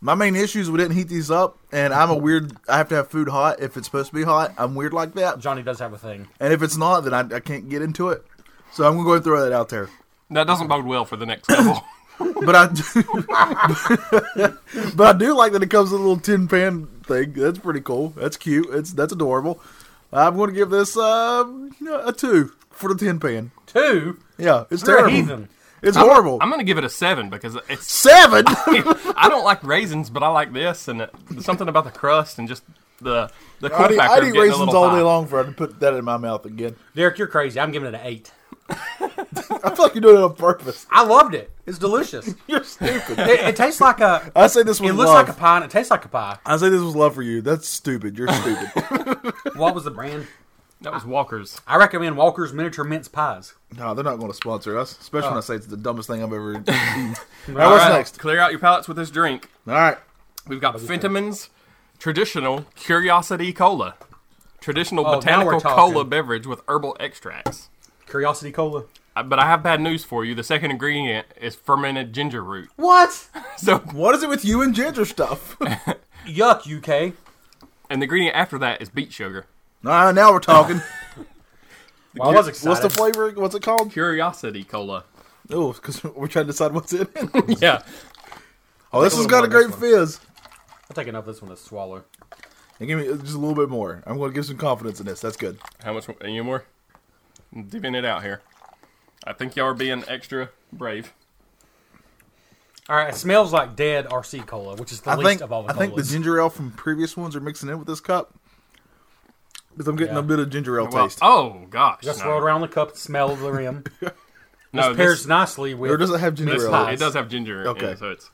S2: My main issue is we didn't heat these up, and I'm a weird. I have to have food hot if it's supposed to be hot. I'm weird like that,
S3: Johnny does have a thing.
S2: and if it's not, then I, I can't get into it. So I'm gonna go ahead and throw that out there.
S4: That doesn't bode well for the next level.
S2: But I do, but I do like that it comes with a little tin pan thing. That's pretty cool. That's cute. It's that's adorable. I'm going to give this um, a two for the tin pan.
S3: Two.
S2: Yeah, it's
S3: You're a
S2: terrible.
S3: heathen.
S2: It's horrible.
S4: I'm going to give it a seven because it's.
S2: Seven.
S4: I don't like raisins, but I like this, and it, something about the crust and just the the cool
S2: I need,
S4: factor
S2: I
S4: of
S2: need
S4: getting a
S2: raisins
S4: little
S2: all
S4: high.
S2: day long for I to put that in my mouth again.
S3: Derek, you're crazy. I'm giving it an eight.
S2: I feel like you're doing it on purpose.
S3: I loved it. It's delicious.
S2: You're stupid.
S3: it, it tastes like a.
S2: I say this was
S3: It looks
S2: love.
S3: like a pie. and It tastes like a pie.
S2: I say this was love for you. That's stupid. You're stupid.
S3: What was the brand?
S4: That was Walker's.
S3: I recommend Walker's Miniature Mince Pies.
S2: no, they're not going to sponsor us, especially when I say it's the dumbest thing I've ever eaten. All right,
S4: All
S2: what's
S4: right,
S2: next?
S4: Clear out your palates with this drink.
S2: All right.
S4: We've got Fentimans Traditional Curiosity Cola. Traditional
S3: Oh, now
S4: botanical
S3: we're talking.
S4: cola beverage with herbal extracts.
S3: Curiosity Cola.
S4: Uh, But I have bad news for you. The second ingredient is fermented ginger root.
S3: What?
S4: So,
S2: What is it with you and ginger stuff? All
S3: Yuck, UK.
S4: and the ingredient after that is beet sugar.
S2: right, now we're talking.
S3: Well, I was excited.
S2: What's the flavor? What's it called?
S4: Curiosity Cola.
S2: Oh, because we're trying to decide what's in it.
S4: Yeah.
S2: Oh, this has got a great fizz.
S3: I'll take enough of this one to swallow.
S2: And give me just a little bit more. I'm going to give some confidence in this. That's good.
S4: How much any more? I'm divvying it out here. I think y'all are being extra brave.
S3: All right, it smells like dead RC cola, which is the
S2: I
S3: least
S2: think
S3: of all the
S2: I think the
S3: colas.
S2: ginger ale from previous ones are mixing in with this cup. Because I'm getting
S3: Yeah.
S2: a bit of ginger ale
S4: Well,
S2: taste.
S4: oh gosh,
S3: Just
S4: no.
S3: roll around the cup, smell the rim.
S4: No, this-
S3: Pairs nicely with.
S2: Or does it have ginger
S3: Miss
S2: ale?
S3: Pie.
S4: It does have ginger. Okay,
S2: Okay.
S4: so it's.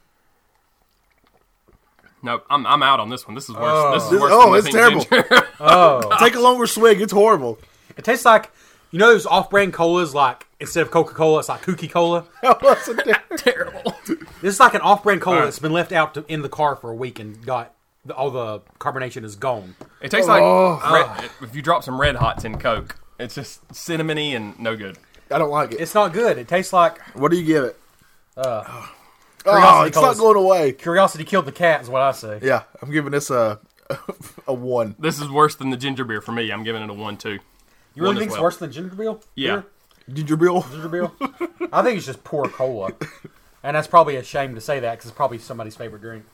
S4: No, I'm, I'm out on this one. This is worse. this is
S2: This-
S4: worse.
S2: oh,
S4: than
S2: it's
S4: the
S2: terrible.
S4: pink ginger.
S2: Take a longer swig. It's horrible.
S3: It tastes like you know those off-brand colas. Like instead of Coca Cola, it's like Kooky Cola.
S2: That wasn't terrible.
S4: terrible.
S3: This is like an off-brand cola
S4: Alright.
S3: that's been left out to, in the car for a week and got the, all the carbonation is gone.
S4: It tastes like
S2: Oh.
S4: red, if you drop some red hots in Coke. It's just cinnamony and no good.
S2: I don't like it.
S3: It's not good. It tastes like
S2: what do you give it? oh,
S3: Curiosity
S2: it's not
S3: Cola's-
S2: going away.
S3: curiosity killed the cat. Is what I say.
S2: Yeah, I'm giving this a a one.
S4: This is worse than the ginger beer for me. I'm giving it a one two.
S3: you really
S4: one as
S3: think it's
S4: well.
S3: worse than ginger beer?
S4: Yeah.
S3: Beer?
S2: Ginger ale.
S3: Ginger beer? I think it's just poor cola, and that's probably a shame to say that because it's probably somebody's favorite drink.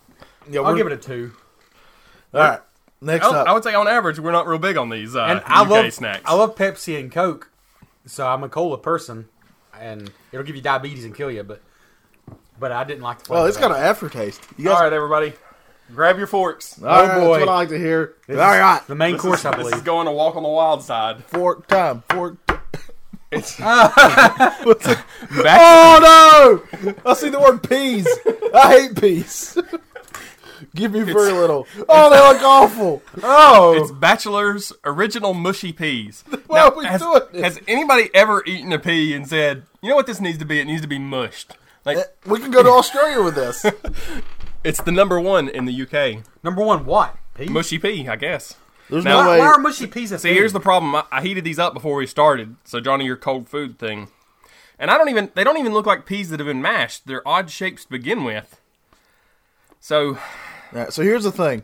S2: Yeah,
S3: I'll
S2: we're-
S3: give it a two.
S2: All right. Next
S4: I, would-
S2: up,
S4: Oh, I would say on average we're not real big on these uh,
S3: And
S4: UK
S3: I love
S4: snacks.
S3: I love Pepsi and Coke, so I'm a cola person, and it'll give you diabetes and kill you. But but I didn't like the flavor.
S2: well, Oh, it's
S3: of
S2: got
S3: that.
S2: an aftertaste. You guys,
S4: All right, everybody, grab your forks.
S2: All right,
S3: boy.
S2: that's what I like to hear. All
S3: This is
S2: right,
S3: the main
S4: This
S3: course
S4: is-
S3: I
S4: This is
S3: believe.
S4: going to walk on the wild side.
S2: fork time. Fork.
S4: Back,
S2: Oh no! I see the word peas. I hate peas. Give me very little. Oh, they look awful.
S3: Oh,
S4: It's Bachelor's original mushy peas.
S2: Why are we
S4: has,
S2: doing this?
S4: has anybody ever eaten a pea and said, "You know what this needs to be? It needs to be mushed." Like
S2: We can go to Australia with this.
S4: it's the number one in the UK,
S3: number one, what? Peas?
S4: mushy pea, I guess.
S2: There's
S4: Now-
S2: no
S3: why,
S2: way.
S3: why are mushy peas a
S4: See, here's the problem. I, I heated these up before we started. So Johnny, your cold food thing, and I don't even—they don't even look like peas that have been mashed. They're odd shapes to begin with. So
S2: All right, so here's the thing.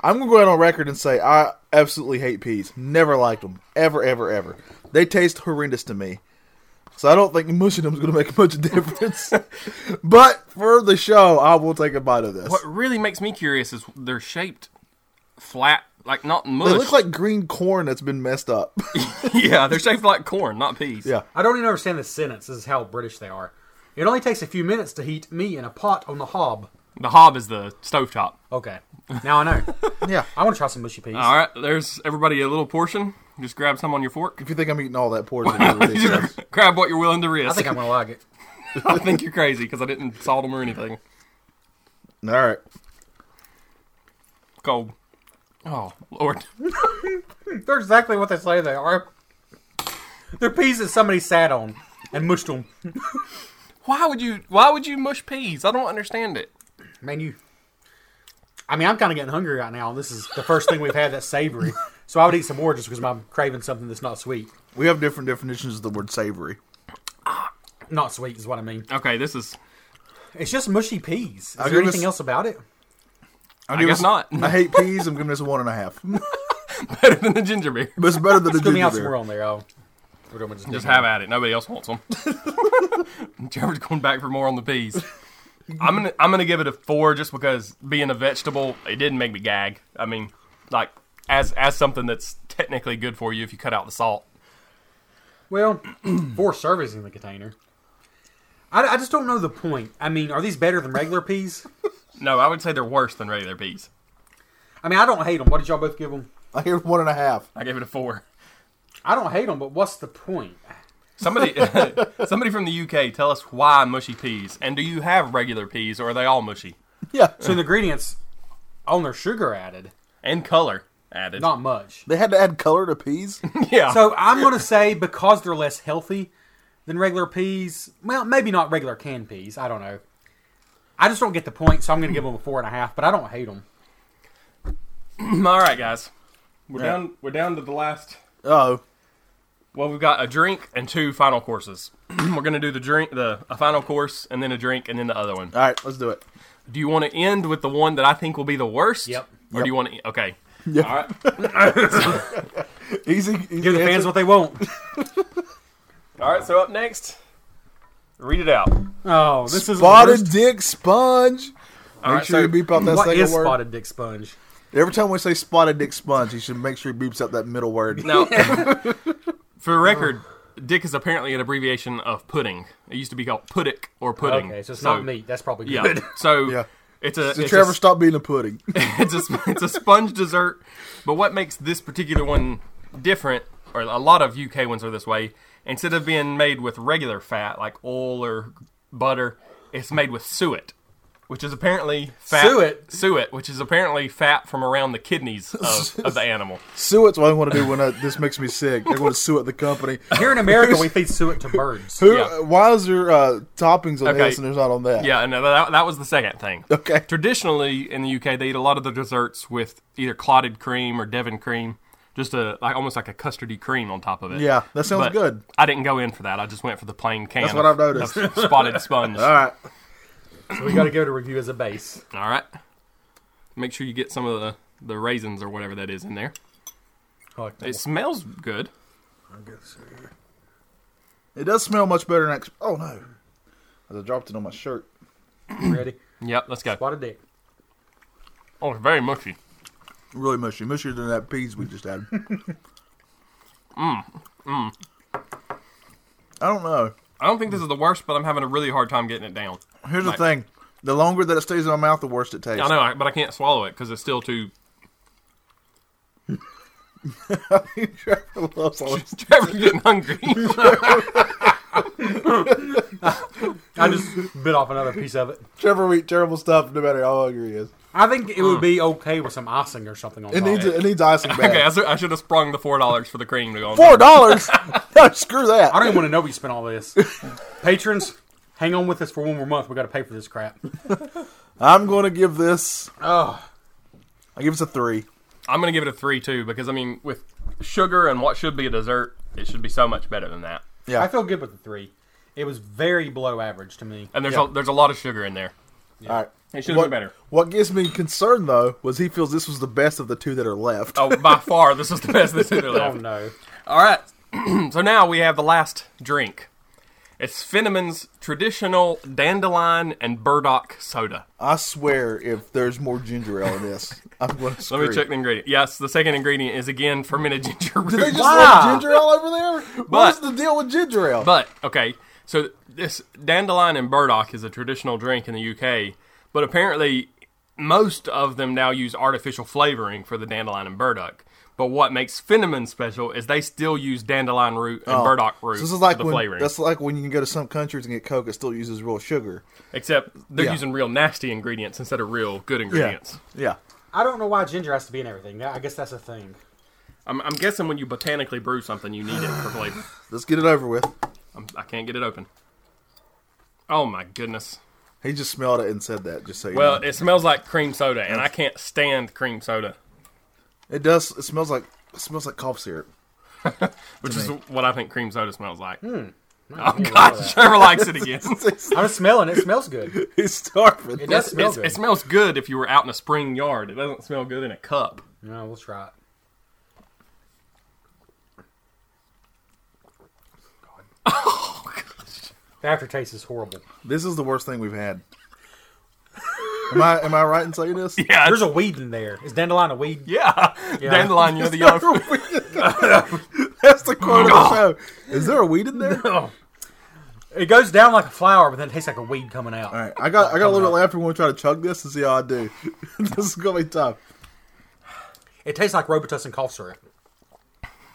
S2: I'm gonna go out on record and say I absolutely hate peas. Never liked them. Ever, ever, ever. They taste horrendous to me. So I don't think mushing them is gonna make much difference. but for the show, I will take a bite of this.
S4: what really makes me curious is they're shaped flat, like not mushed.
S2: They look like green corn that's been messed up.
S4: yeah, they're shaped like corn, not peas.
S2: Yeah.
S3: I don't even understand this sentence. This is how British they are. It only takes a few minutes to heat me in a pot on the hob.
S4: The hob is the stovetop.
S3: Okay, now I know.
S2: yeah.
S3: I want to try some mushy peas.
S4: All right, there's everybody a little portion. Just grab some on your fork.
S2: If you think I'm eating all that portion, it really is.
S4: grab what you're willing to risk.
S3: I think I'm gonna like it.
S4: I think you're crazy because I didn't salt them or anything.
S2: all right.
S4: Cold. Oh Lord.
S3: They're exactly what they say they are. They're peas that somebody sat on and mushed them.
S4: Why would you? Why would you mush peas? I don't understand it.
S3: Man, you. I mean, I'm kind of getting hungry right now. This is the first thing we've had that's savory. So I would eat some more just because I'm craving something that's not sweet.
S2: We have different definitions of the word savory.
S3: not not sweet is what I mean.
S4: Okay, this is.
S3: It's just mushy peas. Is
S2: I'll
S3: there
S2: give
S3: anything
S2: us-
S3: else about it?
S2: I,
S4: guess not.
S2: I hate peas. I'm giving this a one and a half. but
S4: better than the ginger beer.
S2: it's better than the
S3: Put me
S2: ginger
S3: out somewhere
S2: beer.
S3: on there. I'll, we're gonna just,
S4: Just have at it. Nobody else wants them. Trevor's going back for more on the peas. I'm gonna I'm gonna give it a four just because being a vegetable, it didn't make me gag. I mean, like as as something that's technically good for you if you cut out the salt.
S3: Well, four servings in the container. I, I just don't know the point. I mean, are these better than regular peas?
S4: No, I would say they're worse than regular peas.
S3: I mean, I don't hate them. What did y'all both give them?
S2: I give it one and a half.
S4: I gave it a four.
S3: I don't hate them, but what's the point?
S4: Somebody somebody from the UK, tell us why mushy peas, and do you have regular peas or are they all mushy?
S2: Yeah,
S3: So the ingredients on their sugar added,
S4: And color added.
S3: not much.
S2: they had to add color to peas.
S4: yeah.
S3: So I'm gonna say because they're less healthy than regular peas. Well, maybe not regular canned peas. I don't know. I just don't get the point, so I'm gonna give them a four and a half. But I don't hate them.
S4: all right, guys. We're down we're down to the last
S2: Oh,
S4: Well, we've got a drink and two final courses. We're gonna do the drink, the a final course, and then a drink, and then the other one.
S2: all right, let's do it.
S4: Do you want to end with the one that I think will be the worst?
S3: Yep.
S4: Or do you want to? Okay.
S2: Yeah.
S4: All right.
S2: Easy. easy
S3: Give the fans
S2: answer.
S3: what they want.
S4: All right. So up next, read it out.
S3: Oh, this is
S2: Spotted
S3: the worst.
S2: dick sponge.
S4: All
S2: make
S4: right,
S2: sure
S4: so-
S2: you beep out that
S3: What
S2: second
S3: is
S2: word.
S3: spotted dick sponge?
S2: Every time we say spotted dick sponge, you should make sure he beeps out that middle word.
S4: Now, for the record, Dick is apparently an abbreviation of pudding. It used to be called puddick or pudding.
S3: Okay, so it's not meat. That's probably good.
S4: Yeah. So
S2: Yeah.
S4: it's a
S2: So
S4: it's
S2: Trevor,
S4: a,
S2: stop being a pudding.
S4: it's a sp- it's a sponge dessert. But what makes this particular one different, or a lot of UK ones are this way. Instead of being made with regular fat like oil or butter, it's made with suet, which is apparently fat,
S3: Suet?
S4: suet, which is apparently fat from around the kidneys of, of the animal.
S2: Suet's what I want to do when I, this makes me sick. I want to sue at the company.
S3: Here in America, we feed suet to birds.
S2: Who?
S4: Yeah.
S2: Why is there uh, toppings on
S4: Okay.
S2: this and there's not on that?
S4: Yeah, and that, that was the second thing.
S2: Okay.
S4: Traditionally in the UK, they eat a lot of the desserts with either clotted cream or Devon cream, just a like almost like a custardy cream on top of it.
S2: Yeah, that sounds
S4: But
S2: good.
S4: I didn't go in for that. I just went for the plain can.
S2: That's what I've noticed.
S4: of Spotted sponge.
S2: All right.
S3: So we got to go to review as a base.
S4: All right. Make sure you get some of the, the raisins or whatever that is in there.
S3: I like that
S4: It smells good.
S2: It does smell much better than. ex- Oh no! As I dropped it on my shirt.
S3: one. Ready?
S4: Yep, let's go.
S3: Spotted dick.
S4: Oh, it's very mushy.
S2: Really mushy, mushier than that peas we just had. mm. Mm.
S4: Mm,
S2: I don't know.
S4: I don't think this is the worst, but I'm having a really hard time getting it down.
S2: Here's
S4: Like-
S2: the thing: the longer that it stays in my mouth, the worse it tastes.
S4: I know, I- but I can't swallow it because it's still too.
S2: Trevor loves all this.
S4: Trevor's getting hungry.
S3: I just bit off another piece of it.
S2: Trevor will eat terrible stuff no matter how hungry he is.
S3: I think it would be okay with some icing or something on
S2: It
S3: top.
S2: needs it needs icing bad.
S4: okay, I, should- I should have sprung the four dollars for the cream to go on.
S2: Four dollars? no, screw that.
S3: I don't even want to know we spent all this. Patrons, hang on with us for one more month. We got to pay for this crap.
S2: I'm going to give this.
S3: Oh,
S2: I give this a three.
S4: I'm gonna give it a three too because I mean, with sugar and what should be a dessert, it should be so much better than that.
S2: Yeah.
S3: I feel good with the three. It was very below average to me.
S4: And there's
S2: Yeah.
S4: a, there's a lot of sugar in there.
S2: All right.
S4: It should have
S2: What-
S4: been better.
S2: What gives me concern though was he feels this was the best of the two that are left.
S4: Oh, by far, this is the best this has
S3: Oh
S4: left.
S3: no!
S4: All right, so now we have the last drink. It's Finneman's traditional dandelion and burdock soda.
S2: I swear, if there's more ginger ale in this, I'm going to
S4: Let
S2: scream.
S4: me check the ingredient. Yes, the second ingredient is again fermented ginger root.
S2: Do they just
S3: Why?
S2: love ginger ale over there?
S4: But-
S2: What's the deal with ginger ale?
S4: But okay, so this dandelion and burdock is a traditional drink in the UK, but apparently most of them now use artificial flavoring for the dandelion and burdock. But what makes Finneman special is they still use dandelion root and burdock root
S2: Oh. this is like
S4: for the
S2: when
S4: flavoring,
S2: that's like when you can go to some countries and get Coke that still uses real sugar.
S4: except they're
S2: yeah.
S4: using real nasty ingredients instead of real good ingredients.
S2: Yeah.
S3: I don't know why ginger has to be in everything. That- I guess that's a thing.
S4: I'm, I'm guessing when you botanically brew something, you need it for flavor.
S2: Let's get it over with.
S4: I'm, I can't get it open. Oh my goodness.
S2: He just smelled it and said that. Just so you
S4: Well,
S2: know.
S4: it smells like cream soda, and I can't stand cream soda.
S2: it does. It smells like it smells like cough syrup.
S4: which is what I think cream soda smells like. Oh God, Trevor likes it again.
S3: I'm just smelling it. It smells good.
S2: He's starving.
S3: It does smell
S4: It's-
S3: good.
S4: it smells good if you were out in a spring yard. It doesn't smell good in a cup.
S3: no, we'll try it. The aftertaste is horrible.
S2: This is the worst thing we've had. Am I am I right in saying this?
S4: Yeah,
S3: There's a weed in there. Is dandelion a weed?
S4: yeah. Dandelion, you know the yellow. fruit.
S2: That's the quote of the show. Is there a weed in there?
S3: It goes down like a flower, but then it tastes like a weed coming out.
S2: All right, I got I got a little bit left. We want to try to chug this and see how I do. this is gonna be tough.
S3: It tastes like Robitussin cough syrup.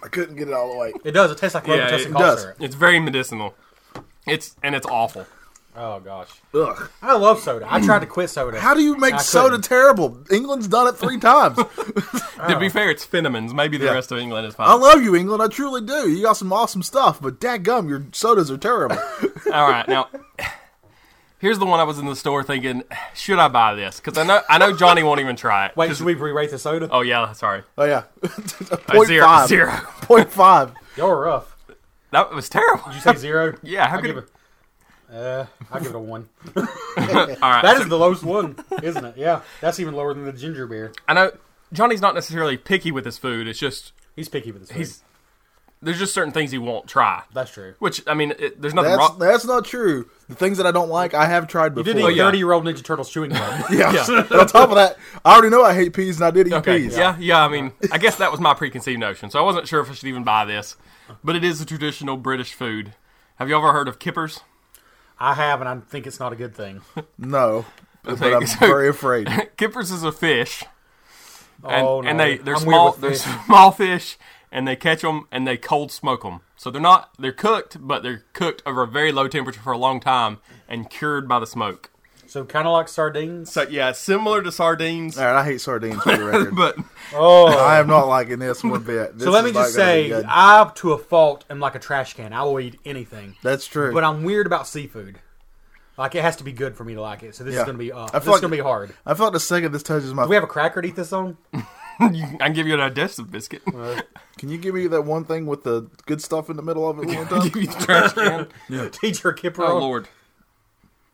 S2: I couldn't get it all the way.
S3: It does. It tastes like
S4: Yeah,
S3: Robitussin
S4: it
S3: cough
S2: does.
S3: syrup.
S4: It's very medicinal. It's and it's awful.
S3: Oh gosh,
S2: Ugh.
S3: I love soda. I tried to quit soda.
S2: How do you make
S3: I
S2: soda
S3: couldn't.
S2: terrible? England's done it three times.
S4: To be fair, it's Finnemans. Maybe the
S2: Yeah.
S4: rest of England is fine.
S2: I love you, England. I truly do. You got some awesome stuff, but dadgum, your sodas are terrible.
S4: All right, now here's the one I was in the store thinking, should I buy this? Because I know I know Johnny won't even try it.
S3: Wait, should we re-rate the soda?
S4: Oh yeah, sorry.
S2: oh yeah,
S4: Uh,
S2: point
S4: zero,
S2: five.
S4: zero.
S2: Point five.
S3: Y'all are rough.
S4: That was terrible.
S3: Did you say zero?
S4: Yeah, how
S3: I
S4: could
S3: give it. Uh, I give it a one.
S4: All right,
S3: That
S4: so
S3: is the lowest one, isn't it? Yeah, that's even lower than the ginger beer.
S4: I know Johnny's not necessarily picky with his food. It's just
S3: He's picky with his food.
S4: He's- there's just certain things he won't try.
S3: That's true.
S4: Which I mean, it, there's nothing
S2: That's
S4: wrong.
S2: that's not true. The things that I don't like, I have tried
S3: You did
S2: before.
S3: eat
S4: yeah.
S3: thirty-year-old Ninja Turtles chewing gum.
S2: yeah. And on top of that, I already know I hate peas, and I did eat
S4: Okay,
S2: peas.
S4: yeah, yeah. I mean, I guess that was my preconceived notion. So I wasn't sure if I should even buy this, but it is a traditional British food. Have you ever heard of kippers?
S3: I have, and I think it's not a good thing.
S2: No, but
S4: Okay,
S2: I'm
S4: so-
S2: very afraid.
S4: Kippers is a fish, and,
S3: oh no,
S4: and they they're
S3: I'm
S4: small.
S3: Weird
S4: They're
S3: with fish.
S4: small fish, and they catch them and they cold smoke them. So they're not they're cooked, but they're cooked over a very low temperature for a long time and cured by the smoke.
S3: So kind of like sardines.
S4: So yeah, similar to sardines,
S2: All right, I hate sardines for the record.
S4: but
S3: Oh,
S2: I am not liking this one bit. This
S3: so let
S2: is
S3: me
S2: not
S3: just
S2: gonna be
S3: say,
S2: good.
S3: I to a fault am like a trash can. I will eat anything,
S2: that's true.
S3: but I'm weird about seafood. Like it has to be good for me to like it. So this
S2: Yeah.
S3: is gonna be uh,
S2: I feel
S3: this
S2: like-
S3: is gonna be hard. Do
S2: I felt the second this touches my.
S3: we have a cracker to eat this on?
S4: you, I can give you an digestive biscuit.
S2: Can you give me that one thing with the good stuff in the middle of it one time?
S4: give you the trash can.
S3: Teacher Kipper.
S4: Oh
S3: on?
S4: Lord.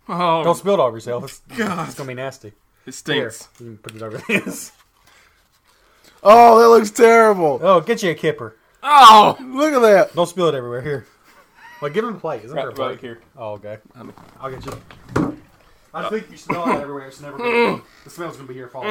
S4: Oh,
S3: Don't spill it over yourself. It's, it's gonna be nasty.
S4: it
S3: Here,
S4: stinks.
S3: you can put it over this.
S2: oh, that looks terrible.
S3: Oh, get you a kipper.
S4: Oh,
S2: Look at that.
S3: Don't spill it everywhere. Here. Like, give him a plate. Isn't there a
S4: right,
S3: plate?
S4: right here.
S3: Oh, okay. I'll get you. I think you smell it everywhere. It's never going to The smell's going to be here for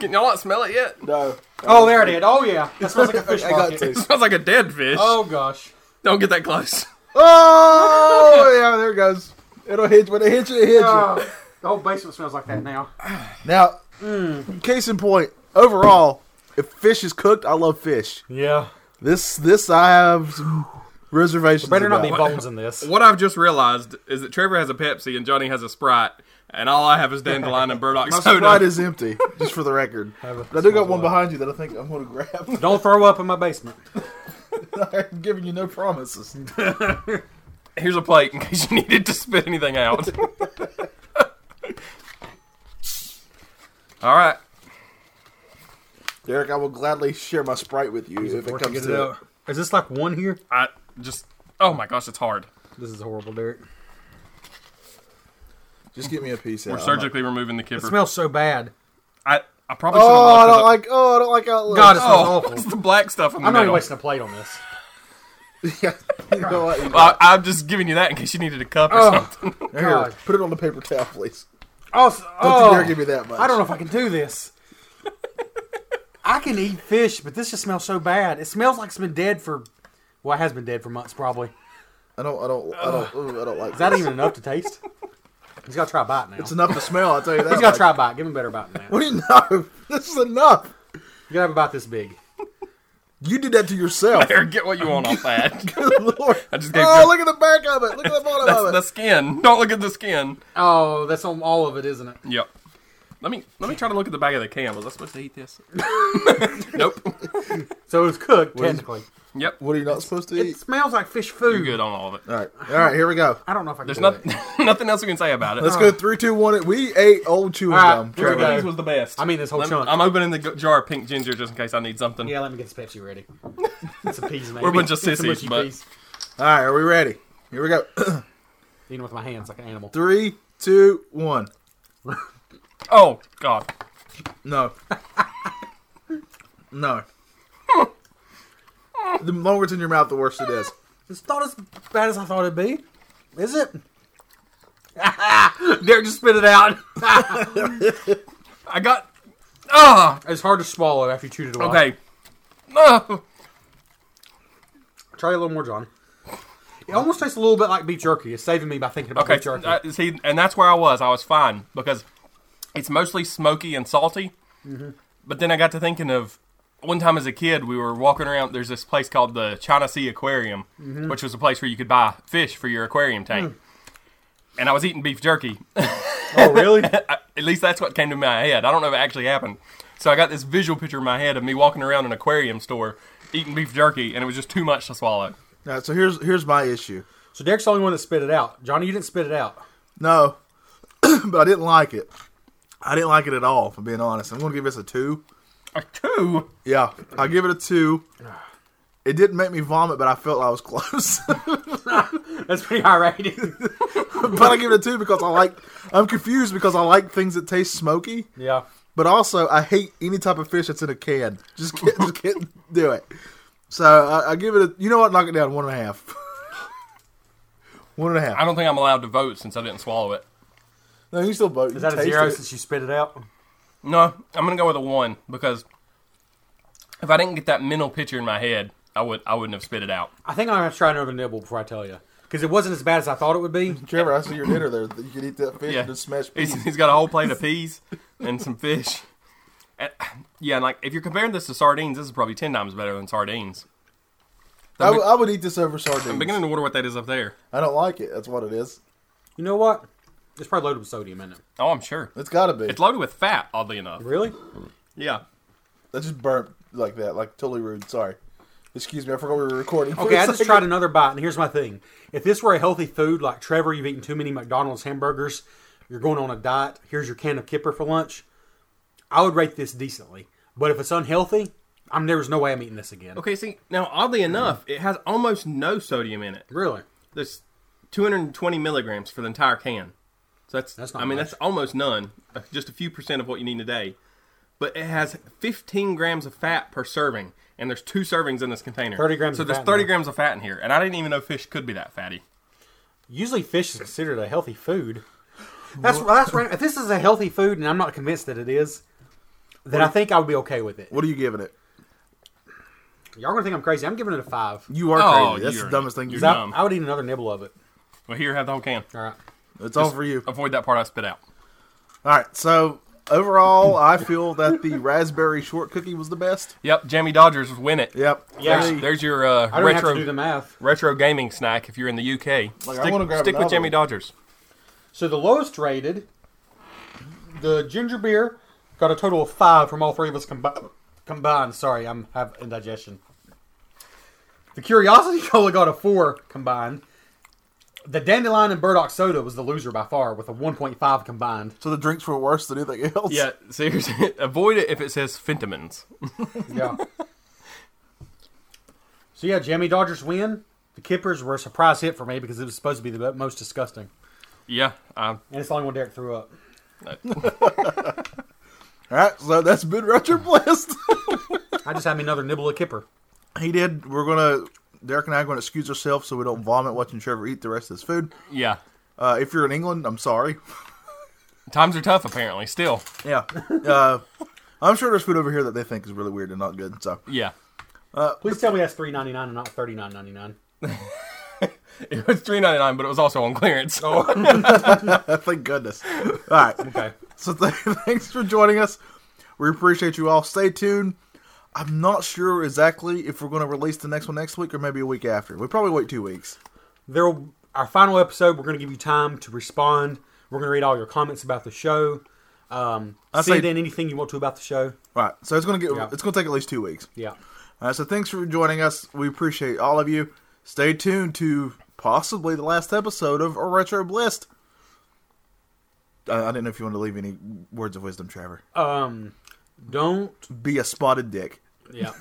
S4: Can y'all not smell it yet?
S2: No.
S3: Oh, there it is. Oh, yeah. That smells like a fish
S2: I got
S3: market.
S2: two.
S4: Smells like a dead fish.
S3: Oh, gosh.
S4: Don't get that close.
S2: Oh, yeah, there it goes. It'll hit you. When it hits you, it hits you.
S3: Oh, the whole basement smells like that now.
S2: Now,
S3: Hmm.
S2: case in point, overall, if fish is cooked, I love fish.
S3: Yeah.
S2: This, this I have some reservations
S3: Better not be
S2: about.
S3: bones in this.
S4: What I've just realized is that Trevor has a Pepsi and Johnny has a Sprite, and all I have is dandelion and burdock soda.
S2: Sprite is empty, just for the record.
S3: Have a-
S2: But I do got one behind you that I think I'm going to grab.
S3: Don't throw up in my basement.
S2: I'm giving you no promises.
S4: Here's a plate in case you needed to spit anything out. all right.
S2: Derek, I will gladly share my Sprite with you if it comes
S3: Get
S2: to
S3: it out. Is this like one here?
S4: I just. Oh my gosh, it's hard.
S3: This is horrible, Derek.
S2: Just get me a piece.
S4: We're surgically removing the
S3: It
S4: kipper.
S3: smells so bad.
S4: I, I probably should have
S2: Oh, I
S4: left
S2: don't
S4: it-
S2: like. Oh, I don't like how it looks.
S3: God, it smells
S4: Oh, it's
S3: awful.
S4: the black stuff in the
S3: I'm not even
S4: middle.
S3: wasting a plate on this.
S2: You know what?
S4: I, I'm just giving you that in case you needed a cup or something.
S2: Here,
S3: God.
S2: put it on the paper towel, please.
S3: Oh, s-
S2: Don't
S3: oh.
S2: you dare give me that much.
S3: I don't know if I can do this. I can eat fish, but this just smells so bad. It smells like it's been dead for, well, it has been dead for months probably.
S2: I don't. I don't. I don't. ooh, I don't like.
S3: Is that
S2: this.
S3: even enough to taste? He's got to try a bite now.
S2: It's enough to smell. I will tell you that.
S3: He's got to try a bite. Give him a better bite than that.
S2: What do you know? This is enough.
S3: You got to have a bite this big.
S2: You did that to yourself.
S4: Here, get what you want off that.
S2: Good Lord.
S4: I just gave
S2: Oh,
S4: you
S2: look at the back of it. Look at the bottom
S4: that's
S2: of it.
S4: the skin. Don't look at the skin.
S3: Oh, that's on all of it, isn't it?
S4: Yep. Let me let me try to look at the back of the can. Was I supposed to eat this? nope.
S3: So it's cooked, technically.
S4: Yep.
S2: What are you not supposed to
S3: It
S2: eat?
S3: smells like fish food.
S4: Good on all of it.
S2: All right. All right. Here we go.
S3: I don't know if I can
S4: There's
S3: do
S4: not,
S3: it.
S4: nothing else we can say about it.
S2: Let's go three, two, one. It. We ate old chewing
S3: All right,
S2: gum.
S3: here we
S2: Trevor.
S3: go.
S4: These was the best.
S3: I mean this whole
S4: Let me-
S3: chunk.
S4: I'm opening the g- jar of pink ginger just in case I need something.
S3: Yeah, let me get this Pepsi ready. It's a piece, maybe.
S4: We're a bunch of
S3: It's
S4: sissies,
S3: mushy
S4: but-
S3: piece.
S2: All right, are we ready? Here we go.
S3: Even with my hands like an animal.
S2: Three, two, one.
S4: Oh God.
S2: No. no. the longer it's in your mouth, the worse it is.
S3: It's not as bad as I thought it'd be, is it? Derek just spit it out.
S4: I got. Ah.
S3: It's hard to swallow after you chewed it away.
S4: Okay. Ah.
S3: Try a little more, John. It almost tastes a little bit like beef jerky. It's saving me by thinking about
S4: Okay.
S3: beef jerky.
S4: uh, see, and that's where I was. I was fine because it's mostly smoky and salty. Mm-hmm. But then I got to thinking of one time as a kid, we were walking around. There's this place called the China Sea Aquarium, which was a place where you could buy fish for your aquarium tank. And I was eating beef jerky.
S3: oh, really?
S4: At least that's what came to my head. I don't know if it actually happened. So I got this visual picture in my head of me walking around an aquarium store eating beef jerky, and it was just too much to swallow.
S2: All right, so here's here's my issue.
S3: so Derek's the only one that spit it out. Johnny, you didn't spit it out.
S2: No, but I didn't like it. I didn't like it at all. If I'm being honest, I'm going to give this a two.
S4: A two?
S2: Yeah, I give it a two. It didn't make me vomit, but I felt I was close.
S3: That's pretty high rating.
S2: but I give it a two because I like. I'm confused because I like things that taste smoky.
S3: yeah.
S2: But also, I hate any type of fish that's in a can. Just can't, just can't do it. So I, I give it a. You know what? Knock it down one and a half. one and a half.
S4: I don't think I'm allowed to vote since I didn't swallow it.
S2: no, you still vote.
S3: Is that a zero since you spit it out?
S4: No, I'm gonna go with a one because if I didn't get that mental picture in my head, I would I wouldn't have spit it out.
S3: I think I'm going to try another nibble before I tell you. Because it wasn't as bad as I thought it would be.
S2: Trevor, I see your dinner there. You can eat that fish
S4: Yeah,
S2: and just smash
S4: He's,
S2: peas.
S4: he's got a whole plate of peas and some fish. And, yeah, and like if you're comparing this to sardines, this is probably ten times better than sardines.
S2: I, w- I would eat this over
S4: I'm
S2: sardines.
S4: beginning to wonder what that is up there.
S2: I don't like it. That's what it is.
S3: You know what? It's probably loaded with sodium in it.
S4: Oh, I'm sure
S2: It's got to be.
S4: it's loaded with fat, oddly enough.
S3: Really?
S4: Yeah.
S2: That's just burnt like that. Like totally rude. Sorry. Excuse me. I forgot we were recording. for
S3: Okay,
S2: a
S3: I just
S2: second.
S3: tried another bite, and here's my thing. If this were a healthy food, like Trevor, you've eaten too many McDonald's hamburgers, you're going on a diet, here's your can of kipper for lunch, I would rate this decently. But if it's unhealthy, I'm there's no way I'm eating this again.
S4: Okay. See, now oddly enough, it has almost no sodium in it.
S3: Really?
S4: There's 220 milligrams for the entire can. So that's,
S3: That's not
S4: I mean,
S3: much.
S4: that's almost none, uh, just a few percent of what you need a day. But it has 15 grams of fat per serving, and there's two servings in this container.
S3: 30 grams
S4: So
S3: of
S4: there's
S3: fat in
S4: 30
S3: there.
S4: grams of fat in here, and I didn't even know fish could be that fatty.
S3: Usually, fish is considered a healthy food. That's that's right. If this is a healthy food, and I'm not convinced that it is, then I think I would be okay with it.
S2: What are you giving it?
S3: Y'all gonna think I'm crazy? I'm giving it a five.
S2: You are
S4: Oh,
S2: crazy. That's
S4: you're-
S2: the dumbest thing you've
S4: you're
S2: done.
S4: dumb.
S3: I, I would eat another nibble of it.
S4: Well, here, have the whole can.
S3: All right.
S2: It's all for you.
S4: Avoid that part I spit out.
S2: All right. So overall, I feel that the raspberry short cookie was the best.
S4: Yep, Jamie Dodgers win it.
S2: Yep.
S3: Yeah.
S2: Hey,
S4: There's, there's your uh,
S3: I don't have to do the
S4: retro
S3: math.
S4: retro gaming snack if you're in the UK.
S2: Like, I
S4: stick
S2: wanna grab
S4: stick
S2: another
S4: with Jamie
S2: one.
S4: Dodgers.
S3: So the lowest rated, the ginger beer, got a total of five from all three of us combi- combined. Sorry, I'm have indigestion. The curiosity cola got a four combined. The dandelion and burdock soda was the loser by far with a 1.5 combined.
S2: so the drinks were worse than anything else.
S4: Yeah, seriously, avoid it if it says Fentimans.
S3: Yeah. so yeah, Jamie Dodgers win. The kippers were a surprise hit for me because it was supposed to be the most disgusting,
S4: Yeah, uh, I,
S3: and it's the only one Derek threw up.
S2: All right. So that's been retro blessed.
S3: I just had me another nibble of kipper.
S2: he did. We're gonna. Derek and I are going to excuse ourselves so we don't vomit watching Trevor eat the rest of his food.
S4: yeah.
S2: Uh, if you're in England, I'm sorry.
S4: Times are tough, apparently. Still,
S2: Yeah. Uh, I'm sure there's food over here that they think is really weird and not good. So
S4: yeah.
S3: Please tell me that's three ninety nine and not thirty nine ninety nine.
S4: It was three ninety nine, but it was also on clearance.
S2: thank goodness. All right.
S3: Okay.
S2: So th- thanks for joining us. We appreciate you all. Stay tuned. I'm not sure exactly if we're going to release the next one next week or maybe a week after. We'll probably wait two weeks.
S3: There, will- our final episode. We're going to give you time to respond. We're going to read all your comments about the show. Um, send
S2: say-
S3: in anything you want to about the show.
S2: Right. So it's going to get
S3: Yeah.
S2: it's going to take at least two weeks.
S3: Yeah.
S2: Uh, so thanks for joining us. We appreciate all of you. Stay tuned to possibly the last episode of A Retro Blist. I, I didn't know if you wanted to leave any words of wisdom, Trevor.
S3: Um, don't.
S2: Be a spotted dick.
S3: Yeah.